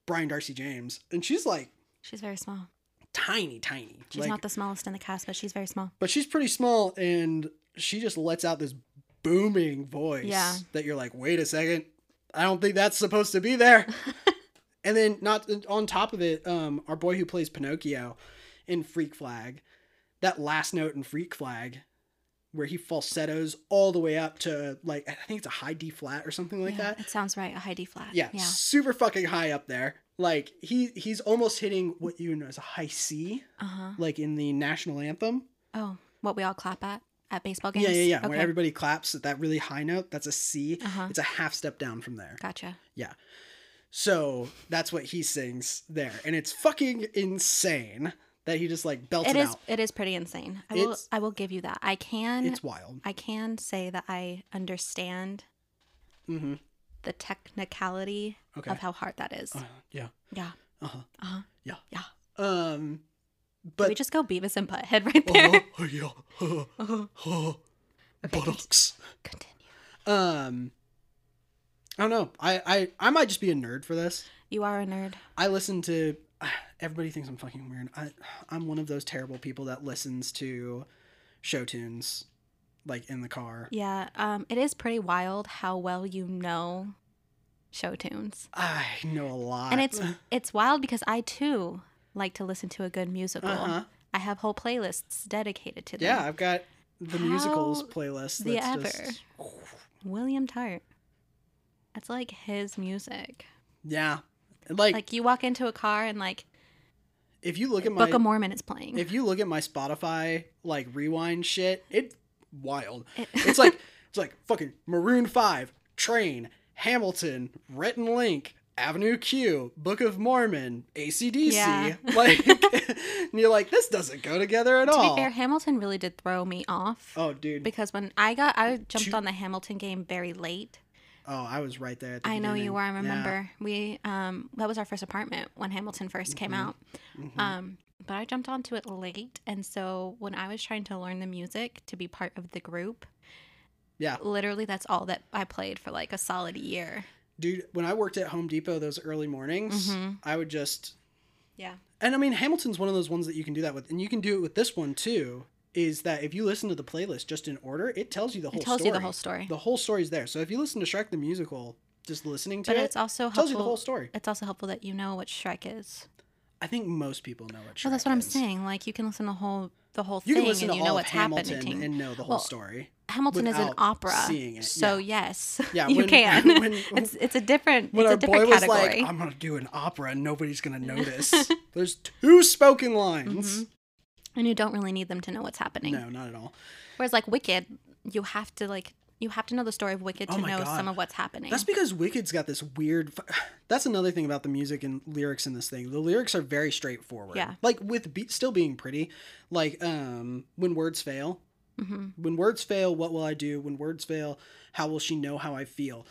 S1: Brian Darcy James, and she's like
S2: She's very small.
S1: tiny, tiny.
S2: She's
S1: like,
S2: not the smallest in the cast, but she's very small.
S1: but she's pretty small, and she just lets out this booming voice
S2: Yeah.
S1: that you're like, wait a second, I don't think that's supposed to be
S2: (laughs)
S1: there. and then not on top of it, um, our boy who plays Pinocchio in Freak Flag, that last note in Freak Flag, where he falsettos all the way up to like I think it's a high D flat or something like
S2: Yeah,
S1: that.
S2: It sounds right. A Heidi flat.
S1: Yeah,
S2: Yeah.
S1: super fucking high up there. Like he he's almost hitting what you know as a high C,
S2: Uh huh.
S1: like in the national anthem.
S2: Oh, what we all clap at at baseball games.
S1: Yeah, yeah, yeah. When
S2: Okay.
S1: everybody claps at that really high note, that's a C.
S2: Uh huh.
S1: It's a half step down from there.
S2: Gotcha.
S1: So that's what he sings there. And it's fucking insane that he just like belts
S2: It
S1: it,
S2: is.
S1: out.
S2: It is pretty insane. I will.
S1: It's-
S2: I will give you that. I can.
S1: It's wild.
S2: I can say that I understand
S1: Mm-hmm.
S2: the technicality
S1: Okay.
S2: of how hard that is.
S1: Uh, yeah.
S2: yeah.
S1: Uh huh.
S2: Uh huh.
S1: Yeah.
S2: Yeah.
S1: Um,
S2: But
S1: (laughs)
S2: we
S1: but.
S2: just go Beavis and Butthead right
S1: Uh-huh.
S2: there. (laughs)
S1: Oh, yeah. Uh-huh.
S2: Uh-huh.
S1: Uh-huh.
S2: Okay, cont-
S1: Buttocks.
S2: (laughs) continue.
S1: Um, I don't know. I, I I might just be a nerd for this.
S2: You are a nerd.
S1: I listen to. (sighs) Everybody thinks I'm fucking weird. I I'm one of those terrible people that listens to show tunes, like in the car.
S2: Yeah, um, it is pretty wild how well you know show tunes,
S1: I know a lot. (laughs)
S2: and it's it's wild because I too like to listen to a good musical.
S1: uh huh.
S2: I have whole playlists dedicated to them.
S1: Yeah, I've got the musicals
S2: How
S1: playlist.
S2: the
S1: That's just,
S2: William Tart. That's like his music.
S1: yeah, like,
S2: Like you walk into a car and like
S1: if you look at my
S2: Book of Mormon is playing.
S1: if you look at my Spotify like rewind shit, it's wild.
S2: It-
S1: It's like it's like fucking Maroon Five, Train, Hamilton, Rhett and Link, Avenue Q, Book of Mormon, ACDC.
S2: Yeah.
S1: (laughs) Like, and you're like, this doesn't go together at
S2: (laughs) to
S1: all.
S2: be fair, Hamilton really did throw me off
S1: oh, dude.
S2: because when I got I jumped
S1: Two-
S2: on the Hamilton game very late.
S1: Oh, I was right there. At the
S2: I know
S1: beginning.
S2: you were. I
S1: Yeah.
S2: remember we um that was our first apartment when Hamilton 1st came
S1: Mhm.
S2: out.
S1: Mhm.
S2: Um, but I jumped onto it late, and so when I was trying to learn the music to be part of the group,
S1: Yeah.
S2: literally that's all that I played for like a solid year.
S1: dude when i worked at home depot those early mornings
S2: Mhm.
S1: i would just
S2: Yeah.
S1: and i mean hamilton's one of those ones that you can do that with and you can do it with this one too is that if you listen to the playlist just in order, it tells you the whole
S2: it tells
S1: story.
S2: you the whole story.
S1: The whole story's there. So if you listen to Shrek the musical, just listening to
S2: but
S1: it,
S2: it's also
S1: it tells you the whole
S2: helpful.
S1: story.
S2: It's also helpful that you know what Shrek is.
S1: I think most people know what Shrek.
S2: well, that's what I'm
S1: is.
S2: saying. Like you can listen to whole the whole
S1: You
S2: thing
S1: can listen
S2: and
S1: to
S2: you know
S1: all of
S2: what's
S1: Hamilton
S2: happening.
S1: and know the whole
S2: Well,
S1: story.
S2: Hamilton is an
S1: without
S2: opera,
S1: seeing it,
S2: so yes,
S1: Yeah,
S2: you
S1: when- (laughs)
S2: can. (laughs)
S1: when-
S2: it's it's a different
S1: When
S2: it's
S1: our
S2: a different
S1: boy was
S2: category.
S1: like, "I'm gonna do an opera and nobody's
S2: (laughs)
S1: gonna notice," there's two spoken lines.
S2: Mhm. and you don't really need them to know what's happening.
S1: No, not at all.
S2: Whereas like Wicked, you have to like you have to know the story of Wicked
S1: Oh
S2: to
S1: my
S2: know
S1: God.
S2: some of what's happening.
S1: That's because Wicked's got this weird. (sighs) That's another thing about the music and lyrics in this thing. The lyrics are very straightforward.
S2: Yeah.
S1: Like with be- still being pretty, like um when words fail,
S2: hmm
S1: when words fail, what will I do? When words fail, how will she know how I feel?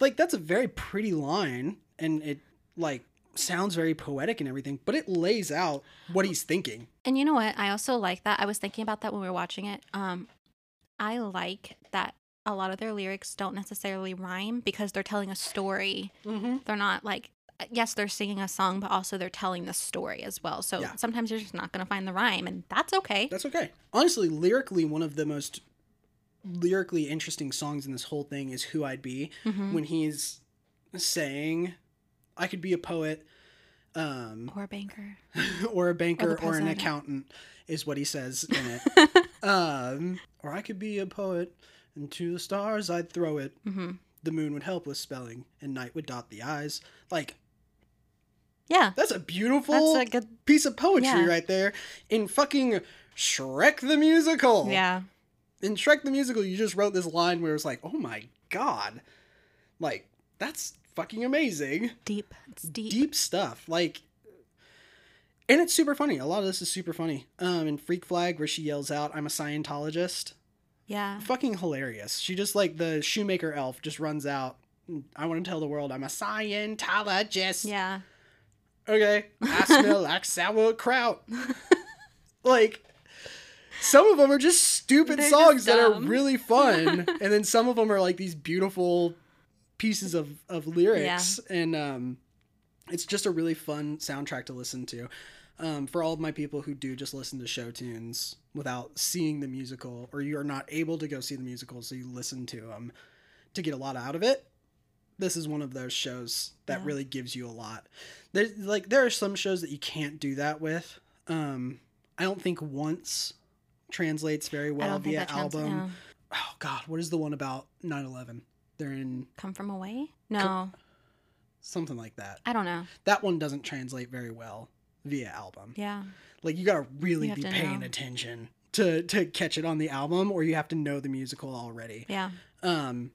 S1: Like that's a very pretty line, and it like sounds very poetic and everything, but it lays out what he's thinking.
S2: And you know what? I also like that. I was thinking about that when we were watching it. Um, I like that a lot of their lyrics don't necessarily rhyme because they're telling a story.
S1: Mm-hmm.
S2: They're not like yes, they're singing a song, but also they're telling the story as well. So
S1: Yeah.
S2: sometimes you're just not going to find the rhyme, and that's okay.
S1: That's okay. Honestly, lyrically, one of the most lyrically interesting songs in this whole thing is "Who I'd Be."
S2: Mhm.
S1: when he's saying i could be a poet um,
S2: Or a banker.
S1: (laughs) or a banker or, an
S2: president.
S1: accountant is what he says in it
S2: (laughs)
S1: um, or i could be a poet and to the stars i'd throw it
S2: hmm
S1: the moon would help with spelling and night would dot the eyes like
S2: Yeah,
S1: that's a beautiful
S2: that's a good.
S1: piece of poetry
S2: Yeah.
S1: right there in fucking shrek the musical
S2: Yeah,
S1: in Shrek the Musical, you just wrote this line where it's like, oh my god, like that's fucking amazing,
S2: deep. It's deep.
S1: deep stuff. Like, and it's super funny. A lot of this is super funny. Um, in Freak Flag, where she yells out, "I'm a Scientologist,"
S2: Yeah.
S1: fucking hilarious. She just like the shoemaker elf just runs out. I want to tell the world I'm a Scientologist.
S2: Yeah.
S1: Okay, I smell like
S2: (laughs)
S1: sauerkraut. like some of them are just stupid
S2: They're
S1: songs
S2: just
S1: that are
S2: dumb.
S1: really fun
S2: (laughs)
S1: and then some of them are like these beautiful pieces of, of lyrics and um, it's just a really fun soundtrack to listen to um, for all of my people who do just listen to show tunes without seeing the musical or you're not able to go see the musical so you listen to them to get a lot out of it this is one of those shows that
S2: Yeah.
S1: really gives you a lot there's like there are some shows that you can't do that with um, i don't think once translates very
S2: I
S1: well
S2: don't think
S1: via
S2: that trans-
S1: album
S2: yeah.
S1: oh god what is the one about 9-11 they're in
S2: Come from away? No,
S1: something like that
S2: I don't know.
S1: that one doesn't translate very well via album
S2: Yeah.
S1: like you gotta really
S2: You have
S1: be
S2: to
S1: paying
S2: know.
S1: attention to to catch it on the album or you have to know the musical already
S2: Yeah.
S1: um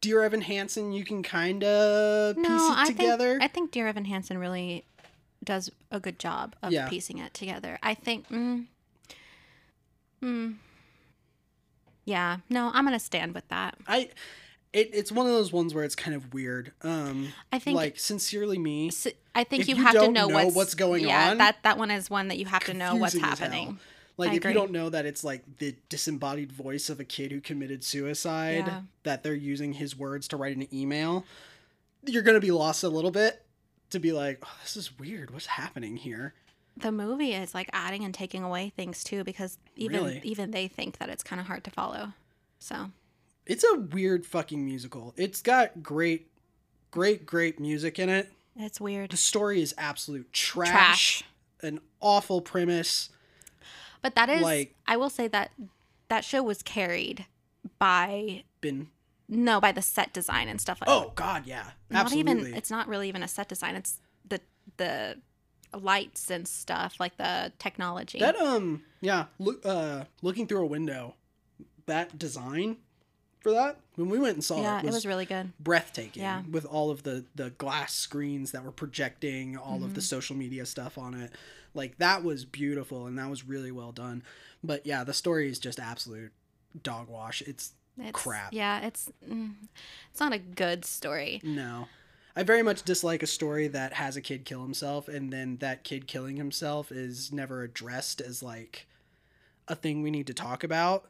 S1: dear evan hansen you can kind of piece
S2: no,
S1: it
S2: I
S1: together
S2: think I think Dear Evan Hansen really does a good job of
S1: Yeah.
S2: piecing it together. I think. Mm, mm, yeah. No, I'm gonna stand with that.
S1: I, it, it's one of those ones where it's kind of weird um
S2: I think.
S1: like sincerely me
S2: s- I think
S1: if
S2: you,
S1: you
S2: have to
S1: don't
S2: know,
S1: know
S2: what's,
S1: what's going
S2: yeah,
S1: on,
S2: that that one is one that you have to know what's
S1: confusing as hell.
S2: happening.
S1: like
S2: I
S1: if
S2: agree.
S1: you don't know that it's like the disembodied voice of a kid who committed suicide
S2: Yeah.
S1: that they're using his words to write an email you're gonna be lost a little bit to be like oh, this is weird what's happening here
S2: The movie is like adding and taking away things too, because even
S1: Really?
S2: even they think that it's kind of hard to follow. So
S1: it's a weird fucking musical it's got great great great music in it
S2: it's weird.
S1: the story is absolute trash,
S2: Trash.
S1: an awful premise
S2: But that is
S1: Like-
S2: I will say that that show was carried by
S1: been
S2: no by the set design and stuff like
S1: oh god yeah
S2: that.
S1: absolutely
S2: Not even it's not really even a set design. It's the the lights and stuff like the technology.
S1: That um yeah, look uh looking through a window, that design for that when we went and saw
S2: yeah,
S1: it was,
S2: really good.
S1: breathtaking
S2: yeah.
S1: with all of the the glass screens that were projecting all
S2: Mm-hmm.
S1: of the social media stuff on it. Like that was beautiful and that was really well done. But yeah, the story is just absolute dog wash. It's
S2: It's,
S1: crap.
S2: Yeah, it's mm, it's not a good story.
S1: no. I very much dislike a story that has a kid kill himself and then that kid killing himself is never addressed as like a thing we need to talk about.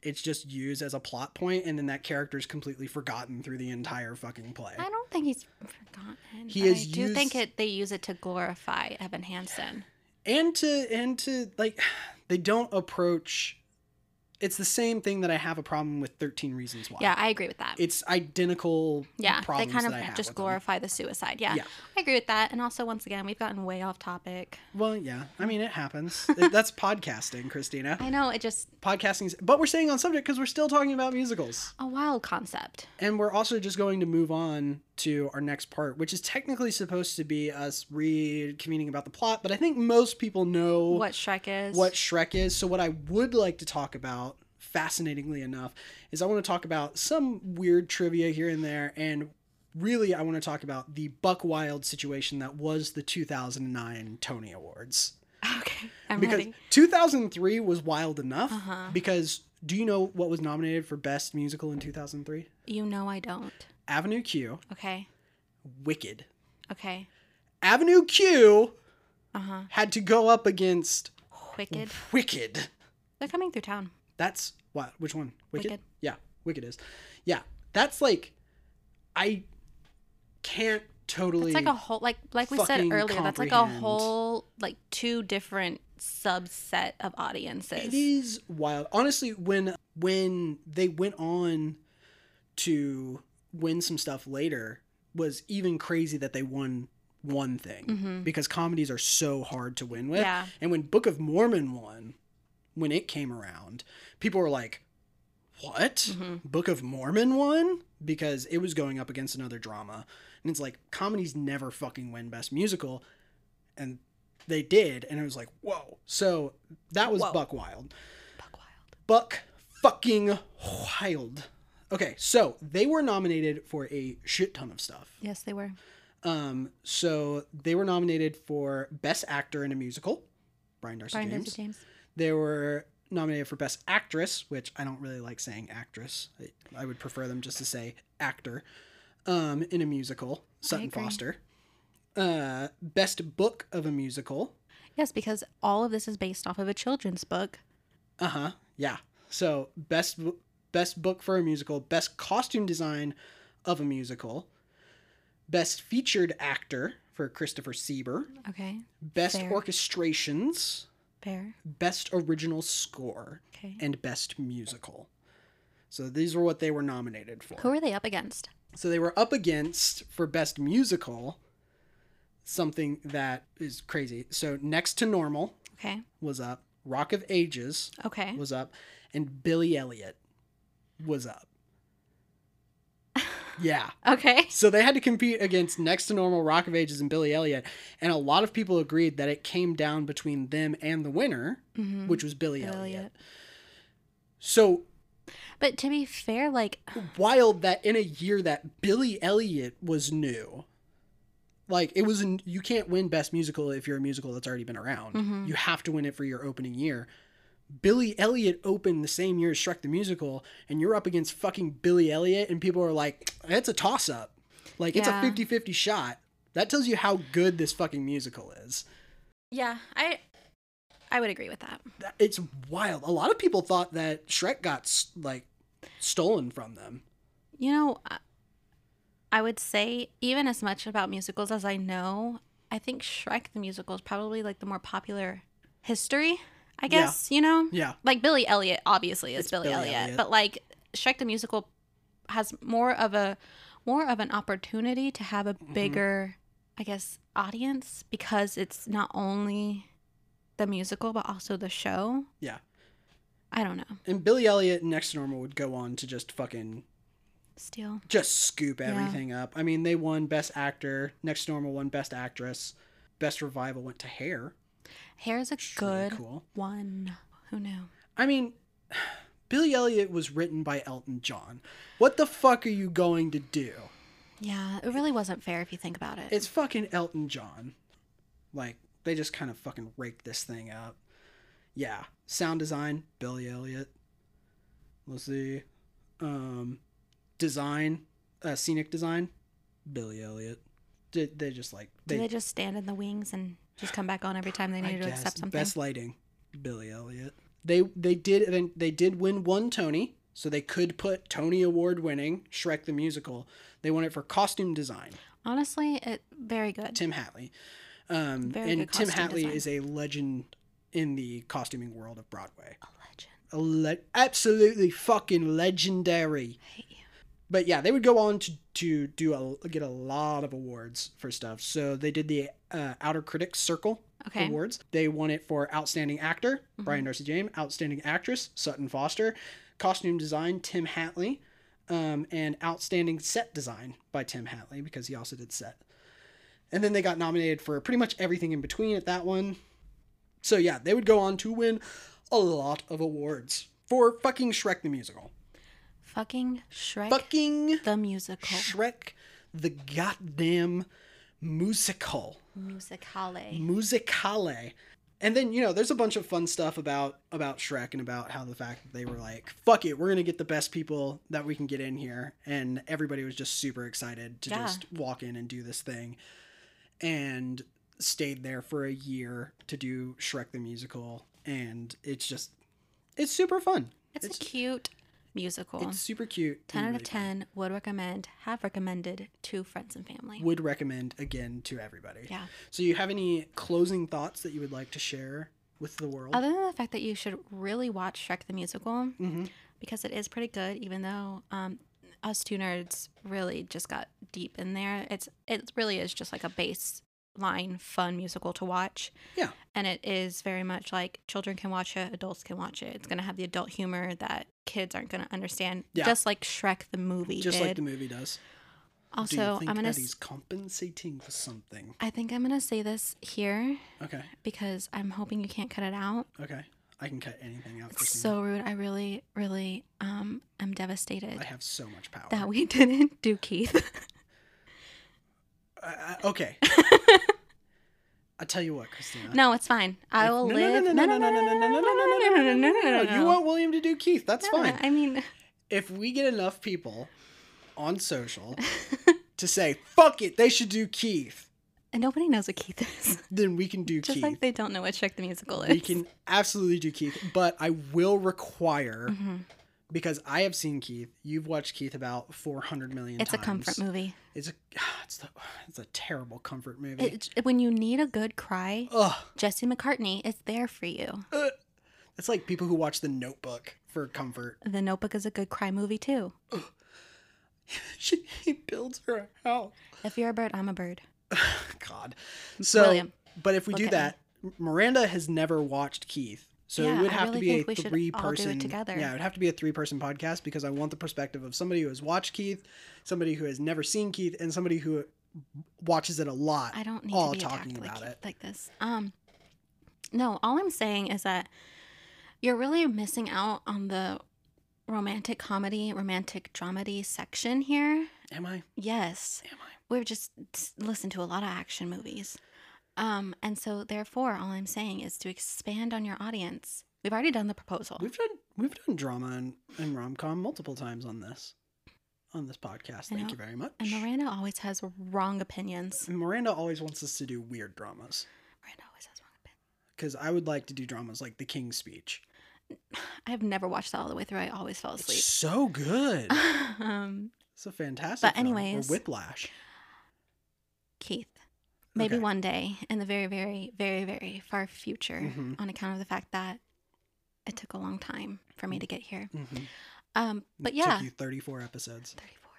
S1: It's just used as a plot point and then that character is completely forgotten through the entire fucking play.
S2: I don't think he's forgotten.
S1: He
S2: but
S1: is
S2: I do think
S1: used-
S2: it they use it to glorify Evan Hansen.
S1: And to and to like (sighs) they don't approach it's the same thing that I have a problem with 13 reasons why.
S2: Yeah, I agree with that.
S1: It's identical
S2: yeah, they
S1: problems
S2: kind of
S1: that I have
S2: just
S1: with them.
S2: glorify the suicide. Yeah.
S1: Yeah.
S2: I agree with that. And also, once again, we've gotten way off topic.
S1: Well, yeah. I mean, it
S2: (laughs)
S1: happens. It- That's podcasting, Christina.
S2: I know it just
S1: Podcasting's but we're staying on subject because we're still talking about musicals.
S2: a wild concept.
S1: And we're also just going to move on to our next part, which is technically supposed to be us reconvening about the plot, but I think most people know
S2: What Shrek is?
S1: what Shrek is. So, what I would like to talk about, fascinatingly enough, is I want to talk about some weird trivia here and there. And really, I want to talk about the Buck Wild situation that was the 2009 Tony Awards.
S2: (laughs) Okay, I'm
S1: Because
S2: ready.
S1: 2003 was wild enough.
S2: Uh-huh.
S1: Because do you know what was nominated for Best Musical in 2003?
S2: You know I don't.
S1: Avenue Q,
S2: Okay.
S1: Wicked.
S2: Okay.
S1: Avenue Q
S2: Uh huh.
S1: had to go up against
S2: Wicked.
S1: Wicked.
S2: They're coming through town.
S1: That's what? Which one? Wicked?
S2: Wicked.
S1: Yeah, Wicked is. Yeah, that's like, I can't totally.
S2: It's like a whole like like we said
S1: fucking
S2: earlier. That's like a
S1: comprehend.
S2: whole like two different subset of
S1: It
S2: audiences.
S1: is wild, honestly. When when they went on to win some stuff later, was even crazy that they won one thing
S2: Mhm.
S1: because comedies are so hard to win with.
S2: Yeah.
S1: And when Book of Mormon won, when it came around, people were like, "What?
S2: Mhm.
S1: Book of Mormon won?" Because it was going up against another drama, and it's like comedies never fucking win Best Musical, and they did, and it was like, "Whoa!" So that was
S2: Whoa.
S1: Buck Wild.
S2: Buck Wild.
S1: Buck fucking wild. Okay, so they were nominated for a shit ton of stuff.
S2: Yes, they were.
S1: Um, so they were nominated for Best Actor in a Musical, Brian Darcy
S2: Brian
S1: James.
S2: Dempsey James.
S1: They were nominated for Best Actress, which I don't really like saying actress. I, I would prefer them just to say actor um, in a musical, Sutton
S2: agree.
S1: Foster. Uh, best Book of a Musical.
S2: Yes, because all of this is based off of a children's book.
S1: Uh huh. Yeah. So best bo- best book for a musical, best costume design of a musical, best featured actor for Christopher Sieber,
S2: Okay.
S1: best
S2: Fair.
S1: orchestrations,
S2: Fair.
S1: best original score,
S2: Okay.
S1: and best musical. So these were what they were nominated for.
S2: Who are they up against?
S1: So they were up against for best musical something that is crazy. So next to normal
S2: Okay.
S1: was up, Rock of Ages
S2: Okay.
S1: was up, and Billy Elliot was up.
S2: (laughs)
S1: Yeah. (laughs)
S2: Okay. (laughs)
S1: So they had to compete against Next to Normal, Rock of Ages, and Billy Elliot, and a lot of people agreed that it came down between them and the winner,
S2: Mhm.
S1: which was Billy,
S2: Billy
S1: Elliot.
S2: Elliot.
S1: So
S2: But to be fair, like
S1: wild that in a year that Billy Elliot was new. Like it was, n- you can't win Best Musical if you're a musical that's already been around.
S2: Mhm.
S1: You have to win it for your opening year. Billy Elliot opened the same year as Shrek the Musical, and you're up against fucking Billy Elliot, and people are like, "It's a toss up. Like it's a
S2: Yeah.
S1: 50 50 shot." That tells you how good this fucking musical is.
S2: Yeah, I I would agree with that.
S1: That- It's wild. A lot of people thought that Shrek got s- like stolen from them.
S2: You know, I- I would say even as much about musicals as I know, I think Shrek the musical is probably like the more popular history, I guess, you know?
S1: Yeah.
S2: Like Billy Elliot obviously is
S1: It's
S2: Billy,
S1: Billy
S2: Elliot,
S1: Elliot.
S2: but like Shrek the musical has more of a more of an opportunity to have a
S1: Mm-hmm.
S2: bigger I guess audience because it's not only the musical but also the show.
S1: Yeah.
S2: I don't know.
S1: And Billy Elliot and Next to Normal would go on to just fucking
S2: Still.
S1: just scoop
S2: Yeah.
S1: everything up. I mean, they won Best Actor, Next to Normal won Best Actress, Best Revival went to Hair.
S2: Hair is a
S1: which is really
S2: good
S1: cool.
S2: one. Who knew?
S1: I mean, (sighs) Billy Elliot was written by Elton John. What the fuck are you going to do?
S2: Yeah, it really wasn't fair if you think about it.
S1: It's fucking Elton John. Like they just kind of fucking raked this thing up. Yeah, sound design Billy Elliot. Let's see, um, design, uh, scenic design, Billy Elliot. Did they just like
S2: Do
S1: they,
S2: they just stand in the wings and just come back on every time they
S1: I
S2: needed to
S1: guess,
S2: accept something?
S1: best lighting, Billy Elliot. They they did they did win one Tony, so they could put Tony Award winning Shrek the Musical. They won it for costume design.
S2: Honestly, it very good.
S1: Tim Hatley. Um,
S2: Very
S1: and
S2: good
S1: Tim
S2: costume
S1: Hatley
S2: design.
S1: is a legend in the costuming world of Broadway.
S2: A legend.
S1: A le- absolutely fucking legendary.
S2: I hate you.
S1: But yeah, they would go on to to do a, get a lot of awards for stuff. So they did the uh, Outer Critics Circle
S2: Okay.
S1: awards. They won it for Outstanding Actor,
S2: Mhm.
S1: Brian Darcy James, Outstanding Actress, Sutton Foster, Costume Design, Tim Hatley, um, and Outstanding Set Design by Tim Hatley, because he also did set. And then they got nominated for pretty much everything in between at that one. So yeah, they would go on to win a lot of awards for fucking Shrek the Musical.
S2: Fucking Shrek
S1: Fucking
S2: the musical.
S1: Shrek the goddamn musical mm,
S2: Musicale.
S1: musicale and then you know there's a bunch of fun stuff about about shrek and about how the fact that they were like fuck it we're gonna get the best people that we can get in here and everybody was just super excited to
S2: Yeah.
S1: just walk in and do this thing and stayed there for a year to do shrek the musical and it's just it's super fun
S2: It's,
S1: it's-
S2: a cute musical.
S1: it's super cute and
S2: 10 out of
S1: really fun.
S2: 10 would recommend, have recommended to friends and family.
S1: would recommend again to everybody
S2: yeah.
S1: so you have any closing thoughts that you would like to share with the world
S2: Other than the fact that you should really watch Shrek the Musical
S1: mm-hmm.
S2: because it is pretty good, even though um, us two nerds really just got deep in there. It's it really is just like a baseline fun musical to watch.
S1: Yeah.
S2: and it is very much like children can watch it, adults can watch it. It's gonna have the adult humor that kids aren't gonna understand,
S1: Yeah.
S2: just like Shrek the movie
S1: just
S2: did.
S1: like the movie does
S2: also,
S1: Do you
S2: I'm
S1: think
S2: gonna.
S1: that
S2: s-
S1: he's compensating for something?
S2: I think I'm gonna say this here
S1: Okay,
S2: because I'm hoping you can't cut it out.
S1: okay. I can cut anything out.
S2: It's
S1: Christina.
S2: so rude. I really, really um am
S1: I
S2: devastated
S1: have so much power.
S2: that we didn't do Keith.
S1: Uh, uh,
S2: (laughs)
S1: okay. I tell you what, Christina.
S2: no, it's fine. I
S1: If-
S2: will
S1: no,
S2: live.
S1: No, no, no, no, no, no, no, no, no, no, no, no, no, no, no. You want William to do Keith? That's
S2: No,
S1: fine.
S2: I mean,
S1: If we get enough people on
S2: (laughs)
S1: social to say "fuck it," they should do Keith,
S2: nobody knows what Keith is.
S1: then we can do
S2: Just
S1: Keith.
S2: like they don't know what Shrek the Musical is.
S1: we can absolutely do Keith, but I will require
S2: Mhm.
S1: because I have seen Keith. You've watched Keith about 400 million
S2: It's a
S1: times.
S2: comfort movie.
S1: It's a (sighs) it's, the, it's a terrible comfort movie.
S2: It, it- when you need a good cry,
S1: Ugh,
S2: Jesse McCartney is there for you.
S1: it's like people who watch The Notebook for comfort. (laughs)
S2: The Notebook is a good cry movie too.
S1: she he builds her a house. (laughs)
S2: If you're a bird, I'm a bird.
S1: God. So,
S2: William,
S1: but if we
S2: look
S1: do
S2: at
S1: that, Miranda has never watched Keith. So it
S2: Yeah,
S1: would
S2: I
S1: have
S2: really
S1: to
S2: think
S1: be
S2: we
S1: a
S2: should all do
S1: three
S2: it
S1: person.
S2: together.
S1: Yeah, it would have to be a three person podcast because I want the perspective of somebody who has watched Keith, somebody who has never seen Keith, and somebody who watches it a lot.
S2: I don't need
S1: all
S2: to be
S1: talking
S2: attacked
S1: about
S2: like,
S1: it.
S2: like this. Um, no, all I'm saying is that you're really missing out on the romantic comedy, romantic dramedy section here.
S1: Am I?
S2: Yes,
S1: Am I?
S2: we've just s- listened to a lot of action movies. Um, and so therefore, all I'm saying is to expand on your audience. We've already done the proposal.
S1: We've done we've done drama and, and rom com multiple times on this on this podcast.
S2: I
S1: Thank
S2: know.
S1: you very much.
S2: And Miranda always has wrong opinions.
S1: And Miranda always wants us to do weird dramas
S2: Miranda always has wrong opinions.
S1: because I would like to do dramas like The King's Speech.
S2: I've never watched that all the way through. I always fall
S1: It's
S2: asleep.
S1: so good.
S2: (laughs) um,
S1: It's a fantastic.
S2: But
S1: film. Or
S2: anyways-
S1: Whiplash.
S2: Keith, maybe
S1: Okay.
S2: one day in the very, very, very, very far future,
S1: Mhm.
S2: on account of the fact that it took a long time for me to get here.
S1: Mhm.
S2: Um, but
S1: It
S2: yeah,
S1: took you thirty four episodes.
S2: 34,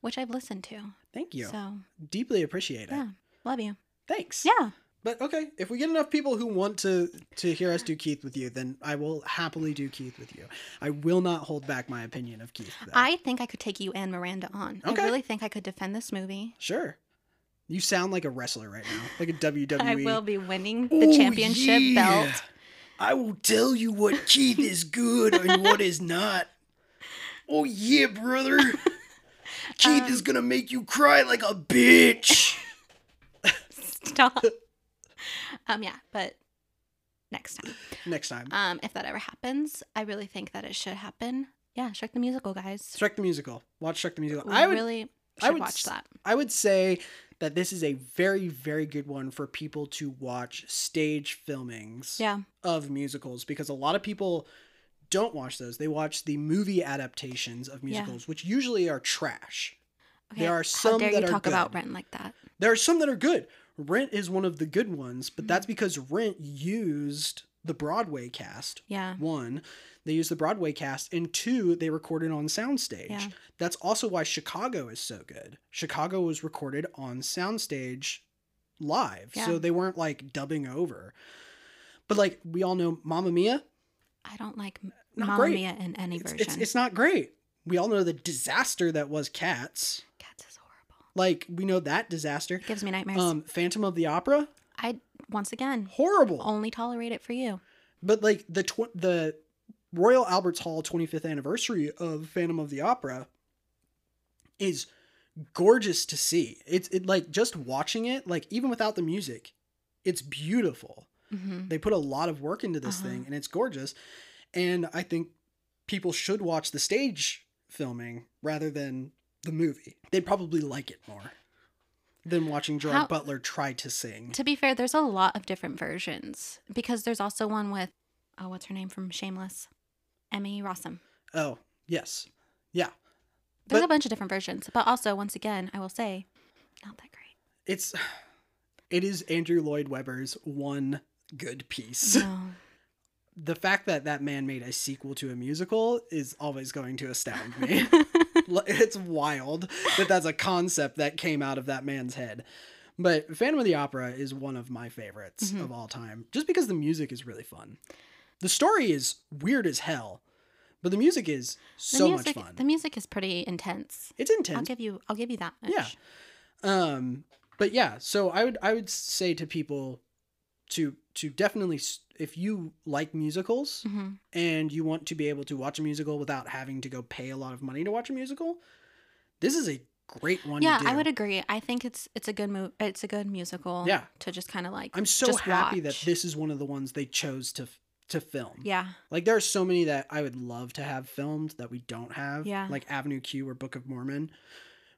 S2: which I've listened to.
S1: Thank you.
S2: So
S1: Deeply appreciate it.
S2: yeah, love you.
S1: Thanks.
S2: Yeah,
S1: But okay, if we get enough people who want to to hear us do Keith with you, then I will happily do Keith with you. I will not hold back my opinion of Keith. though.
S2: I think I could take you and Miranda on.
S1: Okay.
S2: I really think I could defend this movie.
S1: Sure. You sound like a wrestler right now, like a WWE.
S2: (laughs) I will be winning the
S1: Oh,
S2: championship
S1: yeah.
S2: belt.
S1: I will tell you what Keith is good and what is not. Oh yeah,
S2: (laughs)
S1: brother. Keith is
S2: Um,
S1: gonna make you cry like a
S2: (laughs)
S1: bitch. (laughs)
S2: Stop. um, yeah, but next time.
S1: Next time,
S2: Um, if that ever happens, I really think that it should happen. Yeah, Shrek the Musical, guys.
S1: Shrek the musical. Watch Shrek the musical.
S2: We
S1: I would,
S2: really
S1: I
S2: should
S1: would
S2: watch
S1: s-
S2: that.
S1: I would say that this is a very, very good one for people to watch stage filmings
S2: Yeah,
S1: of musicals because a lot of people don't watch those. They watch the movie adaptations of
S2: Yeah.
S1: musicals, which usually are trash.
S2: okay.
S1: There are some
S2: How dare
S1: that
S2: you
S1: are
S2: talk about
S1: good.
S2: Rent like that? Mm-hmm.
S1: There are some that are good. Rent is one of the good ones, but that's because Rent used the Broadway cast.
S2: Yeah.
S1: One, they used the Broadway cast, and two, they recorded on soundstage.
S2: Yeah.
S1: That's also why Chicago is so good. Chicago was recorded on soundstage live,
S2: Yeah.
S1: so they weren't like dubbing over. But like we all know, Mamma Mia,
S2: I don't like M-
S1: Not
S2: Mamma
S1: great.
S2: Mia in any
S1: it's,
S2: version.
S1: it's it's not great. We all know the disaster that was Cats.
S2: Cats is horrible.
S1: Like we know that disaster.
S2: It gives me nightmares.
S1: Um, Phantom of the Opera,
S2: I once again
S1: horrible.
S2: only tolerate it for you.
S1: But like the tw- the Royal Albert's Hall 25th anniversary of Phantom of the Opera is gorgeous to see. It's it like just watching it, like even without the music, it's beautiful.
S2: hmm
S1: They put a lot of work into this
S2: Uh-huh.
S1: thing and it's gorgeous. And I think people should watch the stage filming rather than the movie. They'd probably like it more than watching Gerard
S2: How-
S1: Butler try to sing.
S2: To be fair, there's a lot of different versions because there's also one with oh, what's her name from Shameless, Emmy Rossum.
S1: oh, yes. Yeah.
S2: There's
S1: But-
S2: a bunch of different versions, but also once again, I will say, not that great.
S1: it's (sighs) it is Andrew Lloyd Webber's one good piece. (laughs)
S2: No. (laughs)
S1: The fact that that man made a sequel to a musical is always going to astound
S2: (laughs)
S1: me. (laughs) L- it's wild that that's a concept that came out of that man's head. But Phantom of the Opera is one of my favorites
S2: Mhm.
S1: of all time, just because the music is really fun. The story is weird as hell, but the music is so
S2: the music,
S1: much fun.
S2: The music is pretty intense.
S1: it's
S2: I'll
S1: intense.
S2: give you. I'll give you that much.
S1: Yeah. um but yeah so i would i would say to people to to definitely s- if you like musicals
S2: Mhm.
S1: and you want to be able to watch a musical without having to go pay a lot of money to watch a musical this is a great one
S2: Yeah,
S1: to do.
S2: I would agree. I think it's it's a good move. It's a good musical.
S1: Yeah.
S2: To just kind of like.
S1: i'm so
S2: just
S1: happy
S2: watch.
S1: that this is one of the ones they chose to f- to film
S2: Yeah.
S1: like there are so many that i would love to have filmed that we don't have
S2: Yeah.
S1: like avenue q or book of mormon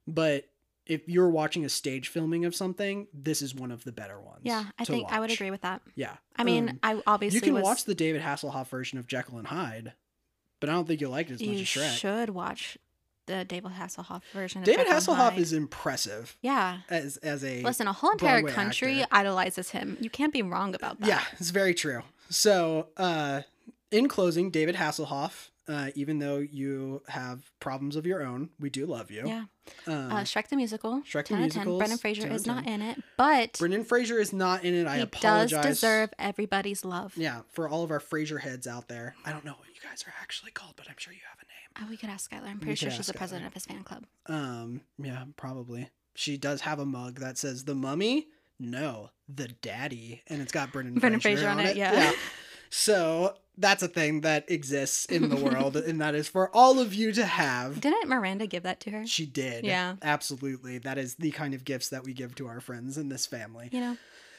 S1: but if you're watching a stage filming of something this is one of the better ones
S2: Yeah, I
S1: to
S2: think I would
S1: watch.
S2: agree with that.
S1: Yeah.
S2: I mean,
S1: Um,
S2: I obviously
S1: you can
S2: was,
S1: watch the David Hasselhoff version of Jekyll and Hyde, but I don't think you'll like it as much
S2: you
S1: as Shrek.
S2: should watch the David Hasselhoff version.
S1: David
S2: of Jekyll and
S1: Hasselhoff
S2: Hyde.
S1: is impressive
S2: Yeah.
S1: as as a
S2: Listen, a whole entire
S1: Broadway
S2: country
S1: actor.
S2: idolizes him. You can't be wrong about that.
S1: yeah, it's very true. So, uh, in closing, David Hasselhoff. Uh, even though you have problems of your own, we do love you.
S2: Yeah.
S1: Um,
S2: Uh, Shrek the musical.
S1: Shrek the
S2: 10 out of 10. Brendan
S1: Musicals,
S2: Fraser
S1: 10 out of
S2: is not
S1: 10.
S2: in it, but
S1: Brendan Fraser is not in it. I
S2: he does
S1: apologize.
S2: deserve everybody's love.
S1: Yeah, for all of our Fraser heads out there. I don't know what you guys are actually called, but I'm sure you have a name.
S2: Oh, we could ask Skylar. I'm
S1: We
S2: pretty sure
S1: could
S2: she's the
S1: ask Skylar.
S2: president of his fan club.
S1: Um, yeah, probably. She does have a mug that says the mummy, no, the daddy, and it's got Brendan,
S2: Brendan
S1: Fraser, on it.
S2: yeah.
S1: So that's a thing that exists in
S2: (laughs)
S1: the world, and that is for all of you to have.
S2: Didn't Miranda give that to her?
S1: She did.
S2: Yeah.
S1: Absolutely. That is the kind of gifts that we give to our friends in this family.
S2: You know,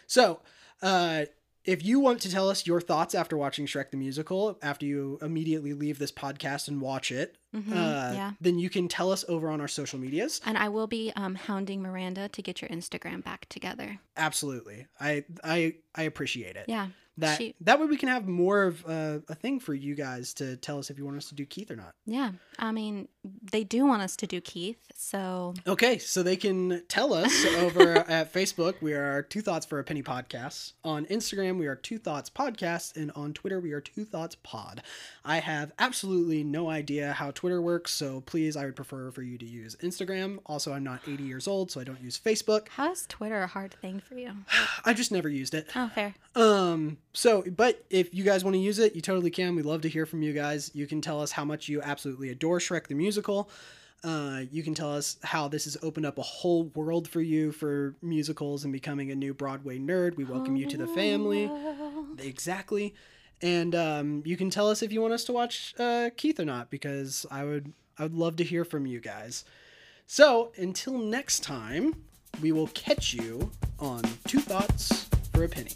S1: So, uh, if you want to tell us your thoughts after watching Shrek the Musical, after you immediately leave this podcast and watch it,
S2: Mhm,
S1: uh,
S2: yeah.
S1: then you can tell us over on our social medias.
S2: And I will be um, hounding Miranda to get your Instagram back together.
S1: absolutely i i i appreciate it
S2: Yeah.
S1: that
S2: she-
S1: that way we can have more of a, a thing for you guys to tell us if you want us to do keith or not
S2: Yeah. I mean, they do want us to do Keith. So,
S1: okay so they can tell
S2: (laughs)
S1: us over at facebook we are two thoughts for a penny podcast on instagram we are two thoughts podcast and on twitter we are two thoughts pod i have absolutely no idea how twitter works so please i would prefer for you to use instagram also i'm not 80 years old so i don't use facebook
S2: how is Twitter a hard thing for you?
S1: i just never used it
S2: Oh, fair.
S1: Um, so, but if you guys want to use it, you totally can. We love to hear from you guys. You can tell us how much you absolutely adore Shrek the Musical. Uh, you can tell us how this has opened up a whole world for you for musicals and becoming a new Broadway nerd. We welcome you to the family.
S2: Oh.
S1: Exactly. And um, you can tell us if you want us to watch uh, Keith or not, because I would I would love to hear from you guys. So until next time, we will catch you on Two Thoughts for a Penny.